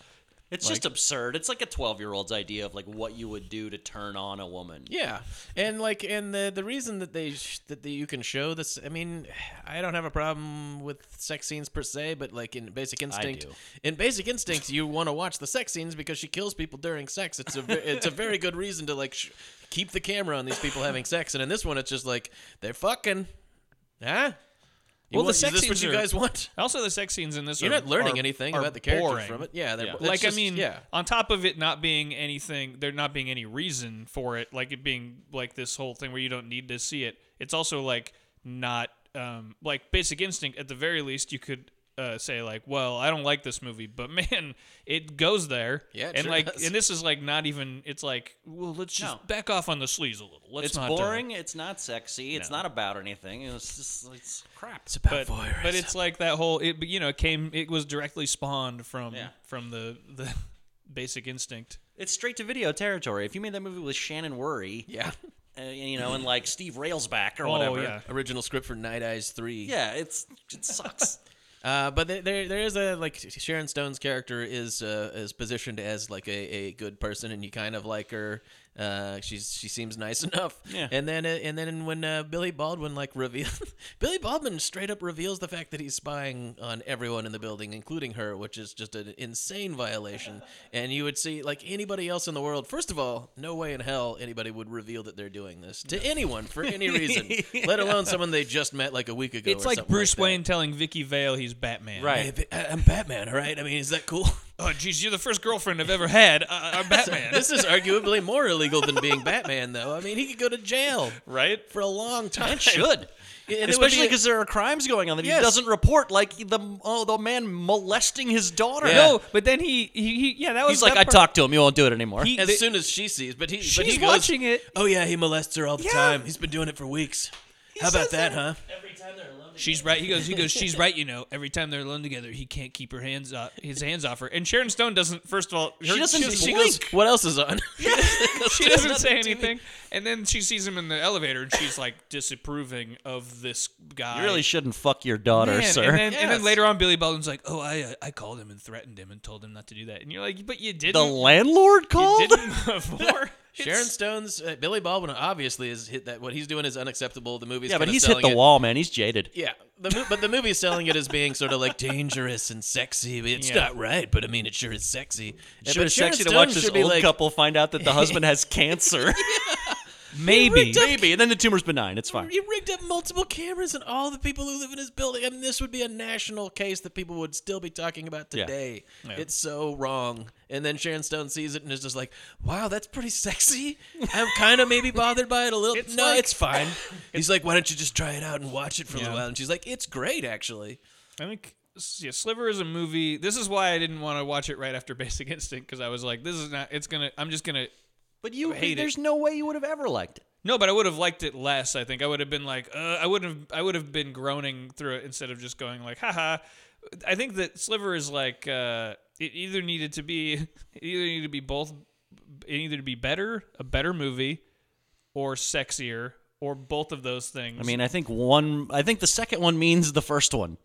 Speaker 3: It's just absurd. It's like a 12 year old's idea of like what you would do to turn on a woman.
Speaker 2: Yeah, and like, and the the reason that they sh- that the, you can show this, I mean, I don't have a problem with sex scenes per se, but like in Basic Instinct,
Speaker 3: do.
Speaker 2: in Basic Instinct, you want to watch the sex scenes because she kills people during sex. It's a ve- it's a very good reason to like sh- keep the camera on these people having sex, and in this one, it's just like they're fucking, huh?
Speaker 1: You
Speaker 2: well,
Speaker 1: want-
Speaker 2: the sex
Speaker 1: this
Speaker 2: scenes
Speaker 1: what you
Speaker 2: are- guys want.
Speaker 1: Also, the sex scenes in this
Speaker 2: You're
Speaker 1: are-
Speaker 2: not learning
Speaker 1: are-
Speaker 2: anything
Speaker 1: are
Speaker 2: about the characters
Speaker 1: boring.
Speaker 2: from it. Yeah, they're- it's
Speaker 1: like I
Speaker 2: just-
Speaker 1: mean,
Speaker 2: yeah.
Speaker 1: on top of it not being anything, there not being any reason for it, like it being like this whole thing where you don't need to see it. It's also like not um, like Basic Instinct. At the very least, you could. Uh, say like, well, I don't like this movie, but man, it goes there.
Speaker 2: Yeah, it
Speaker 1: and
Speaker 2: sure
Speaker 1: like,
Speaker 2: does.
Speaker 1: and this is like not even. It's like, well, let's just
Speaker 3: No.
Speaker 1: back off on the sleaze a little. Let's
Speaker 3: It's
Speaker 1: not. uh,
Speaker 3: boring. It's not sexy. It's not about anything. It's just it's crap.
Speaker 2: It's
Speaker 1: but,
Speaker 2: about voyeurism.
Speaker 1: but it's like that whole it you know it came it was directly spawned from
Speaker 3: Yeah.
Speaker 1: from the the basic instinct
Speaker 3: It's straight to video territory. If you made that movie with Shannon Worry,
Speaker 2: yeah.
Speaker 3: and, you know, and like Steve Railsback or
Speaker 1: Oh,
Speaker 3: whatever.
Speaker 1: yeah.
Speaker 2: Original script for Night Eyes Three.
Speaker 3: Yeah, it's it sucks.
Speaker 2: Uh, but there- there, there is a like Sharon Stone's character is uh, is positioned as like a, a good person, and you kind of like her. Uh, she's she seems nice enough.
Speaker 3: Yeah.
Speaker 2: And then uh, and then when uh, Billy Baldwin like reveals Billy Baldwin straight up reveals the fact that he's spying on everyone in the building, including her, which is just an insane violation. And you would see like anybody else in the world. First of all, no way in hell anybody would reveal that they're doing this to anyone for any reason, let alone someone they just met like a week ago.
Speaker 1: it's
Speaker 2: or
Speaker 1: like
Speaker 2: something
Speaker 1: bruce
Speaker 2: that.
Speaker 1: wayne telling vicky vale he's batman
Speaker 3: Right.
Speaker 2: Hey, Ba- I- I'm Batman, all right? I mean, is that cool?
Speaker 1: oh jeez you're the first girlfriend i've ever had uh, i'm batman
Speaker 2: this is arguably more illegal than being Batman, though. I mean, he could go to jail
Speaker 1: right
Speaker 2: for a long time.
Speaker 3: It should.
Speaker 2: Yeah, and it would
Speaker 3: Especially
Speaker 2: be-
Speaker 3: because there are crimes going on that
Speaker 2: Yes.
Speaker 3: he doesn't report, like the oh the man molesting his daughter.
Speaker 2: Yeah.
Speaker 1: no but then he he, he yeah that was
Speaker 3: he's like,
Speaker 1: that
Speaker 3: I
Speaker 1: part-
Speaker 3: talked to him. You won't do it anymore.
Speaker 1: He-
Speaker 2: As
Speaker 1: they-
Speaker 2: soon as she sees, but he, but
Speaker 1: she's
Speaker 2: he goes,
Speaker 1: watching it
Speaker 2: Oh yeah, he molests her all the
Speaker 1: Yeah.
Speaker 2: time. He's been doing it for weeks. How about that, huh?
Speaker 1: she's right he goes he goes she's right you know every time they're alone together he can't keep her hands off his hands off her and sharon stone doesn't first of all her,
Speaker 3: She doesn't
Speaker 1: she,
Speaker 2: She goes, what else is on?
Speaker 1: she doesn't say anything. And then she sees him in the elevator, and she's like disapproving of this guy.
Speaker 3: you really shouldn't fuck your daughter,
Speaker 1: Man,
Speaker 3: sir.
Speaker 1: And then, and then
Speaker 2: Yes.
Speaker 1: later on, Billy Baldwin's like, "Oh, I uh, I called him and threatened him and told him not to do that." And you're like, "But you didn't.
Speaker 3: the landlord
Speaker 1: you
Speaker 3: called.
Speaker 1: didn't before."
Speaker 2: Sharon Stone's uh, Billy Baldwin obviously is hit that what he's doing is unacceptable. The movie's
Speaker 3: Yeah, but
Speaker 2: kinda
Speaker 3: he's hit
Speaker 2: selling
Speaker 3: the
Speaker 2: it-
Speaker 3: wall, man. He's jaded.
Speaker 2: Yeah, the mo- but the movie's selling it as being sort of like dangerous and sexy. It's
Speaker 1: Yeah.
Speaker 2: not right, but I mean, it sure is sexy.
Speaker 3: Sure,
Speaker 2: but
Speaker 3: it's
Speaker 2: Sharon
Speaker 3: sexy to
Speaker 2: Stone
Speaker 3: watch this
Speaker 2: should be
Speaker 3: old
Speaker 2: like,
Speaker 3: couple find out that the husband has cancer.
Speaker 1: Maybe.
Speaker 3: Maybe, and then the tumor's benign. It's fine.
Speaker 2: He rigged up multiple cameras and all the people who live in his building. I mean, this would be a national case that people would still be talking about
Speaker 3: Yeah.
Speaker 2: today. It's so wrong. And then Sharon Stone sees it and is just like, "Wow, that's pretty sexy." I'm kind of maybe bothered by it a little.
Speaker 1: It's
Speaker 2: no,
Speaker 1: like-
Speaker 2: it's fine. He's like, "Why don't you just try it out and watch it for a
Speaker 1: Yeah.
Speaker 2: little while?" And she's like, "It's great, actually."
Speaker 1: I think yeah, Sliver is a movie. This is why I didn't want to watch it right after Basic Instinct because I was like, "This is not. It's gonna. I'm just gonna."
Speaker 3: But you,
Speaker 1: hate it.
Speaker 3: there's no way you would have ever liked it.
Speaker 1: No, but I would have liked it less. I think I would have been like, uh, I would have, I would have been groaning through it instead of just going like, haha. I think that Sliver is like, uh, it either needed to be, it either needed to be both, it either to be better, a better movie, or sexier, or both of those things.
Speaker 3: I mean, I think one. I think the second one means the first one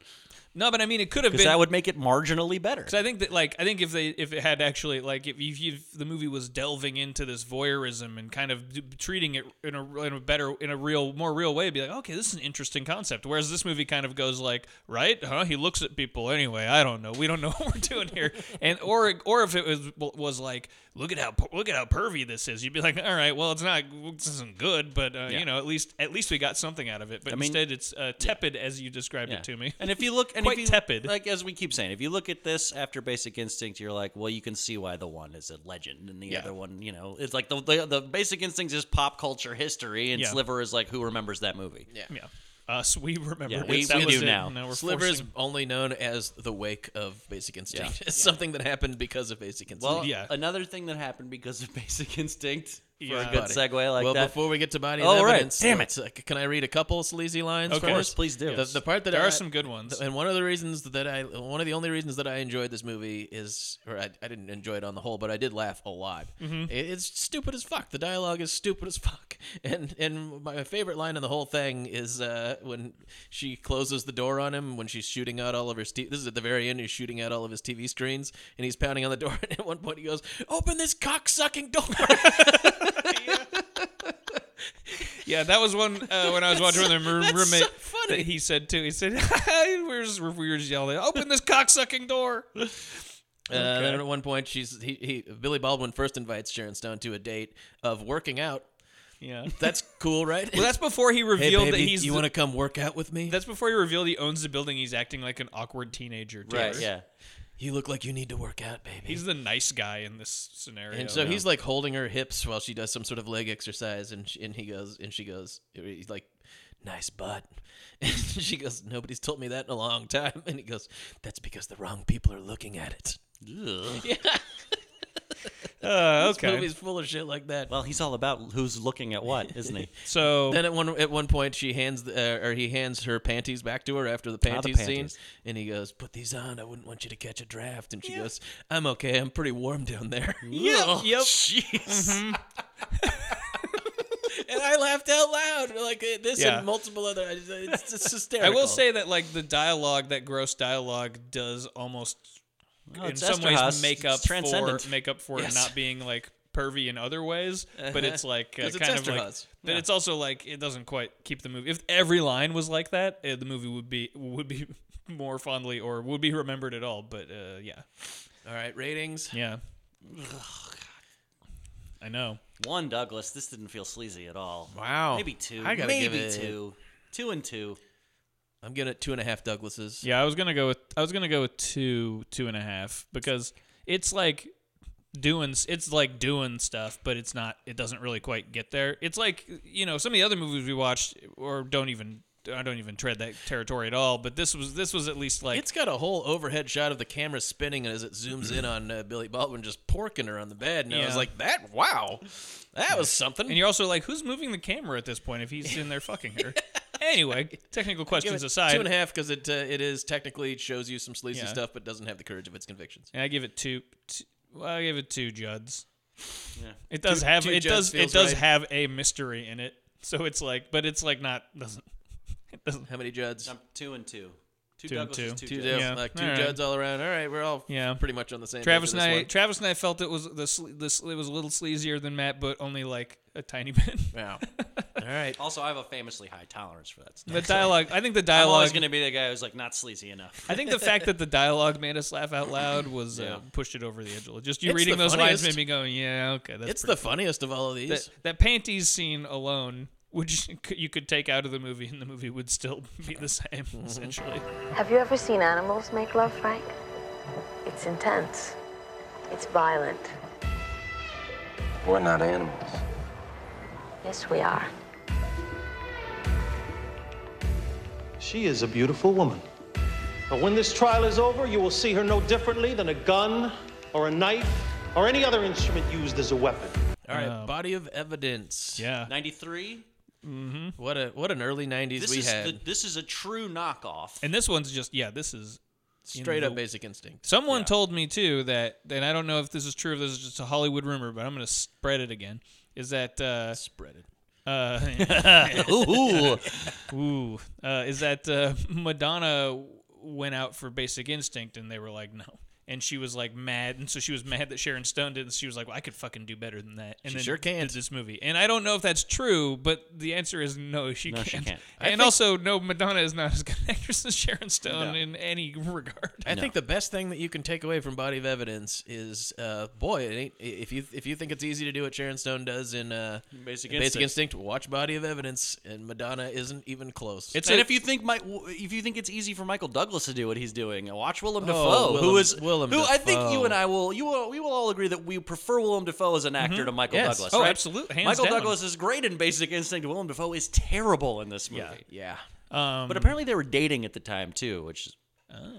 Speaker 1: no, but I mean, it could have
Speaker 3: because
Speaker 1: been.
Speaker 3: that would make it marginally better.
Speaker 1: Because I think that, like, I think if they, if it had actually, like, if, if, you- if the movie was delving into this voyeurism and kind of d- treating it in a, in a better, in a real, more real way, it'd be like, okay, this is an interesting concept. Whereas this movie kind of goes like, right, huh? He looks at people anyway. I don't know. We don't know what we're doing here. And or or if it was was like, look at how per- look at how pervy this is. You'd be like, all right, well, it's not this isn't good, but uh, you know, at least at least we got something out of it. But
Speaker 3: I mean-
Speaker 1: instead, it's uh, tepid as you described
Speaker 3: Yeah.
Speaker 1: it to me.
Speaker 3: And if you look, and
Speaker 1: Quite
Speaker 3: if you,
Speaker 1: tepid.
Speaker 3: like as we keep saying, if you look at this after Basic Instinct, you're like, well, you can see why the one is a legend, and the other one, you know, it's like the the, the Basic Instinct is pop culture history, and
Speaker 1: Yeah.
Speaker 3: Sliver is like who remembers that movie. Yeah.
Speaker 1: Yeah. Us, we remember.
Speaker 3: Yeah,
Speaker 1: it.
Speaker 3: we-
Speaker 1: That
Speaker 3: we
Speaker 1: was
Speaker 3: do
Speaker 1: it.
Speaker 3: now.
Speaker 1: we're
Speaker 2: Sliver is
Speaker 1: forcing-
Speaker 2: only known as the wake of Basic Instinct. It's something that happened because of Basic Instinct.
Speaker 3: Well,
Speaker 1: Yeah.
Speaker 3: another thing that happened because of Basic Instinct for
Speaker 1: Yeah.
Speaker 3: a good segue like
Speaker 2: well,
Speaker 3: that.
Speaker 2: before we get to body
Speaker 3: Oh,
Speaker 2: and
Speaker 3: right.
Speaker 2: evidence,
Speaker 3: Damn
Speaker 2: let's, uh, can I read a couple sleazy lines?
Speaker 1: Of
Speaker 2: first?
Speaker 1: course,
Speaker 3: please do.
Speaker 2: The, the part that
Speaker 1: There
Speaker 2: I-
Speaker 1: are some good ones.
Speaker 2: and one of the reasons that I, one of the only reasons that I enjoyed this movie is, or I, I didn't enjoy it on the whole, but I did laugh a lot.
Speaker 1: Mm-hmm.
Speaker 2: It- it's stupid as fuck. The dialogue is stupid as fuck. And and my favorite line in the whole thing is uh, when she closes the door on him when she's shooting out all of her. T- this is at the very end. He's shooting out all of his TV screens, and he's pounding on the door. And at one point, he goes, "Open this cock sucking door."
Speaker 1: Yeah, that was one uh, when I was watching with my room-
Speaker 2: that's so
Speaker 1: roommate.
Speaker 2: funny.
Speaker 1: That he said too. He said, we "We're just, we were just yelling, open this cocksucking door."
Speaker 2: Uh, then at one point, she's he, he Billy Baldwin first invites Sharon Stone to a date of working out.
Speaker 1: Yeah.
Speaker 2: That's cool, right?
Speaker 1: Well, that's before he revealed
Speaker 2: hey, baby,
Speaker 1: that he's.
Speaker 2: You
Speaker 1: the-
Speaker 2: want to come work out with me?
Speaker 1: that's before he revealed he owns the building. He's acting like an awkward teenager. Too.
Speaker 3: Right. Yeah.
Speaker 2: you look like you need to work out, baby.
Speaker 1: He's the nice guy in this scenario.
Speaker 2: and so he's like holding her hips while she does some sort of leg exercise, and she, and he goes and she goes. He's like, "Nice butt," and she goes, "Nobody's told me that in a long time." And he goes, "That's because the wrong people are looking at it."
Speaker 1: Uh,
Speaker 2: This
Speaker 1: okay.
Speaker 2: movie's full of shit like that.
Speaker 3: Well, he's all about who's looking at what, isn't he?
Speaker 1: So
Speaker 2: Then at one at one point she hands the, uh, or he hands her panties back to her after the panties,
Speaker 3: panties.
Speaker 2: scene, and he goes, "Put these on. I wouldn't want you to catch a draft." And she goes, "I'm okay. I'm pretty warm down there."
Speaker 1: yep, yep. Mm-hmm.
Speaker 2: and I laughed out loud, like uh, this
Speaker 1: Yeah.
Speaker 2: and multiple other. I just- It's just
Speaker 1: I
Speaker 2: hysterical.
Speaker 1: will say that like the dialogue, that gross dialogue, does almost
Speaker 3: Oh,
Speaker 1: in
Speaker 3: it's
Speaker 1: some
Speaker 3: Esterhaz.
Speaker 1: ways make
Speaker 3: It's
Speaker 1: up for
Speaker 3: transcendent.
Speaker 1: make up for it
Speaker 2: Yes.
Speaker 1: not being like pervy in other ways,
Speaker 3: Uh-huh.
Speaker 1: but it's like uh,
Speaker 2: 'Cause it's
Speaker 1: kind of like
Speaker 2: Esterhaz.
Speaker 1: but it's also like it doesn't quite keep the movie. If every line was like that, uh, the movie would be would be more fondly or would be remembered at all. But uh, yeah,
Speaker 2: All right, ratings.
Speaker 1: yeah. I know.
Speaker 3: One Douglas. This didn't feel sleazy at all.
Speaker 2: Wow.
Speaker 3: Maybe two.
Speaker 2: Oh, I gotta give
Speaker 3: Maybe
Speaker 2: it-
Speaker 3: two. Two and two.
Speaker 2: I'm gonna two and a half Douglases.
Speaker 1: Yeah, I was gonna go with I was gonna go with two, two and a half because it's like doing it's like doing stuff, but it's not. It doesn't really quite get there. It's like you know some of the other movies we watched or don't even I don't even tread that territory at all. But this was this was at least like
Speaker 2: It's got a whole overhead shot of the camera spinning as it zooms in on uh, Billy Baldwin just porking her on the bed, and I
Speaker 1: Yeah.
Speaker 2: was like, "That wow, that was something."
Speaker 1: and you're also like who's moving the camera at this point if he's in there fucking her. Anyway, technical
Speaker 2: Give
Speaker 1: questions
Speaker 2: it
Speaker 1: aside,
Speaker 2: two and a half because it uh, it is technically it shows you some sleazy
Speaker 1: Yeah.
Speaker 2: stuff, but doesn't have the courage of its convictions.
Speaker 1: and I give it two. two well, I give it two Juds.
Speaker 3: Yeah.
Speaker 1: It does
Speaker 2: Two-
Speaker 1: have
Speaker 2: two
Speaker 1: it
Speaker 2: Judds
Speaker 1: does it
Speaker 2: feels
Speaker 1: does
Speaker 2: right.
Speaker 1: have a mystery in it. So it's like, but it's like not doesn't it doesn't
Speaker 2: How many Judds?
Speaker 3: Um, two and two. Two,
Speaker 1: Two and
Speaker 3: Douglases,
Speaker 1: two.
Speaker 3: two.
Speaker 2: Two,
Speaker 3: Judges.
Speaker 2: Jud-
Speaker 1: Yeah.
Speaker 2: like two
Speaker 1: All right.
Speaker 2: Judds all around. All right, we're all
Speaker 1: Yeah.
Speaker 2: pretty much on the same. page
Speaker 1: Travis
Speaker 2: for
Speaker 1: and
Speaker 2: this
Speaker 1: I
Speaker 2: one.
Speaker 1: Travis and I felt it was the sle- the sle- it was a little sleazier than Matt, but only like a tiny bit.
Speaker 2: Wow. all right.
Speaker 3: Also, I have a famously high tolerance for that stuff.
Speaker 1: The dialogue, I think the
Speaker 3: I'm
Speaker 1: dialogue.
Speaker 3: always going to be the guy who's like not sleazy enough.
Speaker 1: I think the fact that the dialogue made us laugh out loud was uh, pushed it over the edge. a little. Just you
Speaker 2: It's
Speaker 1: reading
Speaker 2: the
Speaker 1: those lines
Speaker 2: funniest.
Speaker 1: made me go, yeah, okay, that's
Speaker 2: It's the
Speaker 1: pretty
Speaker 2: funniest of all of these.
Speaker 1: that, that panties scene alone, which you could take out of the movie, and the movie would still be the same essentially.
Speaker 10: Have you ever seen animals make love, Frank? It's intense. It's violent.
Speaker 5: We're not animals.
Speaker 10: Yes, we are.
Speaker 11: She is a beautiful woman. But when this trial is over, you will see her no differently than a gun or a knife or any other instrument used as a weapon.
Speaker 2: all right. body of evidence.
Speaker 1: Yeah,
Speaker 3: 93.
Speaker 2: What a what an early '90s
Speaker 3: This
Speaker 2: we
Speaker 3: is
Speaker 2: had.
Speaker 3: the, this is a true knockoff.
Speaker 1: and this one's just yeah, this is
Speaker 2: Straight
Speaker 1: the-
Speaker 2: up Basic Instinct.
Speaker 1: Someone told me too that, and I don't know if this is true, if this is just a Hollywood rumor, but I'm going to spread it again. Is that uh,
Speaker 2: Spread it.
Speaker 1: ooh ooh uh, is that uh, Madonna went out for Basic Instinct and they were like no, and she was like mad, and so she was mad that Sharon Stone did, and she was like well, I could fucking do better than that, and
Speaker 2: She
Speaker 1: then
Speaker 2: sure can.
Speaker 1: did this movie, and I don't know if that's true, but the answer is no, she
Speaker 3: No,
Speaker 1: can't.
Speaker 3: she can't.
Speaker 2: I
Speaker 1: And
Speaker 2: think-
Speaker 1: also, no, Madonna is not as good an actress as Sharon Stone
Speaker 3: No.
Speaker 1: in any regard.
Speaker 2: I think the best thing that you can take away from Body of Evidence is, uh, boy, it ain't, if you if you think it's easy to do what Sharon Stone does in uh,
Speaker 3: Basic
Speaker 2: Basic
Speaker 3: Instinct.
Speaker 2: Instinct, watch Body of Evidence, and Madonna isn't even close.
Speaker 1: It's
Speaker 3: and
Speaker 1: a-
Speaker 3: if you think my, if you think it's easy for Michael Douglas to do what he's doing, watch Willem Dafoe,
Speaker 2: Oh, Willem-
Speaker 3: who is
Speaker 2: Willem
Speaker 3: who I think
Speaker 2: Dafoe.
Speaker 3: you and I will you will, we will all agree that we prefer Willem Dafoe as an actor to Michael
Speaker 2: Mm-hmm. Yes.
Speaker 3: Douglas.
Speaker 1: Oh,
Speaker 3: right?
Speaker 1: absolute- hands
Speaker 3: Michael
Speaker 1: down.
Speaker 3: Douglas is great in Basic Instinct. Willem Dafoe is terrible in this movie. Um,
Speaker 2: yeah, Um,
Speaker 3: But apparently they were dating at the time too, which is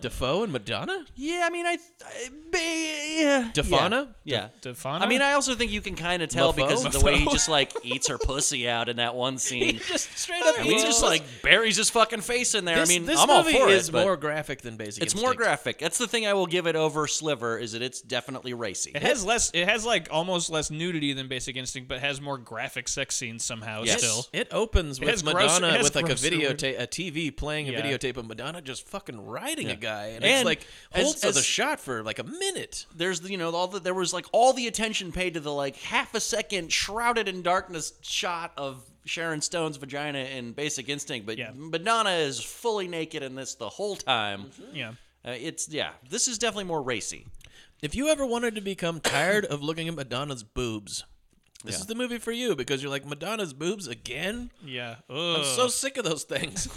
Speaker 2: Defoe and Madonna,
Speaker 3: yeah. I mean, I, I ba- yeah,
Speaker 2: Defana?
Speaker 3: yeah.
Speaker 1: D- Defana?
Speaker 3: I mean, I also think you can kind of tell
Speaker 2: Mofo?
Speaker 3: because of the way he
Speaker 2: Mofo?
Speaker 3: just like eats her pussy out in that one scene.
Speaker 2: just straight up.
Speaker 3: I mean, he just like buries his fucking face in there.
Speaker 2: This,
Speaker 3: I mean,
Speaker 2: this
Speaker 3: I'm all
Speaker 2: movie
Speaker 3: for
Speaker 2: is
Speaker 3: it. but
Speaker 2: more graphic than Basic.
Speaker 3: it's more
Speaker 2: Instinct.
Speaker 3: graphic. That's the thing I will give it over Sliver is that it's definitely racy.
Speaker 1: It has less. It has like almost less nudity than Basic Instinct, but has more graphic sex scenes somehow.
Speaker 2: Yes.
Speaker 1: Still,
Speaker 2: It opens with
Speaker 1: has gross-
Speaker 2: Madonna
Speaker 1: it has
Speaker 2: with like a
Speaker 1: grosser-
Speaker 2: videotape, a TV playing a
Speaker 1: Yeah.
Speaker 2: videotape of Madonna just fucking riding a guy, and, it's
Speaker 3: And
Speaker 2: like
Speaker 3: as-
Speaker 2: holds to the
Speaker 3: as-
Speaker 2: shot for like a minute.
Speaker 3: There's the- you know all the there was like all the attention paid to the like half a second shrouded in darkness shot of Sharon Stone's vagina in Basic Instinct, but
Speaker 1: Yeah.
Speaker 3: Madonna is fully naked in this the whole time.
Speaker 1: yeah.
Speaker 3: Uh, it's yeah, this is definitely more racy.
Speaker 2: If you ever wanted to become tired of looking at Madonna's boobs, This
Speaker 3: Yeah.
Speaker 2: is the movie for you because you're like Madonna's boobs again.
Speaker 1: Yeah.
Speaker 2: I'm so sick of those things.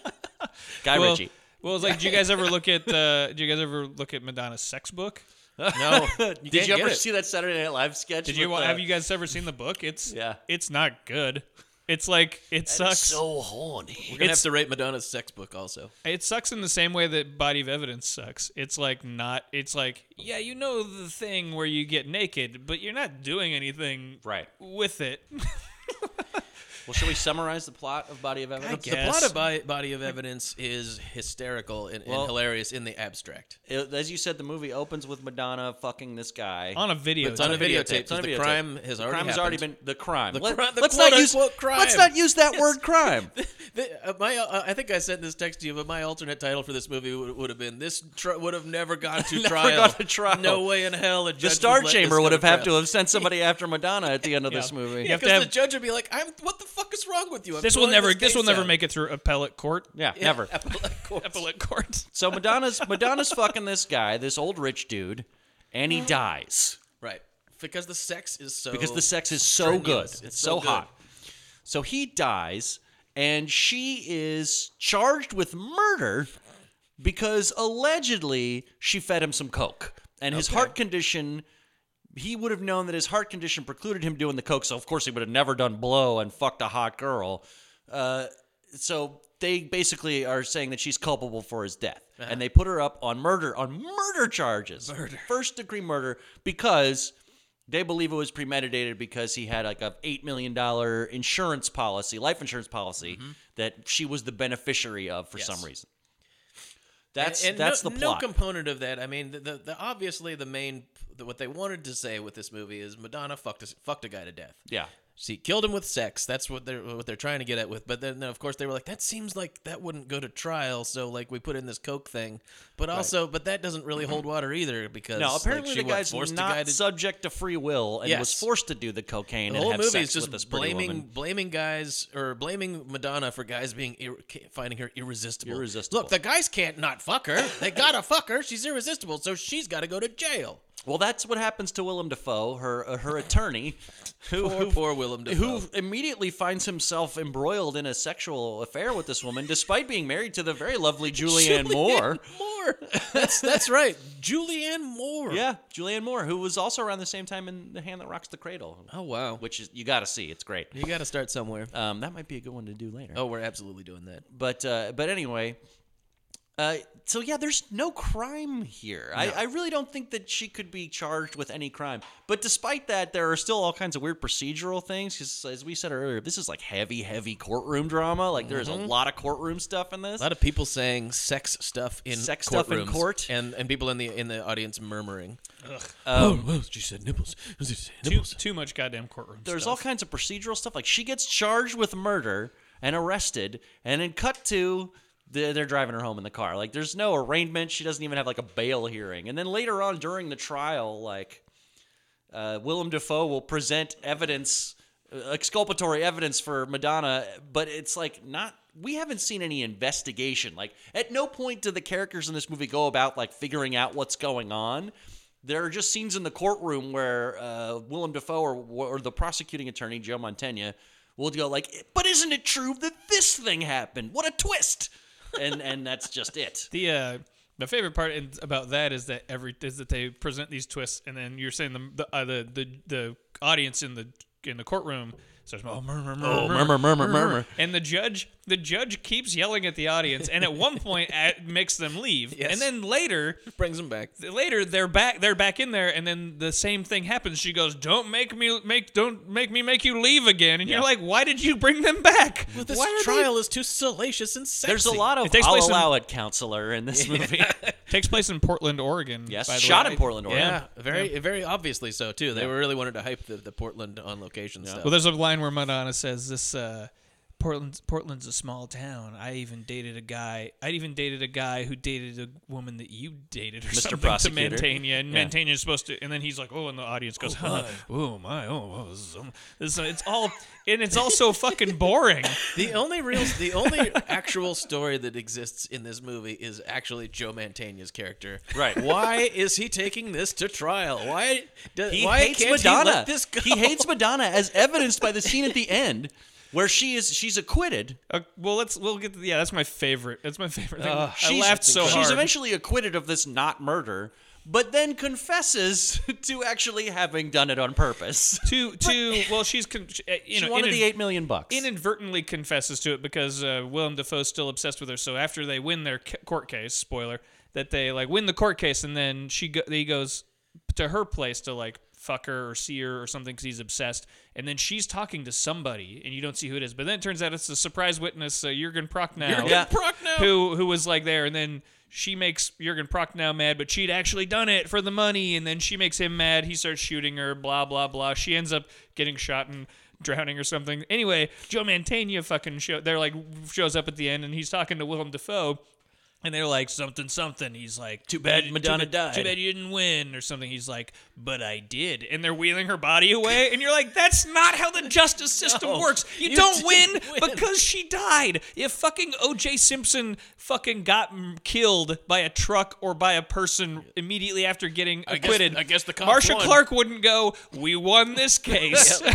Speaker 3: Guy
Speaker 1: well,
Speaker 3: Ritchie.
Speaker 1: Well, it's like, do you guys ever look at uh, do you guys ever look at Madonna's sex book?
Speaker 2: No,
Speaker 3: Did you ever see that Saturday Night Live sketch?
Speaker 1: Did you
Speaker 3: with,
Speaker 1: wa-
Speaker 3: uh,
Speaker 1: have you guys ever seen the book? It's
Speaker 3: Yeah.
Speaker 1: It's not good. It's like it sucks.
Speaker 3: So horny.
Speaker 2: We're gonna
Speaker 1: It's-
Speaker 2: have to rate Madonna's sex book also.
Speaker 1: It sucks in the same way that Body of Evidence sucks. It's like not. It's like yeah, you know the thing where you get naked, but you're not doing anything
Speaker 3: Right.
Speaker 1: with it.
Speaker 3: Well, should we summarize the plot of Body of Evidence?
Speaker 2: The plot of Bi- Body of Evidence is hysterical and, and
Speaker 3: Well-
Speaker 2: hilarious in the abstract.
Speaker 3: It- as you said, the movie opens with Madonna fucking this guy
Speaker 1: on a video.
Speaker 2: It's on a
Speaker 3: tape.
Speaker 2: videotape.
Speaker 3: It's on a
Speaker 2: so The
Speaker 3: videotape.
Speaker 2: crime has
Speaker 3: The
Speaker 2: already
Speaker 3: crime has already been the crime.
Speaker 2: The
Speaker 3: Let,
Speaker 2: cri- the
Speaker 3: us not use
Speaker 2: quote-unquote crime.
Speaker 3: Let's not use that
Speaker 2: Yes.
Speaker 3: word crime.
Speaker 2: The- uh, my, uh, I think I sent this text to you, but my alternate title for this movie would, would have been "This tr- would have never gone to
Speaker 3: Never
Speaker 2: trial.
Speaker 3: gone to trial.
Speaker 2: No way in hell a judge
Speaker 3: The
Speaker 2: would
Speaker 3: Star
Speaker 2: let this
Speaker 3: Chamber
Speaker 2: go
Speaker 3: would have had to
Speaker 2: trial.
Speaker 3: have sent somebody after Madonna at the end of this movie.
Speaker 1: You have to
Speaker 2: because the
Speaker 1: have-
Speaker 2: judge would be like, "I'm what the fuck is wrong with you?" I'm
Speaker 1: This will
Speaker 2: throwing
Speaker 1: never. This,
Speaker 2: case
Speaker 1: will never
Speaker 2: out."
Speaker 1: make it through appellate court.
Speaker 3: Yeah, never.
Speaker 2: Appellate court.
Speaker 1: Appellate court.
Speaker 3: So Madonna's Madonna's fucking this guy, this old rich dude, and he dies
Speaker 2: Right, because the sex is so
Speaker 3: because the sex is so good.
Speaker 2: strenuous.
Speaker 3: It's, so,
Speaker 2: good.
Speaker 3: hot. So he dies, and she is charged with murder because allegedly she fed him some coke, and his heart condition. He would have known that his heart condition precluded him doing the coke, so of course he would have never done blow and fucked a hot girl. Uh, so they basically are saying that she's culpable for his death,
Speaker 2: Uh-huh.
Speaker 3: and they put her up on murder on murder charges, first degree murder, because they believe it was premeditated because he had like a eight million dollar insurance policy, life insurance policy
Speaker 2: Mm-hmm.
Speaker 3: that she was the beneficiary of for some reason. That's
Speaker 2: and, and
Speaker 3: that's
Speaker 2: no,
Speaker 3: the plot.
Speaker 2: No component of that. I mean, the, the, the obviously the main the, what they wanted to say with this movie is Madonna fucked a, fucked a guy to death.
Speaker 3: yeah,
Speaker 2: She killed him with sex. That's what they're what they're trying to get at with. But then, of course, they were like, that seems like that wouldn't go to trial. So like we put in this coke thing, but also, but that doesn't really hold water either because
Speaker 3: no.
Speaker 2: like,
Speaker 3: Apparently,
Speaker 2: she,
Speaker 3: the
Speaker 2: what,
Speaker 3: guy's
Speaker 2: forced
Speaker 3: not
Speaker 2: a guy to,
Speaker 3: subject to free will and was
Speaker 2: Yes.
Speaker 3: forced to do the cocaine
Speaker 2: the
Speaker 3: and
Speaker 2: whole
Speaker 3: have
Speaker 2: movie
Speaker 3: sex
Speaker 2: is
Speaker 3: with this
Speaker 2: just
Speaker 3: pretty
Speaker 2: blaming
Speaker 3: woman.
Speaker 2: blaming guys or blaming Madonna for guys being ir- ca- finding her irresistible.
Speaker 3: Irresistible.
Speaker 2: Look, the guys can't not fuck her. They gotta fuck her. She's irresistible, so she's got to go to jail.
Speaker 3: Well, that's what happens to Willem Dafoe, her uh, her attorney, who
Speaker 2: Poor,
Speaker 3: who-
Speaker 2: poor Willem Dafoe.
Speaker 3: who immediately finds himself embroiled in a sexual affair with this woman, despite being married to the very lovely Julianne, Moore.
Speaker 2: Moore. That's that's right. Julianne Moore.
Speaker 3: Yeah, Julianne Moore, who was also around the same time in The Hand That Rocks the Cradle.
Speaker 2: Oh wow.
Speaker 3: Which is you got to see. It's great.
Speaker 2: You got to start somewhere.
Speaker 3: Um, that might be a good one to do later.
Speaker 2: Oh, we're absolutely doing that.
Speaker 3: But uh, but anyway, uh, so yeah, there's no crime here. I, I really don't think that she could be charged with any crime. But despite that, there are still all kinds of weird procedural things. 'cause as we said earlier, this is like heavy, heavy courtroom drama. Like there's a lot of courtroom stuff in this.
Speaker 2: A lot of people saying sex stuff in
Speaker 3: Sex stuff in
Speaker 2: courtrooms
Speaker 3: court.
Speaker 2: and and people in the in the audience murmuring. oh, well, she said nipples. She said
Speaker 1: Too,
Speaker 2: nipples.
Speaker 1: too much goddamn courtroom.
Speaker 3: there's all
Speaker 1: stuff.
Speaker 3: kinds of procedural stuff. Like she gets charged with murder and arrested, and then cut to the, they're driving her home in the car. Like there's no arraignment. She doesn't even have like a bail hearing. And then later on during the trial, like uh, Willem Dafoe will present evidence, uh, exculpatory evidence for Madonna, but it's like not. We haven't seen any investigation. Like at no point do the characters in this movie go about like figuring out what's going on. There are just scenes in the courtroom where uh, Willem Dafoe or, or the prosecuting attorney Joe Montaigne will go like, "But isn't it true that this thing happened? What a twist!" And and that's just it.
Speaker 1: the uh, the favorite part in, about that is that every is that they present these twists, and then you're saying the the uh, the, the, the audience in the in the courtroom starts oh murmur murmur
Speaker 2: Oh, murmur, murmur, murmur.
Speaker 1: and the judge the judge keeps yelling at the audience, and at one point at, makes them leave,
Speaker 2: Yes.
Speaker 1: and then later
Speaker 2: Brings them back.
Speaker 1: later they're back they're back in there and then the same thing happens she goes don't make me make don't make me make you leave again and you're like why did you bring them back
Speaker 2: But this
Speaker 1: Why are they-
Speaker 2: trial is too salacious and sexy.
Speaker 3: There's a lot of
Speaker 1: It takes
Speaker 3: I'll
Speaker 1: place in-
Speaker 3: allow it counselor in this movie.
Speaker 1: takes place in portland oregon
Speaker 3: Yes,
Speaker 1: by the
Speaker 3: shot
Speaker 1: way.
Speaker 3: in Portland, Oregon.
Speaker 1: yeah.
Speaker 2: Yeah, very very obviously so too. They really wanted to hype the, the Portland on location stuff.
Speaker 1: well there's a line where madonna says this uh Portland's Portland's a small town. I even dated a guy. I even dated a guy who dated a woman that you dated or
Speaker 3: Mr.
Speaker 1: something
Speaker 3: Prosecutor.
Speaker 1: to Mantegna, and
Speaker 3: Yeah.
Speaker 1: Mantegna is supposed to. And then he's like, oh, and the audience goes, huh, oh my, oh, oh, this is, um, this is- it's all, and it's all so fucking boring.
Speaker 2: The only real, the only actual story that exists in this movie is actually Joe Mantegna's character.
Speaker 3: Right.
Speaker 2: Why is he taking this to trial? Why? Do,
Speaker 3: He
Speaker 2: why
Speaker 3: hates
Speaker 2: can't
Speaker 3: Madonna.
Speaker 2: He let this go?
Speaker 3: He hates Madonna, as evidenced by the scene at the end where she is she's acquitted.
Speaker 1: Uh, well, let's we'll get to yeah. That's my favorite. That's my favorite thing. I
Speaker 3: Uh, She's-
Speaker 1: laughed so hard.
Speaker 3: She's eventually acquitted of this not murder, but then confesses to actually having done it on purpose.
Speaker 1: to to well, she's con- uh, you
Speaker 3: She
Speaker 1: know
Speaker 3: wanted
Speaker 1: in-
Speaker 3: the eight million bucks.
Speaker 1: inadvertently confesses to it because uh, Willem Dafoe's still obsessed with her. So after they win their ca- court case, spoiler, that they like win the court case, and then she go- he goes to her place to like fuck her or see her or something because he's obsessed. And then she's talking to somebody, and you don't see who it is. But then it turns out it's the surprise witness, uh, Jurgen Prochnow,
Speaker 3: Oh,
Speaker 2: Jürgen Yeah. Prochnow.
Speaker 1: who who was like there, and then. She makes Jurgen Prochnow mad, but she'd actually done it for the money, and then she makes him mad. He starts shooting her, blah blah blah. She ends up getting shot and drowning or something. Anyway, Joe Mantegna fucking show they're like shows up at the end and he's talking to Willem Dafoe and they're like something something. He's like
Speaker 3: Too bad
Speaker 1: you-
Speaker 3: Madonna
Speaker 1: too bad- Too
Speaker 3: died."
Speaker 1: bad you didn't win or something. He's like, but I did. And they're wheeling her body away and you're like, that's not how the justice system works. You,
Speaker 2: you
Speaker 1: don't
Speaker 2: didn't
Speaker 1: win,
Speaker 2: win.
Speaker 1: because she died. If fucking O.J. Simpson fucking got m- killed by a truck or by a person immediately after getting
Speaker 2: I guess-
Speaker 1: acquitted,
Speaker 2: I guess the cops
Speaker 1: Marsha
Speaker 2: won.
Speaker 1: Clark wouldn't go. We won this case.
Speaker 3: uh,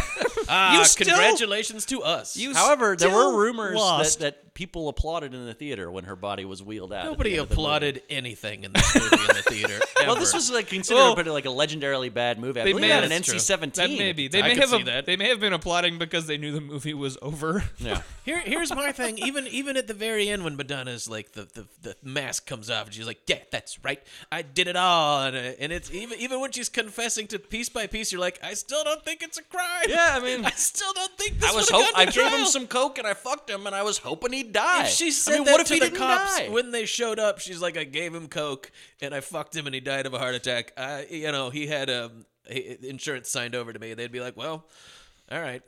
Speaker 2: Ah,
Speaker 1: you still-
Speaker 2: congratulations to us.
Speaker 1: You
Speaker 3: However, there
Speaker 1: still
Speaker 3: were rumors that,
Speaker 1: lost.
Speaker 3: that people applauded in the theater when her body was wheeled out. at
Speaker 2: Nobody
Speaker 3: the end of the movie.
Speaker 2: applauded anything in this movie in the theater.
Speaker 3: Well, this
Speaker 2: ever.
Speaker 3: was like considered
Speaker 1: Well,
Speaker 3: a bit of, like a legendarily bad movie. I
Speaker 1: they
Speaker 3: believe
Speaker 1: may
Speaker 3: it had
Speaker 1: have-
Speaker 3: an
Speaker 1: that's true.
Speaker 3: NC-17.
Speaker 1: That may be. They
Speaker 2: I
Speaker 1: may
Speaker 2: could
Speaker 1: have.
Speaker 2: see
Speaker 1: a-
Speaker 2: that.
Speaker 1: They may have been applauding because they knew the movie was over.
Speaker 3: Yeah.
Speaker 2: Here, here's my thing. Even even at the very end, when Madonna's like the, the, the mask comes off, and she's like, "Yeah, that's right, I did it all," and, uh, and it's even even when she's confessing to piece by piece, you're like, "I still don't think it's a crime."
Speaker 1: Yeah, I mean-
Speaker 2: I still don't think this
Speaker 3: I was
Speaker 2: would've
Speaker 3: hope
Speaker 2: gone
Speaker 3: I
Speaker 2: to
Speaker 3: gave him
Speaker 2: trial."
Speaker 3: some coke and I fucked him and I was hoping he'd die.
Speaker 2: If she said
Speaker 3: I mean,
Speaker 2: that
Speaker 3: what if
Speaker 2: to
Speaker 3: he
Speaker 2: the
Speaker 3: didn't
Speaker 2: cops
Speaker 3: die?
Speaker 2: when they showed up, she's like, "I gave him coke and I fucked him and he died of a heart attack." I, you know, he had um, he- insurance signed over to me. They'd be like, "Well, all right,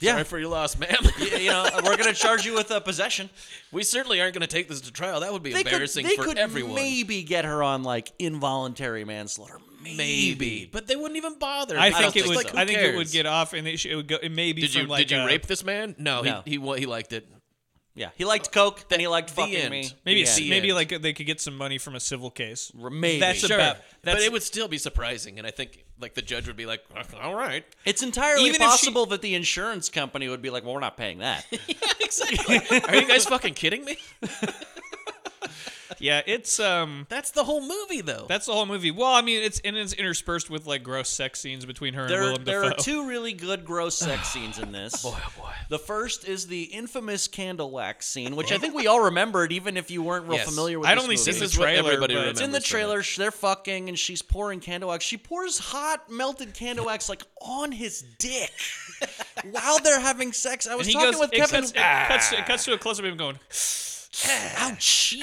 Speaker 3: Yeah.
Speaker 2: sorry for your loss, ma'am."
Speaker 3: Yeah, you know, we're gonna charge you with uh, possession.
Speaker 2: We certainly aren't going to take this to trial. That would be embarrassing
Speaker 3: could, they
Speaker 2: for
Speaker 3: could
Speaker 2: everyone.
Speaker 3: Maybe get her on like involuntary manslaughter. Maybe.
Speaker 2: Maybe. but they wouldn't even bother.
Speaker 1: I
Speaker 2: don't
Speaker 1: think it would.
Speaker 2: like, who
Speaker 1: I think it would
Speaker 2: cares?
Speaker 1: get off, and it, sh- it would go. It may be.
Speaker 2: Did you
Speaker 1: from like
Speaker 2: did you
Speaker 1: a-
Speaker 2: rape this man? No,
Speaker 3: No.
Speaker 2: he he wa- he liked it.
Speaker 3: Yeah, he liked coke and he liked
Speaker 2: the
Speaker 3: fucking
Speaker 2: end.
Speaker 3: me.
Speaker 1: Maybe
Speaker 2: Yeah.
Speaker 1: it's-
Speaker 2: The
Speaker 1: maybe
Speaker 2: end.
Speaker 1: like they could get some money from a civil case.
Speaker 3: Maybe.
Speaker 1: That's
Speaker 3: Sure.
Speaker 1: about. That's,
Speaker 2: but it would still be surprising, and I think like the judge would be like, "All right,
Speaker 3: It's entirely
Speaker 1: Even if she-
Speaker 3: possible that the insurance company would be like, "Well, we're not paying that."
Speaker 2: are you guys fucking kidding me?"
Speaker 1: Yeah, it's um.
Speaker 2: That's the whole movie, though.
Speaker 1: That's the whole movie. Well, I mean, it's and it's interspersed with like gross sex scenes between her and
Speaker 3: there,
Speaker 1: Willem
Speaker 3: there
Speaker 1: Dafoe.
Speaker 3: are two really good gross sex scenes in this. boy, oh boy. The first is the infamous candle wax scene, which I think we all remembered, even if you weren't real
Speaker 2: Yes.
Speaker 3: familiar with.
Speaker 1: I'd
Speaker 3: this
Speaker 1: only
Speaker 3: movie.
Speaker 1: seen
Speaker 2: This
Speaker 1: the
Speaker 2: is what
Speaker 1: trailer,
Speaker 2: everybody
Speaker 1: but
Speaker 3: It's in
Speaker 2: remembers.
Speaker 3: the
Speaker 2: from it.
Speaker 3: trailer. sh- They're fucking, and she's pouring candle wax. She pours hot melted candle wax like on his dick while they're having sex. I was
Speaker 1: And he
Speaker 3: talking
Speaker 1: goes.
Speaker 3: with
Speaker 1: it
Speaker 3: Kevin.
Speaker 1: cuts- it cuts- It cuts to a close up of him going.
Speaker 3: Ouch!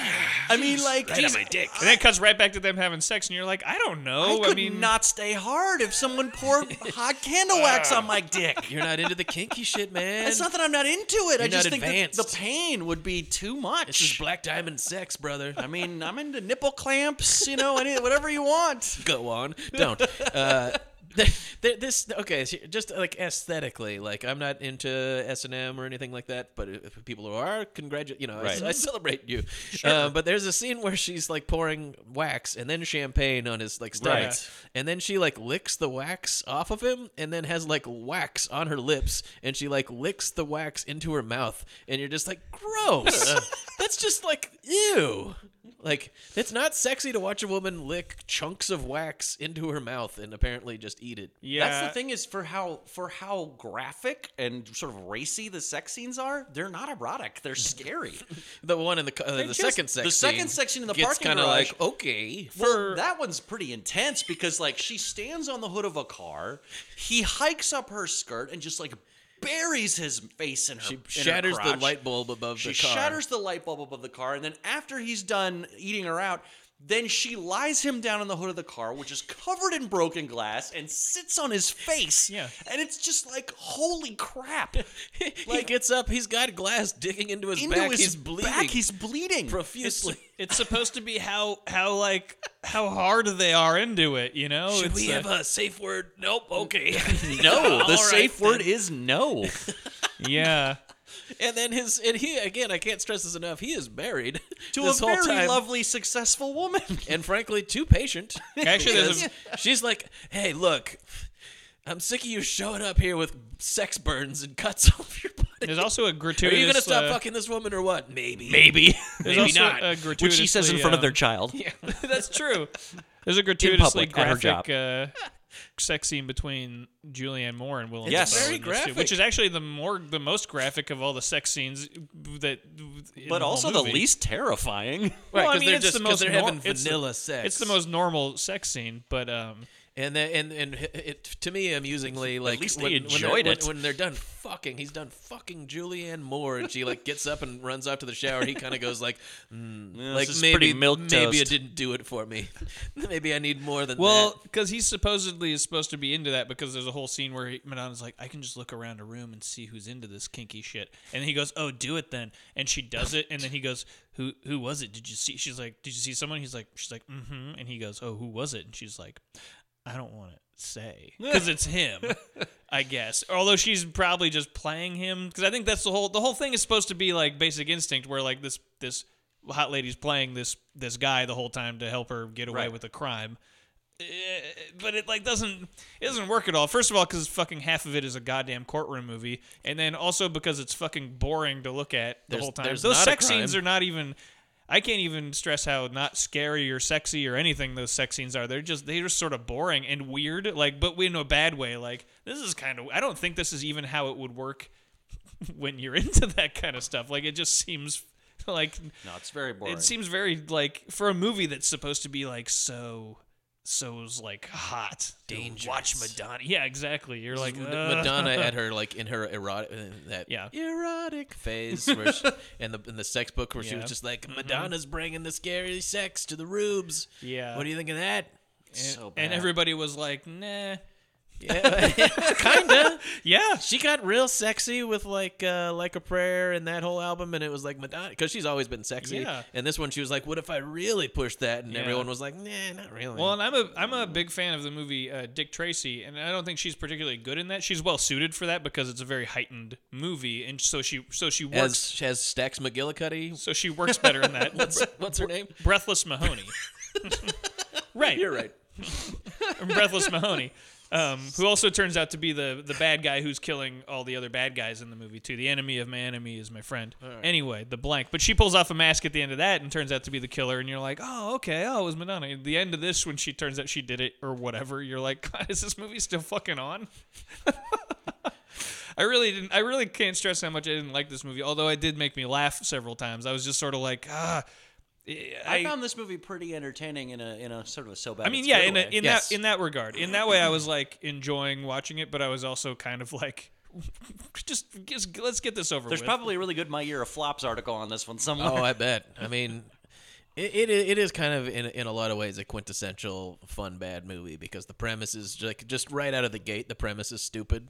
Speaker 3: I mean, like he's-
Speaker 1: And then it cuts right back to them having sex, and you're like, I don't know.
Speaker 3: I
Speaker 1: Oh, I,
Speaker 3: could
Speaker 1: mean,
Speaker 3: not stay hard if someone poured hot candle wax on my dick.
Speaker 2: You're not into the kinky shit, man.
Speaker 3: It's not that I'm not into it. I
Speaker 2: You're
Speaker 3: just
Speaker 2: not
Speaker 3: think that the
Speaker 2: advanced.
Speaker 3: pain would be too
Speaker 2: This is
Speaker 3: much.
Speaker 2: black diamond sex, brother.
Speaker 3: I mean, I'm into nipple clamps, you know, any, whatever you want.
Speaker 2: go on. Don't. Uh, th- th- this okay, so just like aesthetically, like I'm not into S and M or anything like that. But if people who are, congratulate. You know, I-
Speaker 3: Right.
Speaker 2: I, celebrate you. Uh, but there's a scene where she's like pouring wax and then champagne on his like stomach,
Speaker 3: Right.
Speaker 2: and then she like licks the wax off of him, and then has like wax on her lips, and she like licks the wax into her mouth, and you're just like, gross. that's just like ew. Like it's not sexy to watch a woman lick chunks of wax into her mouth and apparently just eat it.
Speaker 1: Yeah,
Speaker 3: That's the thing is for how for how graphic and sort of racy the sex scenes are, they're not erotic. They're scary.
Speaker 2: The one in the co- uh, the
Speaker 3: just-
Speaker 2: second section.
Speaker 3: the second section in the
Speaker 2: gets
Speaker 3: parking
Speaker 2: kinda
Speaker 3: garage-
Speaker 2: like okay.
Speaker 3: Well, that one's pretty intense because like she stands on the hood of a car, he hikes up her skirt and just like buries his face in her. in her
Speaker 2: shatters the
Speaker 3: crotch.
Speaker 2: light bulb above
Speaker 3: She
Speaker 2: the car.
Speaker 3: shatters the light bulb above the car, and then after he's done eating her out, Then she lies him down in the hood of the car, which is covered in broken glass, and sits on his face. Yeah. And it's just like, holy crap.
Speaker 2: he gets up. He's got glass digging into his back. he's bleeding.
Speaker 3: back, he's bleeding.
Speaker 2: profusely.
Speaker 1: It's supposed to be how how like how hard they are into it, you know.
Speaker 2: Should
Speaker 1: it's
Speaker 2: we
Speaker 1: uh,
Speaker 2: have a safe word? Nope. Okay.
Speaker 3: No,
Speaker 2: All
Speaker 3: the safe
Speaker 2: right,
Speaker 3: word
Speaker 2: then.
Speaker 3: is no.
Speaker 1: yeah.
Speaker 2: And then his and he again. I can't stress this enough. He is married
Speaker 3: To
Speaker 2: this
Speaker 3: a
Speaker 2: whole
Speaker 3: very
Speaker 2: time.
Speaker 3: lovely, successful woman.
Speaker 2: and frankly too patient.
Speaker 1: Actually, there's a-
Speaker 2: Because she's like, "Hey, look, I'm sick of you showing up here with sex burns and cuts off your body.
Speaker 1: There's also a
Speaker 2: Are
Speaker 1: gratuitous.
Speaker 2: you gonna stop
Speaker 1: uh,
Speaker 2: fucking this woman or what? Maybe.
Speaker 3: Maybe.
Speaker 1: There's
Speaker 2: Maybe
Speaker 1: also
Speaker 2: not.
Speaker 1: a
Speaker 3: Which she says in
Speaker 1: gratuitously,
Speaker 3: front of
Speaker 1: uh,
Speaker 3: their child.
Speaker 1: That's true. There's a gratuitously
Speaker 3: public, at her
Speaker 1: graphic uh, sex scene between Julianne Moore and Willem.
Speaker 3: Yes.
Speaker 1: Dafoe
Speaker 3: Very
Speaker 1: in this too,
Speaker 2: graphic.
Speaker 1: which is actually the more the most graphic of all the sex scenes that. in the
Speaker 3: But
Speaker 1: whole
Speaker 3: also the
Speaker 1: movie.
Speaker 3: least terrifying.
Speaker 1: Well,
Speaker 2: Right,
Speaker 1: I
Speaker 2: 'cause
Speaker 1: mean,
Speaker 2: they're
Speaker 1: it's
Speaker 2: just-
Speaker 1: the
Speaker 2: 'cause
Speaker 1: most
Speaker 2: they're
Speaker 1: nor-
Speaker 2: having
Speaker 1: it's the-
Speaker 2: vanilla sex.
Speaker 1: It's the most normal sex scene, but um,
Speaker 2: And then and and it, to me amusingly like
Speaker 3: least they
Speaker 2: when, when they're-
Speaker 3: enjoyed
Speaker 2: when-
Speaker 3: it.
Speaker 2: when they're done fucking. He's done fucking Julianne Moore, and she like gets up and runs off to the shower. He kind of goes like, mm, like
Speaker 3: is pretty
Speaker 2: maybe
Speaker 3: milk
Speaker 2: maybe it
Speaker 3: toast."
Speaker 2: didn't do it for me. maybe I need more than that.
Speaker 1: Well, because he supposedly is supposed to be into that because there's a whole scene where he, Madonna's like, I can just look around a room and see who's into this kinky shit. And he goes, Oh, do it then. And she does it. And then he goes, Who who was it? Did you see? She's like, Did you see someone? He's like, She's like, Mm hmm. And he goes, Oh, who was it? And she's like, I don't want to say because it's him, I guess. Although she's probably just playing him because I think that's the whole the whole thing is supposed to be like Basic Instinct, where like this this hot lady's playing this this guy the whole time to help her get away
Speaker 3: Right.
Speaker 1: with a crime but it like doesn't it doesn't work at all. First of all, because fucking half of it is a goddamn courtroom movie, and then also because it's fucking boring to look at the
Speaker 2: There's-
Speaker 1: whole time.
Speaker 2: there's
Speaker 1: Those
Speaker 2: not a
Speaker 1: sex
Speaker 2: crime.
Speaker 1: scenes are not even. I can't even stress how not scary or sexy or anything those sex scenes are. They're just they're just sort of boring and weird. Like, but in a bad way. Like this is kind of. I don't think this is even how it would work when you're into that kind of stuff. Like it just seems like
Speaker 3: No, it's very boring.
Speaker 1: it seems very like for a movie that's supposed to be like so so like hot. Dangerous. Watch Madonna. Yeah, exactly. You're like uh,
Speaker 2: Mad- Madonna at her like in her erotic uh, that
Speaker 1: Yeah.
Speaker 2: erotic phase where she, and the in the sex book where she
Speaker 1: Yeah. Mm-hmm.
Speaker 2: was just like Madonna's bringing the scary sex to the rubes.
Speaker 1: Yeah.
Speaker 2: What do you think of that?
Speaker 1: And,
Speaker 3: so
Speaker 1: and
Speaker 3: bad.
Speaker 1: everybody was like, nah.
Speaker 2: Kinda.
Speaker 1: Yeah.
Speaker 2: she got real sexy with like uh, like a prayer and that whole album, and it was like Madonna because she's always been sexy.
Speaker 1: Yeah.
Speaker 2: And this one she was like, what if I really push that? And
Speaker 1: Yeah.
Speaker 2: everyone was like, nah, not really.
Speaker 1: Well, and I'm a I'm a big fan of the movie uh, Dick Tracy, and I don't think she's particularly good in that. She's well suited for that because it's a very heightened movie, and so she so she works
Speaker 2: as as Stax McGillicuddy,
Speaker 1: so she works better in that.
Speaker 2: what's what's her name?
Speaker 1: Breathless Mahoney. right.
Speaker 2: You're right.
Speaker 1: Breathless Mahoney, um, who also turns out to be the the bad guy who's killing all the other bad guys in the movie too. The enemy of my enemy is my friend. Anyway, the blank. But she pulls off a mask at the end of that and turns out to be the killer. And you're like, oh okay, oh it was Madonna. At the end of this, when she turns out she did it or whatever, you're like, God, is this movie still fucking on? I really didn't. I really can't stress how much I didn't like this movie. Although it did make me laugh several times. I was just sort of like, ah.
Speaker 3: I, found this movie pretty entertaining in a in a sort of a so bad.
Speaker 1: I mean,
Speaker 3: it's
Speaker 1: yeah,
Speaker 3: good
Speaker 1: in, a,
Speaker 3: way.
Speaker 1: in
Speaker 2: Yes.
Speaker 1: that in that regard, in that way, I was like enjoying watching it, but I was also kind of like, just, just let's get this over
Speaker 3: There's
Speaker 1: with.
Speaker 3: probably a really good My Year of Flops article on this one somewhere.
Speaker 2: Oh, I bet. I mean, it, it i- it is kind of in in a lot of ways a quintessential fun bad movie because the premise is like just right out of the gate the premise is stupid,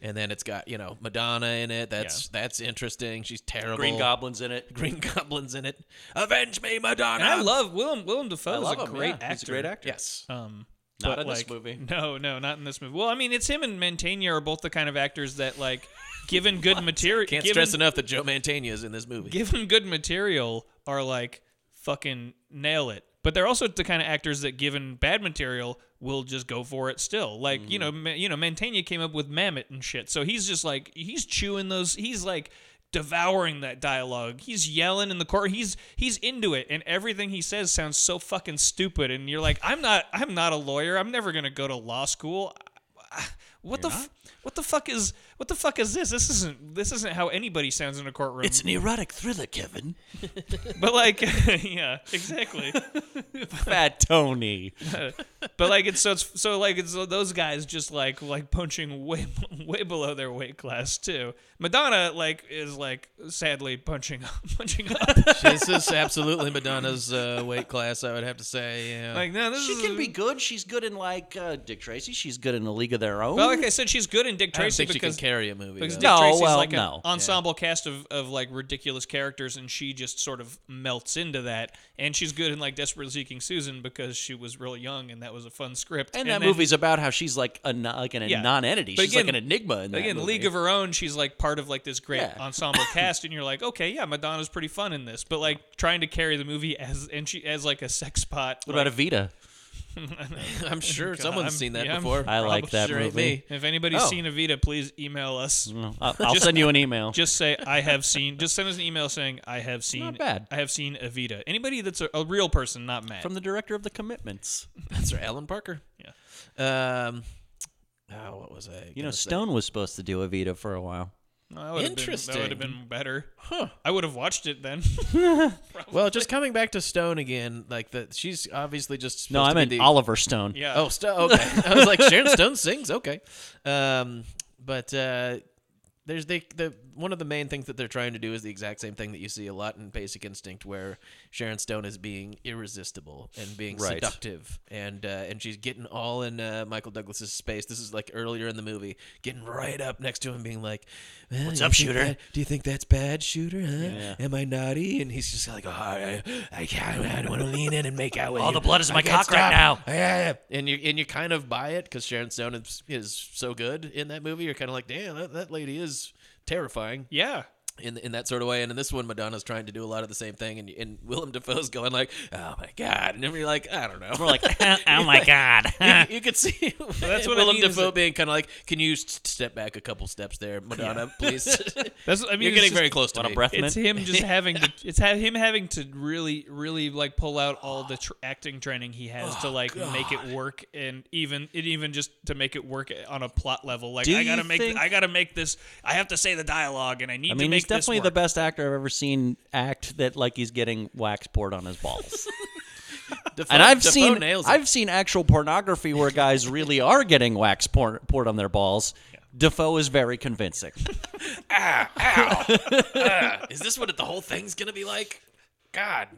Speaker 2: and then it's got you know Madonna in it. That's that's interesting. She's terrible.
Speaker 3: Green Goblin's in it.
Speaker 2: Green goblins in it. Avenge me,
Speaker 1: and
Speaker 2: Madonna.
Speaker 1: I love Willem Willem Dafoe is
Speaker 3: love
Speaker 1: a
Speaker 3: him,
Speaker 1: great
Speaker 3: yeah.
Speaker 1: actor.
Speaker 3: He's a great actor.
Speaker 2: Yes.
Speaker 1: Um,
Speaker 3: Not
Speaker 1: but,
Speaker 3: in this
Speaker 1: like,
Speaker 3: movie.
Speaker 1: No, no, not in this movie. Well, I mean, it's him and Mantegna are both the kind of actors that like, given good material,
Speaker 2: Can't
Speaker 1: given,
Speaker 2: stress enough that Joe Mantegna is in this movie.
Speaker 1: given good material, are like fucking nail it. But they're also the kind of actors that, given bad material, will just go for it still. Like you know, Ma- you know, Mantegna came up with Mammoth and shit, so he's just like he's chewing those. He's like devouring that dialogue. He's yelling in the court. He's he's into it, and everything he says sounds so fucking stupid. And you're like, I'm not, I'm not a lawyer. I'm never gonna go to law school. What the f- what the fuck is what the fuck is this? This isn't this isn't how anybody sounds in a courtroom.
Speaker 2: It's an erotic thriller, Kevin.
Speaker 1: but like, yeah, exactly.
Speaker 2: Fat Tony.
Speaker 1: but like it's so it's so like it's those guys just like like punching way way below their weight class too. Madonna like is like sadly punching up punching up.
Speaker 2: this is absolutely Madonna's uh, weight class, I would have to say. Yeah.
Speaker 1: Like no, this
Speaker 3: She
Speaker 1: is
Speaker 3: can be good. She's good in like uh, Dick Tracy. She's good in A League of Their Own.
Speaker 1: Well, like I said, she's good in Dick
Speaker 2: I don't
Speaker 1: Tracy
Speaker 2: think she can
Speaker 1: because
Speaker 2: carry a movie.
Speaker 1: because
Speaker 2: though.
Speaker 1: Dick
Speaker 3: No,
Speaker 1: Tracy's
Speaker 3: well,
Speaker 1: like an
Speaker 3: no.
Speaker 1: ensemble cast of, of like ridiculous characters, and she just sort of melts into that. And she's good in like Desperately Seeking Susan because she was real young, and that was a fun script.
Speaker 3: and, that
Speaker 1: then-
Speaker 3: movie's about how she's like a no- like an, a
Speaker 1: Yeah.
Speaker 3: non-entity.
Speaker 1: But
Speaker 3: she's like
Speaker 1: again-
Speaker 3: an enigma in that
Speaker 1: again,
Speaker 3: movie.
Speaker 1: League of Her Own. She's like part of like this great
Speaker 3: Yeah.
Speaker 1: ensemble cast, and you're like, okay, yeah, Madonna's pretty fun in this, but like trying to carry the movie as and she as like a sex pot.
Speaker 3: What about Evita?
Speaker 2: I'm sure
Speaker 1: God,
Speaker 2: someone's
Speaker 1: I'm-
Speaker 2: seen that
Speaker 1: yeah, I'm
Speaker 2: before.
Speaker 3: I like that
Speaker 2: sure ain't
Speaker 3: movie. Mm,
Speaker 1: if anybody's
Speaker 2: Oh.
Speaker 1: seen Evita, please email us.
Speaker 3: I'll, I'll
Speaker 1: Just-
Speaker 3: send you an email.
Speaker 1: Just say I have seen. Just send us an email saying I have seen.
Speaker 3: bad.
Speaker 1: I have seen Evita. Anybody that's a, a real person, not Matt.
Speaker 3: from the director of The Commitments.
Speaker 2: That's right, Alan Parker.
Speaker 1: Yeah.
Speaker 2: Yeah. Um, oh, what was I?
Speaker 3: You know,
Speaker 2: gonna say?
Speaker 3: Stone was supposed to do Evita for a while.
Speaker 1: No, that would've been-
Speaker 2: Interesting.
Speaker 1: that would have been better. I would have watched it then.
Speaker 2: Well, just coming back to Stone again, like that. She's obviously just.
Speaker 3: No,
Speaker 2: supposed
Speaker 3: I
Speaker 2: to be
Speaker 3: meant
Speaker 2: the,
Speaker 3: Oliver Stone.
Speaker 1: yeah.
Speaker 2: Oh, Stone. Okay, I was like Sharon Stone sings. Okay, um, but uh, there's the the one of the main things that they're trying to do is the exact same thing that you see a lot in Basic Instinct, where Sharon Stone is being irresistible and being
Speaker 3: Right.
Speaker 2: seductive, and uh, and she's getting all in uh, Michael Douglas's space. This is like earlier in the movie, getting right up next to him, being like, "Well,
Speaker 3: What's
Speaker 2: you
Speaker 3: up,
Speaker 2: think
Speaker 3: shooter?"
Speaker 2: that- do you think that's bad, shooter? Huh?
Speaker 3: Yeah.
Speaker 2: Am I naughty?" And he's just like, "Oh, I, I, I want to lean in and make out with
Speaker 3: All
Speaker 2: you.
Speaker 3: the blood is in
Speaker 2: I
Speaker 3: my
Speaker 2: can't
Speaker 3: cock right
Speaker 2: stop.
Speaker 3: now."
Speaker 2: Yeah, yeah, yeah. and you and you kind of buy it because Sharon Stone is, is so good in that movie. You're kind of like, damn, that, that lady is terrifying
Speaker 1: yeah.
Speaker 2: in in that sort of way. And in this one, Madonna's trying to do a lot of the same thing, and and Willem Dafoe's going like, oh my god, and then you're like, I don't know,
Speaker 3: We're like, oh my god.
Speaker 2: you, you could see
Speaker 1: that's what I
Speaker 2: Willem
Speaker 1: mean is
Speaker 2: Dafoe
Speaker 1: that-
Speaker 2: being kind of like, can you s- step back a couple steps there, Madonna, please?
Speaker 1: That's. I mean,
Speaker 2: you're
Speaker 1: it's
Speaker 2: getting
Speaker 1: just-
Speaker 2: very close to
Speaker 3: What a
Speaker 2: me.
Speaker 3: breath mint.
Speaker 1: It's him just having to. It's ha- him having to really, really like pull out all the tr- acting training he has
Speaker 3: Oh,
Speaker 1: to like make it work, and even it even just to make it work on a plot level. Like
Speaker 3: Do
Speaker 1: I gotta
Speaker 3: you
Speaker 1: make,
Speaker 3: think-
Speaker 1: I gotta make this. I have to say the dialogue, and I need
Speaker 3: I
Speaker 1: to
Speaker 3: mean,
Speaker 1: make
Speaker 3: he's definitely
Speaker 1: this
Speaker 3: the
Speaker 1: work.
Speaker 3: best actor I've ever seen act that like he's getting wax poured on his balls.
Speaker 2: Dafoe-
Speaker 3: and I've
Speaker 2: Dafoe
Speaker 3: seen
Speaker 2: nails it.
Speaker 3: I've seen actual pornography where guys really are getting wax pour- poured on their balls. Defoe is very convincing.
Speaker 2: Is this what the whole thing's gonna be like? God.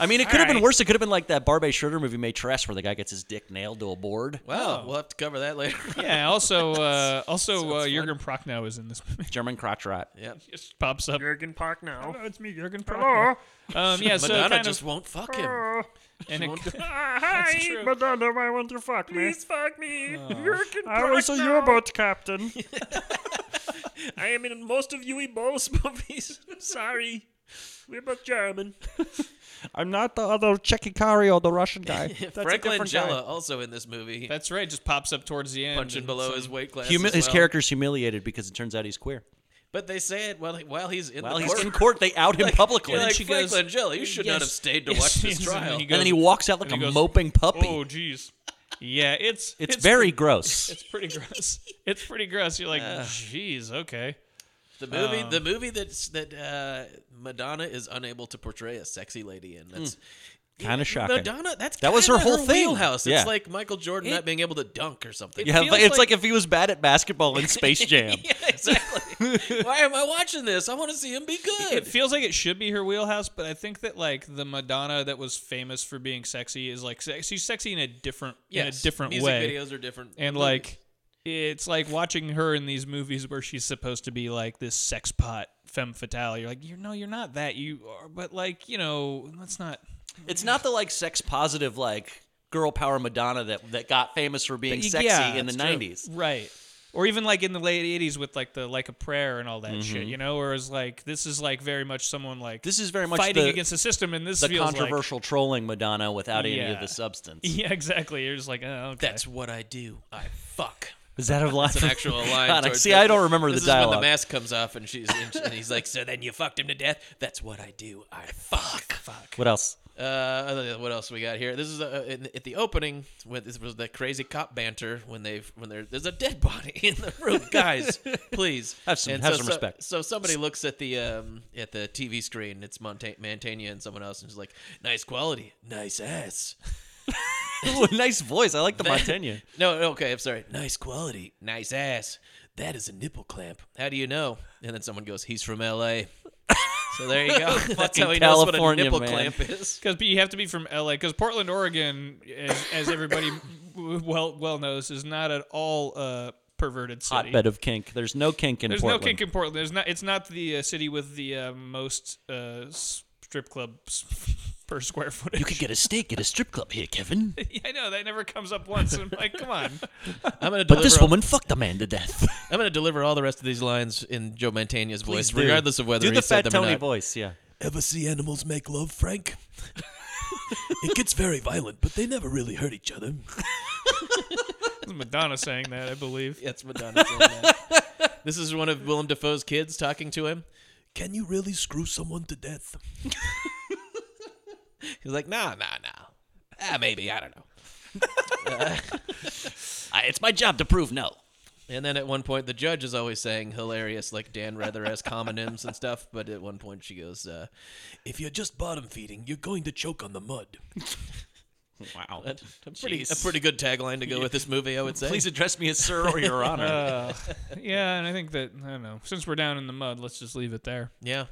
Speaker 3: I mean, it could have been worse. It could have been like that Barbe Schroeder movie Maitresse where the guy gets his dick nailed to a board.
Speaker 2: Well, we'll have to cover that later.
Speaker 1: Yeah. Also, uh, also uh, Jürgen Prochnow is in this movie.
Speaker 3: German crotch rot.
Speaker 2: Yep.
Speaker 1: just pops up.
Speaker 7: Jurgen Park now.
Speaker 1: Hello, it's me, Jürgen Prochnow. Um, yeah. So
Speaker 2: Madonna
Speaker 1: kind
Speaker 2: just
Speaker 1: of,
Speaker 2: won't fuck him.
Speaker 1: and it,
Speaker 7: Hi,
Speaker 1: true.
Speaker 7: Madonna, I want to fuck me. Please fuck me. Jurgen I was a
Speaker 1: Prochnow.
Speaker 7: U-boat captain. I am in most of Huey Ball's movies. Sorry. We're both German.
Speaker 11: I'm not the other Chekikari or the Russian guy.
Speaker 2: Frank Langella also in this movie,
Speaker 1: that's right. Just pops up towards the end.
Speaker 2: punching
Speaker 1: and
Speaker 2: below
Speaker 1: some-
Speaker 2: his weight class.
Speaker 3: Humi-
Speaker 2: as
Speaker 3: His
Speaker 2: well.
Speaker 3: character's humiliated because it turns out he's queer.
Speaker 2: but they say it while he, while he's in
Speaker 3: While
Speaker 2: the
Speaker 3: he's
Speaker 2: court.
Speaker 3: in court, they out him publicly.
Speaker 2: You're
Speaker 1: And
Speaker 2: like,
Speaker 1: she
Speaker 2: Frank
Speaker 1: goes,
Speaker 2: Langella, you should
Speaker 1: "Yes,
Speaker 2: not have stayed to
Speaker 1: yes,
Speaker 2: watch this
Speaker 1: yes," and then
Speaker 2: trial.
Speaker 1: he goes-
Speaker 3: and then he walks out like
Speaker 1: and
Speaker 3: a
Speaker 1: he goes,
Speaker 3: moping puppy.
Speaker 1: Oh, jeez. Yeah, it's
Speaker 3: it's, very gross.
Speaker 1: It's pretty gross. It's pretty gross. You're like, jeez, okay.
Speaker 2: the movie,
Speaker 1: um,
Speaker 2: the movie that's that uh, Madonna is unable to portray a sexy lady in. That's
Speaker 3: Hmm. Kinda shocking.
Speaker 2: Madonna, that's
Speaker 3: That was her
Speaker 2: kinda
Speaker 3: whole thing.
Speaker 2: Wheelhouse.
Speaker 3: Yeah.
Speaker 2: It's like Michael Jordan not being able to dunk or something.
Speaker 3: yeah,
Speaker 1: feels
Speaker 3: it's
Speaker 1: like-
Speaker 3: like, if he was bad at basketball in Space Jam.
Speaker 2: Yeah, exactly. Why am I watching this? I want to see him be
Speaker 1: It
Speaker 2: good.
Speaker 1: feels like it should be her wheelhouse, but I think that like the Madonna that was famous for being sexy is like se- she's sexy in a different in a
Speaker 2: Yes,
Speaker 1: different
Speaker 2: music
Speaker 1: way.
Speaker 2: videos are different,
Speaker 1: and
Speaker 2: movies.
Speaker 1: like it's like watching her in these movies where she's supposed to be like this sex pot femme fatale. You're like, you know, you're not that. You are, but like, you know, that's not.
Speaker 3: It's not the like sex positive like girl power Madonna that that got famous for being
Speaker 1: Y-
Speaker 3: sexy
Speaker 1: yeah,
Speaker 3: in the
Speaker 1: that's true.
Speaker 3: nineties.
Speaker 1: right? Or even like in the late '80s with like the like a prayer and all that shit, you know. Whereas like this is like very much someone like
Speaker 3: This is very much
Speaker 1: fighting
Speaker 3: the-
Speaker 1: against the system, and this
Speaker 3: The
Speaker 1: feels like-
Speaker 3: controversial trolling Madonna without any
Speaker 1: Yeah.
Speaker 3: of the substance.
Speaker 1: yeah, exactly. You're just like, oh, okay.
Speaker 2: That's what I do. I fuck.
Speaker 3: Is that a line?
Speaker 2: It's an actual line.
Speaker 3: God, I-
Speaker 2: towards
Speaker 3: see,
Speaker 2: the-
Speaker 3: I don't remember
Speaker 2: this
Speaker 3: the
Speaker 2: is when
Speaker 3: dialogue.
Speaker 2: the mask comes off, and she's and, she- and he's like, "So then you fucked him to death." That's what I do. I fuck. Fuck.
Speaker 3: what else?
Speaker 2: Uh, what else we got here? This is uh in, at the opening when this was that crazy cop banter when they when there there's a dead body in the room, guys. please
Speaker 3: Have some-
Speaker 2: And
Speaker 3: have
Speaker 2: so,
Speaker 3: some
Speaker 2: so-
Speaker 3: respect.
Speaker 2: So, somebody looks at the um at the TV screen. It's Monta- Mantegna and someone else, and is like, "Nice quality, nice ass."
Speaker 3: Ooh, nice voice. I like the Montaigne.
Speaker 2: No, no, okay, I'm sorry. Nice quality, nice ass. That is a nipple clamp. How do you know? And then someone goes, "He's from L.A." So there you go. That's
Speaker 3: Fucking
Speaker 2: how he knows what a
Speaker 3: California
Speaker 2: nipple
Speaker 3: man.
Speaker 2: clamp is.
Speaker 1: Because you have to be from LA. Because Portland, Oregon, as, as everybody w- well well knows, is not at all a perverted city.
Speaker 3: Hotbed of kink. There's no kink in
Speaker 1: There's
Speaker 3: Portland.
Speaker 1: no kink in Portland. There's not. It's not the uh, city with the uh, most uh, strip clubs per square footage.
Speaker 12: You could get a steak at a strip club here, Kevin.
Speaker 1: Yeah, I know that never comes up once. I'm like, come on.
Speaker 2: I'm gonna
Speaker 12: But this
Speaker 2: deliver-
Speaker 12: woman fucked a man to death.
Speaker 2: I'm going to deliver all the rest of these lines in Joe Mantegna's voice,
Speaker 12: Please do.
Speaker 2: regardless of whether
Speaker 12: Do
Speaker 2: he
Speaker 12: the
Speaker 2: said
Speaker 12: Fat
Speaker 2: them
Speaker 12: Tony
Speaker 2: or not.
Speaker 3: voice, yeah.
Speaker 12: Ever see animals make love, Frank? it gets very violent, but they never really hurt each other.
Speaker 1: It's Madonna saying that, I believe.
Speaker 2: That's Madonna saying that. this is one of Willem Dafoe's kids talking to him.
Speaker 12: Can you really screw someone to death?
Speaker 2: He's like, nah, nah, nah. Ah, maybe I don't know.
Speaker 12: I, it's my job to prove no.
Speaker 2: And then at one point, the judge is always saying hilarious, like Dan Rather esque homonyms and stuff. But at one point, she goes, uh,
Speaker 12: If you're just bottom feeding, you're going to choke on the mud.
Speaker 3: Wow.
Speaker 2: a pretty, a
Speaker 3: Jeez.
Speaker 2: pretty good tagline to go with this movie, I would say.
Speaker 3: Please address me as sir or your honor.
Speaker 1: Uh, yeah, and I think that I don't know. Since we're down in the mud, let's just leave it there.
Speaker 2: Yeah.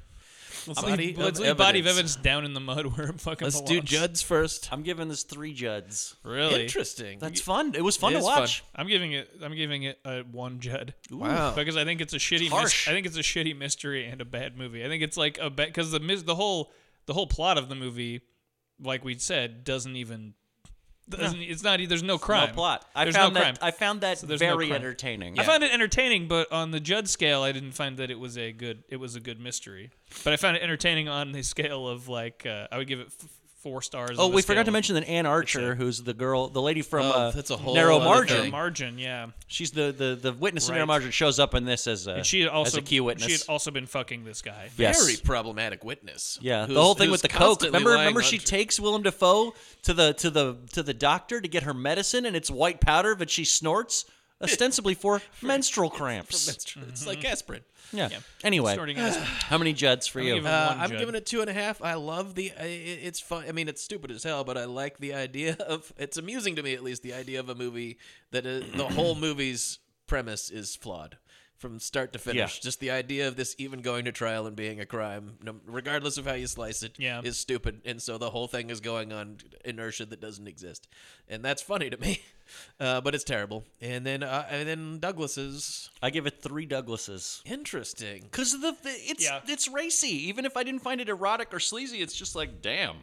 Speaker 1: Let's
Speaker 2: Body
Speaker 1: leave, let's
Speaker 2: of
Speaker 1: leave body of
Speaker 2: evidence.
Speaker 1: evidence down in the mud where it fucking
Speaker 2: Let's do
Speaker 1: belongs.
Speaker 2: Judd's first.
Speaker 3: I'm giving this three Juds.
Speaker 1: Really
Speaker 2: Interesting.
Speaker 3: That's fun. It was fun
Speaker 2: It
Speaker 3: to
Speaker 2: is fun.
Speaker 3: watch.
Speaker 1: I'm giving it. I'm giving it a one Judd.
Speaker 2: Wow.
Speaker 1: Because I think it's a shitty.
Speaker 3: harsh.
Speaker 1: Mis- I think it's a shitty mystery and a bad movie. I think it's like a bad because the mis- the whole the whole plot of the movie, like we said, doesn't even. Doesn't, It's not. e, There's no crime.
Speaker 3: No plot. I
Speaker 1: there's
Speaker 3: found
Speaker 1: no
Speaker 3: that.
Speaker 1: crime.
Speaker 3: I found that
Speaker 1: So there's no
Speaker 3: very
Speaker 1: crime.
Speaker 3: entertaining.
Speaker 1: I found it entertaining, but on the Judd scale, I didn't find that it was a good. It was a good mystery, but I found it entertaining on the scale of like uh, I would give it f- four stars.
Speaker 3: Oh,
Speaker 1: on the
Speaker 3: we forgot
Speaker 1: scale
Speaker 3: to
Speaker 1: of-
Speaker 3: mention that Ann Archer, who's the girl, the lady from
Speaker 2: Oh,
Speaker 3: uh,
Speaker 2: that's a whole
Speaker 3: Narrow
Speaker 2: other
Speaker 3: Margin.
Speaker 2: thing.
Speaker 1: margin. Yeah,
Speaker 3: She's the, the, the witness in Narrow
Speaker 1: Right.
Speaker 3: Margin shows up in this Uh, as a
Speaker 1: and she had also
Speaker 3: as a key witness.
Speaker 1: She had also been fucking this guy.
Speaker 3: Yes.
Speaker 2: Very problematic witness.
Speaker 3: Yeah, the
Speaker 2: Who's-
Speaker 3: whole thing
Speaker 2: who's
Speaker 3: with the coke.
Speaker 2: constantly
Speaker 3: Remember,
Speaker 2: lying
Speaker 3: remember,
Speaker 2: on
Speaker 3: she
Speaker 2: tr-
Speaker 3: takes Willem Dafoe to the to the to the doctor to get her medicine, and it's white powder that she snorts, ostensibly for menstrual cramps.
Speaker 2: That's true. It's
Speaker 3: Mm-hmm.
Speaker 2: like aspirin.
Speaker 3: yeah. Anyway,
Speaker 1: Snorting aspirin.
Speaker 3: how many Jeds for you?
Speaker 1: give him
Speaker 2: Uh,
Speaker 1: one
Speaker 2: I'm
Speaker 1: Judd.
Speaker 2: giving it two and a half. I love the. I- i it's fun. I mean, it's stupid as hell, but I like the idea of. It's amusing to me, at least, the idea of a movie that uh, the whole movie's premise is flawed from start to finish.
Speaker 3: Yeah.
Speaker 2: Just the idea of this even going to trial and being a crime, no, regardless of how you slice it, is
Speaker 1: Yeah.
Speaker 2: stupid. And so the whole thing is going on inertia that doesn't exist, and that's funny to me. Uh, but it's terrible. And then, uh, and then Douglas's
Speaker 3: I give it three Douglases.
Speaker 2: interesting.
Speaker 3: Cause the, the it's
Speaker 1: Yeah.
Speaker 3: it's racy. Even if I didn't find it erotic or sleazy, it's just like damn.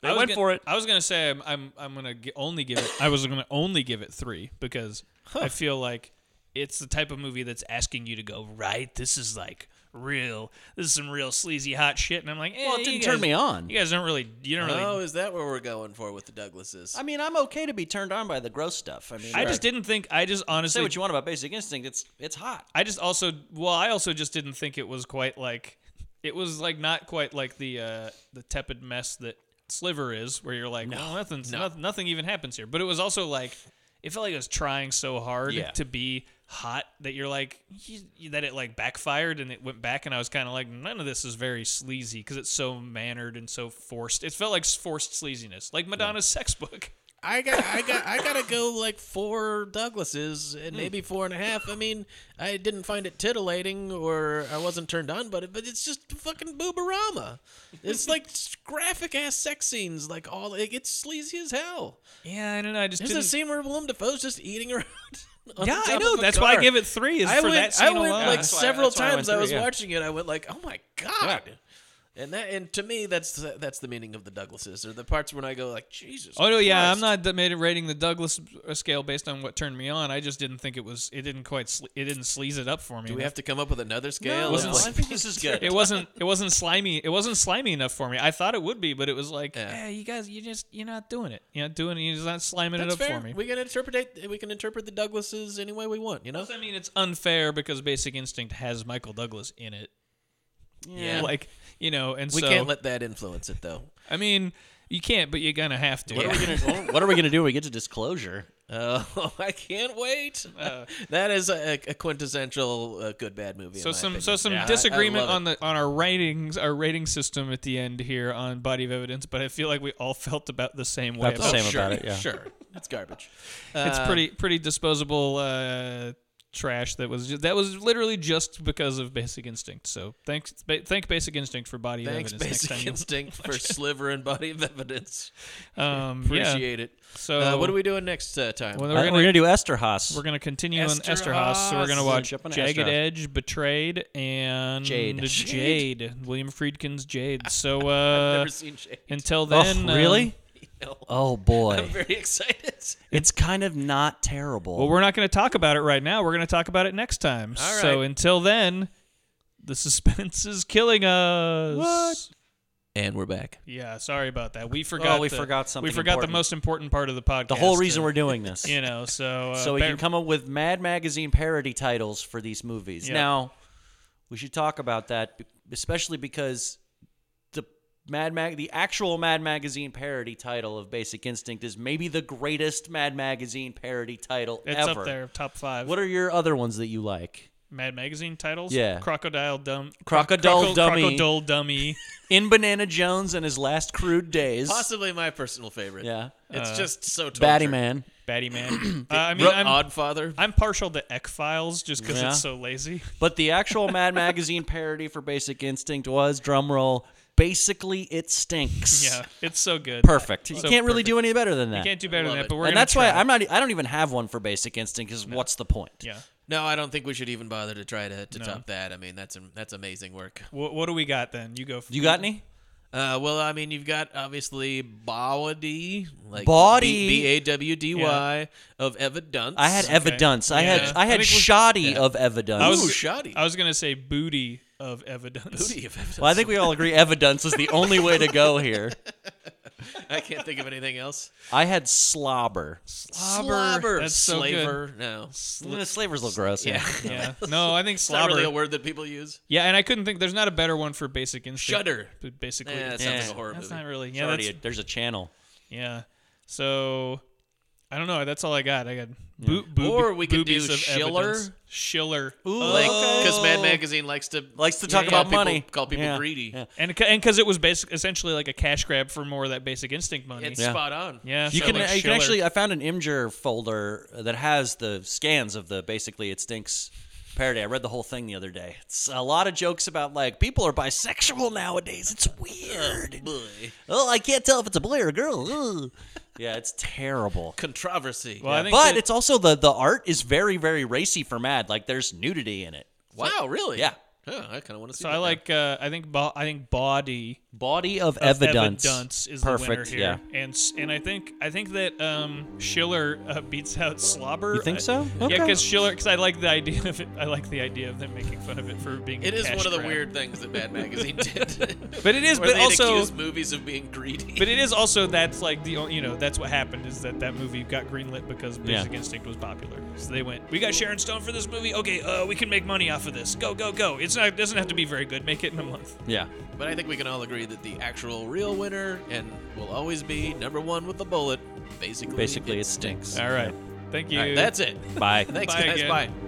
Speaker 3: They
Speaker 1: I was
Speaker 3: went
Speaker 1: gonna-
Speaker 3: for it.
Speaker 1: I was gonna say I'm I'm, I'm gonna gi- only give it. I was gonna only give it three because I feel like it's the type of movie that's asking you to go right. This is like real. This is some real sleazy hot shit, and I'm like, eh,
Speaker 3: Well, it
Speaker 1: you
Speaker 3: didn't turn
Speaker 1: guys-
Speaker 3: me on.
Speaker 1: You guys don't really. You don't really.
Speaker 2: Oh, is that where we're going for with the Douglases?
Speaker 3: I mean, I'm okay to be turned on by the gross stuff. I mean,
Speaker 1: I just didn't think. I just
Speaker 3: say
Speaker 1: honestly.
Speaker 3: what you want about Basic Instinct. It's it's hot.
Speaker 1: I just also. Well, I also just didn't think it was quite like. It was like not quite like the uh, the tepid mess that Sliver is, where you're like, well, nothing's noth- nothing even happens here. But it was also like. It felt like it was trying so hard
Speaker 3: Yeah.
Speaker 1: to be hot that you're like you- you- that it like backfired and it went back and I was kind of like none of this is very sleazy because it's so mannered and so forced. It felt like forced sleaziness, like Madonna's sex book.
Speaker 2: I got, I got, I gotta go like four Douglases
Speaker 1: Hmm.
Speaker 2: and maybe four and a half. I mean, I didn't find it titillating or I wasn't turned on, but it, but it's just fucking boobarama. It's like graphic ass sex scenes, like all it gets sleazy as hell.
Speaker 1: Yeah, I don't know. I just
Speaker 2: There's a
Speaker 1: didn't.
Speaker 2: scene where Willem Dafoe's just eating around. on
Speaker 1: yeah,
Speaker 2: the
Speaker 1: I
Speaker 2: top
Speaker 1: know.
Speaker 2: of a
Speaker 1: That's why I
Speaker 2: car.
Speaker 1: give it three. Is
Speaker 2: I
Speaker 1: for
Speaker 2: went,
Speaker 1: that scene
Speaker 2: I went
Speaker 1: alone.
Speaker 2: like
Speaker 3: That's why-
Speaker 2: several
Speaker 3: that's why I went
Speaker 2: times. I,
Speaker 3: through,
Speaker 2: was
Speaker 3: yeah.
Speaker 2: watching it. I went like, "Oh my god!" And that, and to me, that's that's the meaning of the Douglases, or the parts when I go like, "Jesus."
Speaker 1: Oh no, yeah, I'm
Speaker 2: Christ.
Speaker 1: not d- made rating the Douglas uh, scale based on what turned me on. I just didn't think it was. It didn't quite. Sle- it didn't sleaze it up for me.
Speaker 2: Do we have to come up with another
Speaker 1: No,
Speaker 2: scale?
Speaker 1: no,
Speaker 2: It's
Speaker 1: I
Speaker 2: like-
Speaker 1: think
Speaker 3: this is good.
Speaker 1: It wasn't. It wasn't slimy. It wasn't slimy enough for me. I thought it would be, but it was like, yeah,
Speaker 2: Yeah.
Speaker 1: you guys, you just you're not doing it. You're not doing it. You're just not sliming
Speaker 2: that's
Speaker 1: it up
Speaker 2: fair.
Speaker 1: for me.
Speaker 2: We can interpret we can interpret the Douglases any way we want. You know,
Speaker 1: I mean, it's unfair because Basic Instinct has Michael Douglas in it.
Speaker 2: Yeah.
Speaker 1: Like you know, and
Speaker 2: we
Speaker 1: so
Speaker 2: can't let that influence it though.
Speaker 1: I mean, You can't, but you're gonna have to.
Speaker 3: What, are we gonna, what are we gonna do when we get to disclosure? Uh,
Speaker 2: Oh,
Speaker 3: I can't wait.
Speaker 2: that is a, a quintessential uh, good bad movie. in
Speaker 1: So
Speaker 2: my
Speaker 1: some
Speaker 2: opinion.
Speaker 1: so some
Speaker 2: Yeah, I- I
Speaker 1: disagreement
Speaker 2: love it.
Speaker 1: on the on our ratings our rating system at the end here on body of evidence, but I feel like we all felt about the same way.
Speaker 13: About the same about it, yeah.
Speaker 2: Oh, Sure, it's garbage.
Speaker 1: it's
Speaker 2: Uh,
Speaker 1: pretty pretty disposable uh, trash that was that was literally just because of Basic Instinct. So thanks ba- thank Basic Instinct for body
Speaker 2: Thanks,
Speaker 1: of evidence. next time
Speaker 2: Basic
Speaker 1: you
Speaker 2: Instinct for
Speaker 1: watch it.
Speaker 2: sliver and body of evidence.
Speaker 1: Um, yeah.
Speaker 2: Appreciate it.
Speaker 1: So
Speaker 2: Uh, what are we doing next uh, time?
Speaker 1: Well,
Speaker 3: Uh, we're gonna do Esterhaas.
Speaker 1: We're gonna continue on
Speaker 2: Esterhaas.
Speaker 1: Esterhaas. So we're gonna watch
Speaker 2: Jump on
Speaker 1: Jagged
Speaker 2: Esterhaas.
Speaker 1: Edge, Betrayed, and
Speaker 2: Jade.
Speaker 1: Jade. William Friedkin's Jade. So uh,
Speaker 2: never seen Jade.
Speaker 1: Until
Speaker 3: Oh,
Speaker 1: then, um,
Speaker 3: really? Oh boy,
Speaker 2: I'm very excited.
Speaker 3: it's kind of not terrible.
Speaker 1: well, we're not gonna talk about it right now. We're gonna talk about it next time. So
Speaker 2: right.
Speaker 1: until then, the suspense is killing us.
Speaker 2: And we're back.
Speaker 1: Yeah, sorry about that. We forgot.
Speaker 3: Oh, we
Speaker 1: the-
Speaker 3: forgot something
Speaker 1: We forgot
Speaker 3: important.
Speaker 1: the most important part of the podcast.
Speaker 3: the whole reason
Speaker 1: uh,
Speaker 3: we're doing this.
Speaker 1: You know, so uh,
Speaker 3: so we
Speaker 1: bear-
Speaker 3: can come up with Mad Magazine parody titles for these movies.
Speaker 1: Yeah.
Speaker 3: Now, we should talk about that, be- especially because the Mad Mag, the actual Mad Magazine parody title of Basic Instinct is maybe the greatest Mad Magazine parody title
Speaker 1: It's
Speaker 3: ever.
Speaker 1: up there, top five.
Speaker 3: What are your other ones that you like?
Speaker 1: Mad Magazine titles?
Speaker 3: Yeah.
Speaker 1: Crocodile Dumb.
Speaker 3: Crocodile
Speaker 1: Croco-
Speaker 3: Dummy.
Speaker 1: Crocodile Dummy.
Speaker 3: In Banana Jones and his last crude days.
Speaker 2: Possibly my personal favorite.
Speaker 3: Yeah.
Speaker 2: It's
Speaker 1: Uh,
Speaker 2: just so torture.
Speaker 3: Batty Man.
Speaker 1: Batty Man. uh, I mean,
Speaker 2: Ro-
Speaker 1: I'm,
Speaker 2: Oddfather.
Speaker 1: I'm partial to X Files just because
Speaker 3: Yeah.
Speaker 1: it's so lazy.
Speaker 3: But the actual Mad Magazine parody for Basic Instinct was drumroll. Basically, it stinks.
Speaker 1: Yeah, it's so good.
Speaker 3: Perfect. You
Speaker 1: So
Speaker 3: can't really
Speaker 1: perfect.
Speaker 3: do any better than that.
Speaker 1: You can't do better than
Speaker 2: Love
Speaker 1: that,
Speaker 2: it.
Speaker 1: but we're
Speaker 3: and
Speaker 1: gonna
Speaker 3: that's
Speaker 1: try.
Speaker 3: why I'm not. e, I don't even have one for Basic Instinct. Because what's the point?
Speaker 1: Yeah.
Speaker 2: No, I don't think we should even bother to try to, to
Speaker 1: No.
Speaker 2: top that. I mean, that's am- that's amazing work.
Speaker 1: What, what do we got then? You go. f-
Speaker 3: You got any?
Speaker 2: Uh, well, I mean, you've got obviously Bawdy, like
Speaker 3: Bawdy.
Speaker 2: B A W D Y of evidence.
Speaker 3: I had evidence. I
Speaker 1: Yeah.
Speaker 3: had I
Speaker 1: I think
Speaker 3: had
Speaker 1: we-
Speaker 3: shoddy of evidence.
Speaker 1: I was,
Speaker 2: Ooh, shoddy.
Speaker 1: I was gonna say booty of evidence.
Speaker 2: Booty of evidence.
Speaker 3: well, I think we all agree evidence is the only way to go here.
Speaker 2: I can't think of anything else.
Speaker 3: I had slobber.
Speaker 2: Slobber.
Speaker 1: That's so good.
Speaker 2: Slaver. No.
Speaker 3: The slavers look gross. Yeah.
Speaker 1: Yeah. No, I think
Speaker 2: It's not
Speaker 1: slobber.
Speaker 2: really a word that people use.
Speaker 1: yeah, and I couldn't think. There's not a better one for basic instinct.
Speaker 2: Shudder.
Speaker 1: but Basically,
Speaker 2: Nah, that
Speaker 1: it's-
Speaker 2: sounds
Speaker 3: Yeah.
Speaker 2: like a horror
Speaker 1: that's
Speaker 2: movie.
Speaker 1: not really.
Speaker 3: It's
Speaker 1: Yeah,
Speaker 3: already
Speaker 1: that's,
Speaker 3: a- there's a channel.
Speaker 1: yeah. So I don't know. That's all I got. I got boo- boob-
Speaker 2: Or we could do
Speaker 1: boobies of
Speaker 2: Schiller.
Speaker 1: evidence. Schiller.
Speaker 2: Like, because Mad Magazine likes to
Speaker 3: Oh. Likes to talk
Speaker 2: call
Speaker 3: about
Speaker 2: people-
Speaker 3: money.
Speaker 2: call people
Speaker 3: Yeah.
Speaker 2: greedy.
Speaker 3: Yeah.
Speaker 1: and c- and because it was basic, essentially like a cash grab for more of that basic instinct money.
Speaker 2: It's
Speaker 1: yeah.
Speaker 2: spot on.
Speaker 1: so
Speaker 3: You can,
Speaker 1: like
Speaker 3: you can
Speaker 1: Schiller.
Speaker 3: actually. I found an Imgur folder that has the scans of the basically it stinks parody. I read the whole thing the other day. It's a lot of jokes about like people are bisexual nowadays. It's weird. Oh, I can't tell if it's a boy or a girl. Ugh. yeah, it's terrible.
Speaker 2: Controversy.
Speaker 1: Well, I think
Speaker 3: But
Speaker 1: that-
Speaker 3: it's also the the art is very very racy for Mad. Like there's nudity in it.
Speaker 2: wow, really?
Speaker 3: Yeah.
Speaker 2: Huh, I kind of want to see
Speaker 1: So
Speaker 2: that
Speaker 1: I
Speaker 2: now.
Speaker 1: like. Uh, I think. Bo- I think body.
Speaker 3: Body of,
Speaker 1: of
Speaker 3: evidence.
Speaker 1: evidence is
Speaker 3: Perfect.
Speaker 1: the winner here.
Speaker 3: Yeah.
Speaker 1: And s- and I think I think that um, Schiller uh, beats out Slobber.
Speaker 3: You think
Speaker 1: I-
Speaker 3: so?
Speaker 1: Yeah,
Speaker 3: Okay.
Speaker 1: because Schiller. Because I like the idea of it. I like the idea of them making fun of it for being.
Speaker 2: It
Speaker 1: a
Speaker 2: is
Speaker 1: cash
Speaker 2: one of the
Speaker 1: grab.
Speaker 2: weird things that Mad Magazine did.
Speaker 1: But it is.
Speaker 2: Where
Speaker 1: But
Speaker 2: they'd
Speaker 1: also.
Speaker 2: accuse movies of being greedy.
Speaker 1: But it is also that's like the only you know that's what happened is that that movie got greenlit because
Speaker 3: Yeah.
Speaker 1: Basic Instinct was popular. So they went, we got Sharon Stone for this movie. Okay, uh, we can make money off of this. Go go go! It's not it doesn't have to be very good. Make it in a month.
Speaker 3: Yeah.
Speaker 2: But I think we can all agree that the actual real winner and will always be number one with the bullet. Basically,
Speaker 3: Basically, it
Speaker 2: stinks.
Speaker 3: stinks.
Speaker 1: All right, thank you.
Speaker 2: All right, that's it.
Speaker 3: Bye.
Speaker 2: Thanks,
Speaker 1: Bye
Speaker 2: guys.
Speaker 1: again.
Speaker 2: Bye.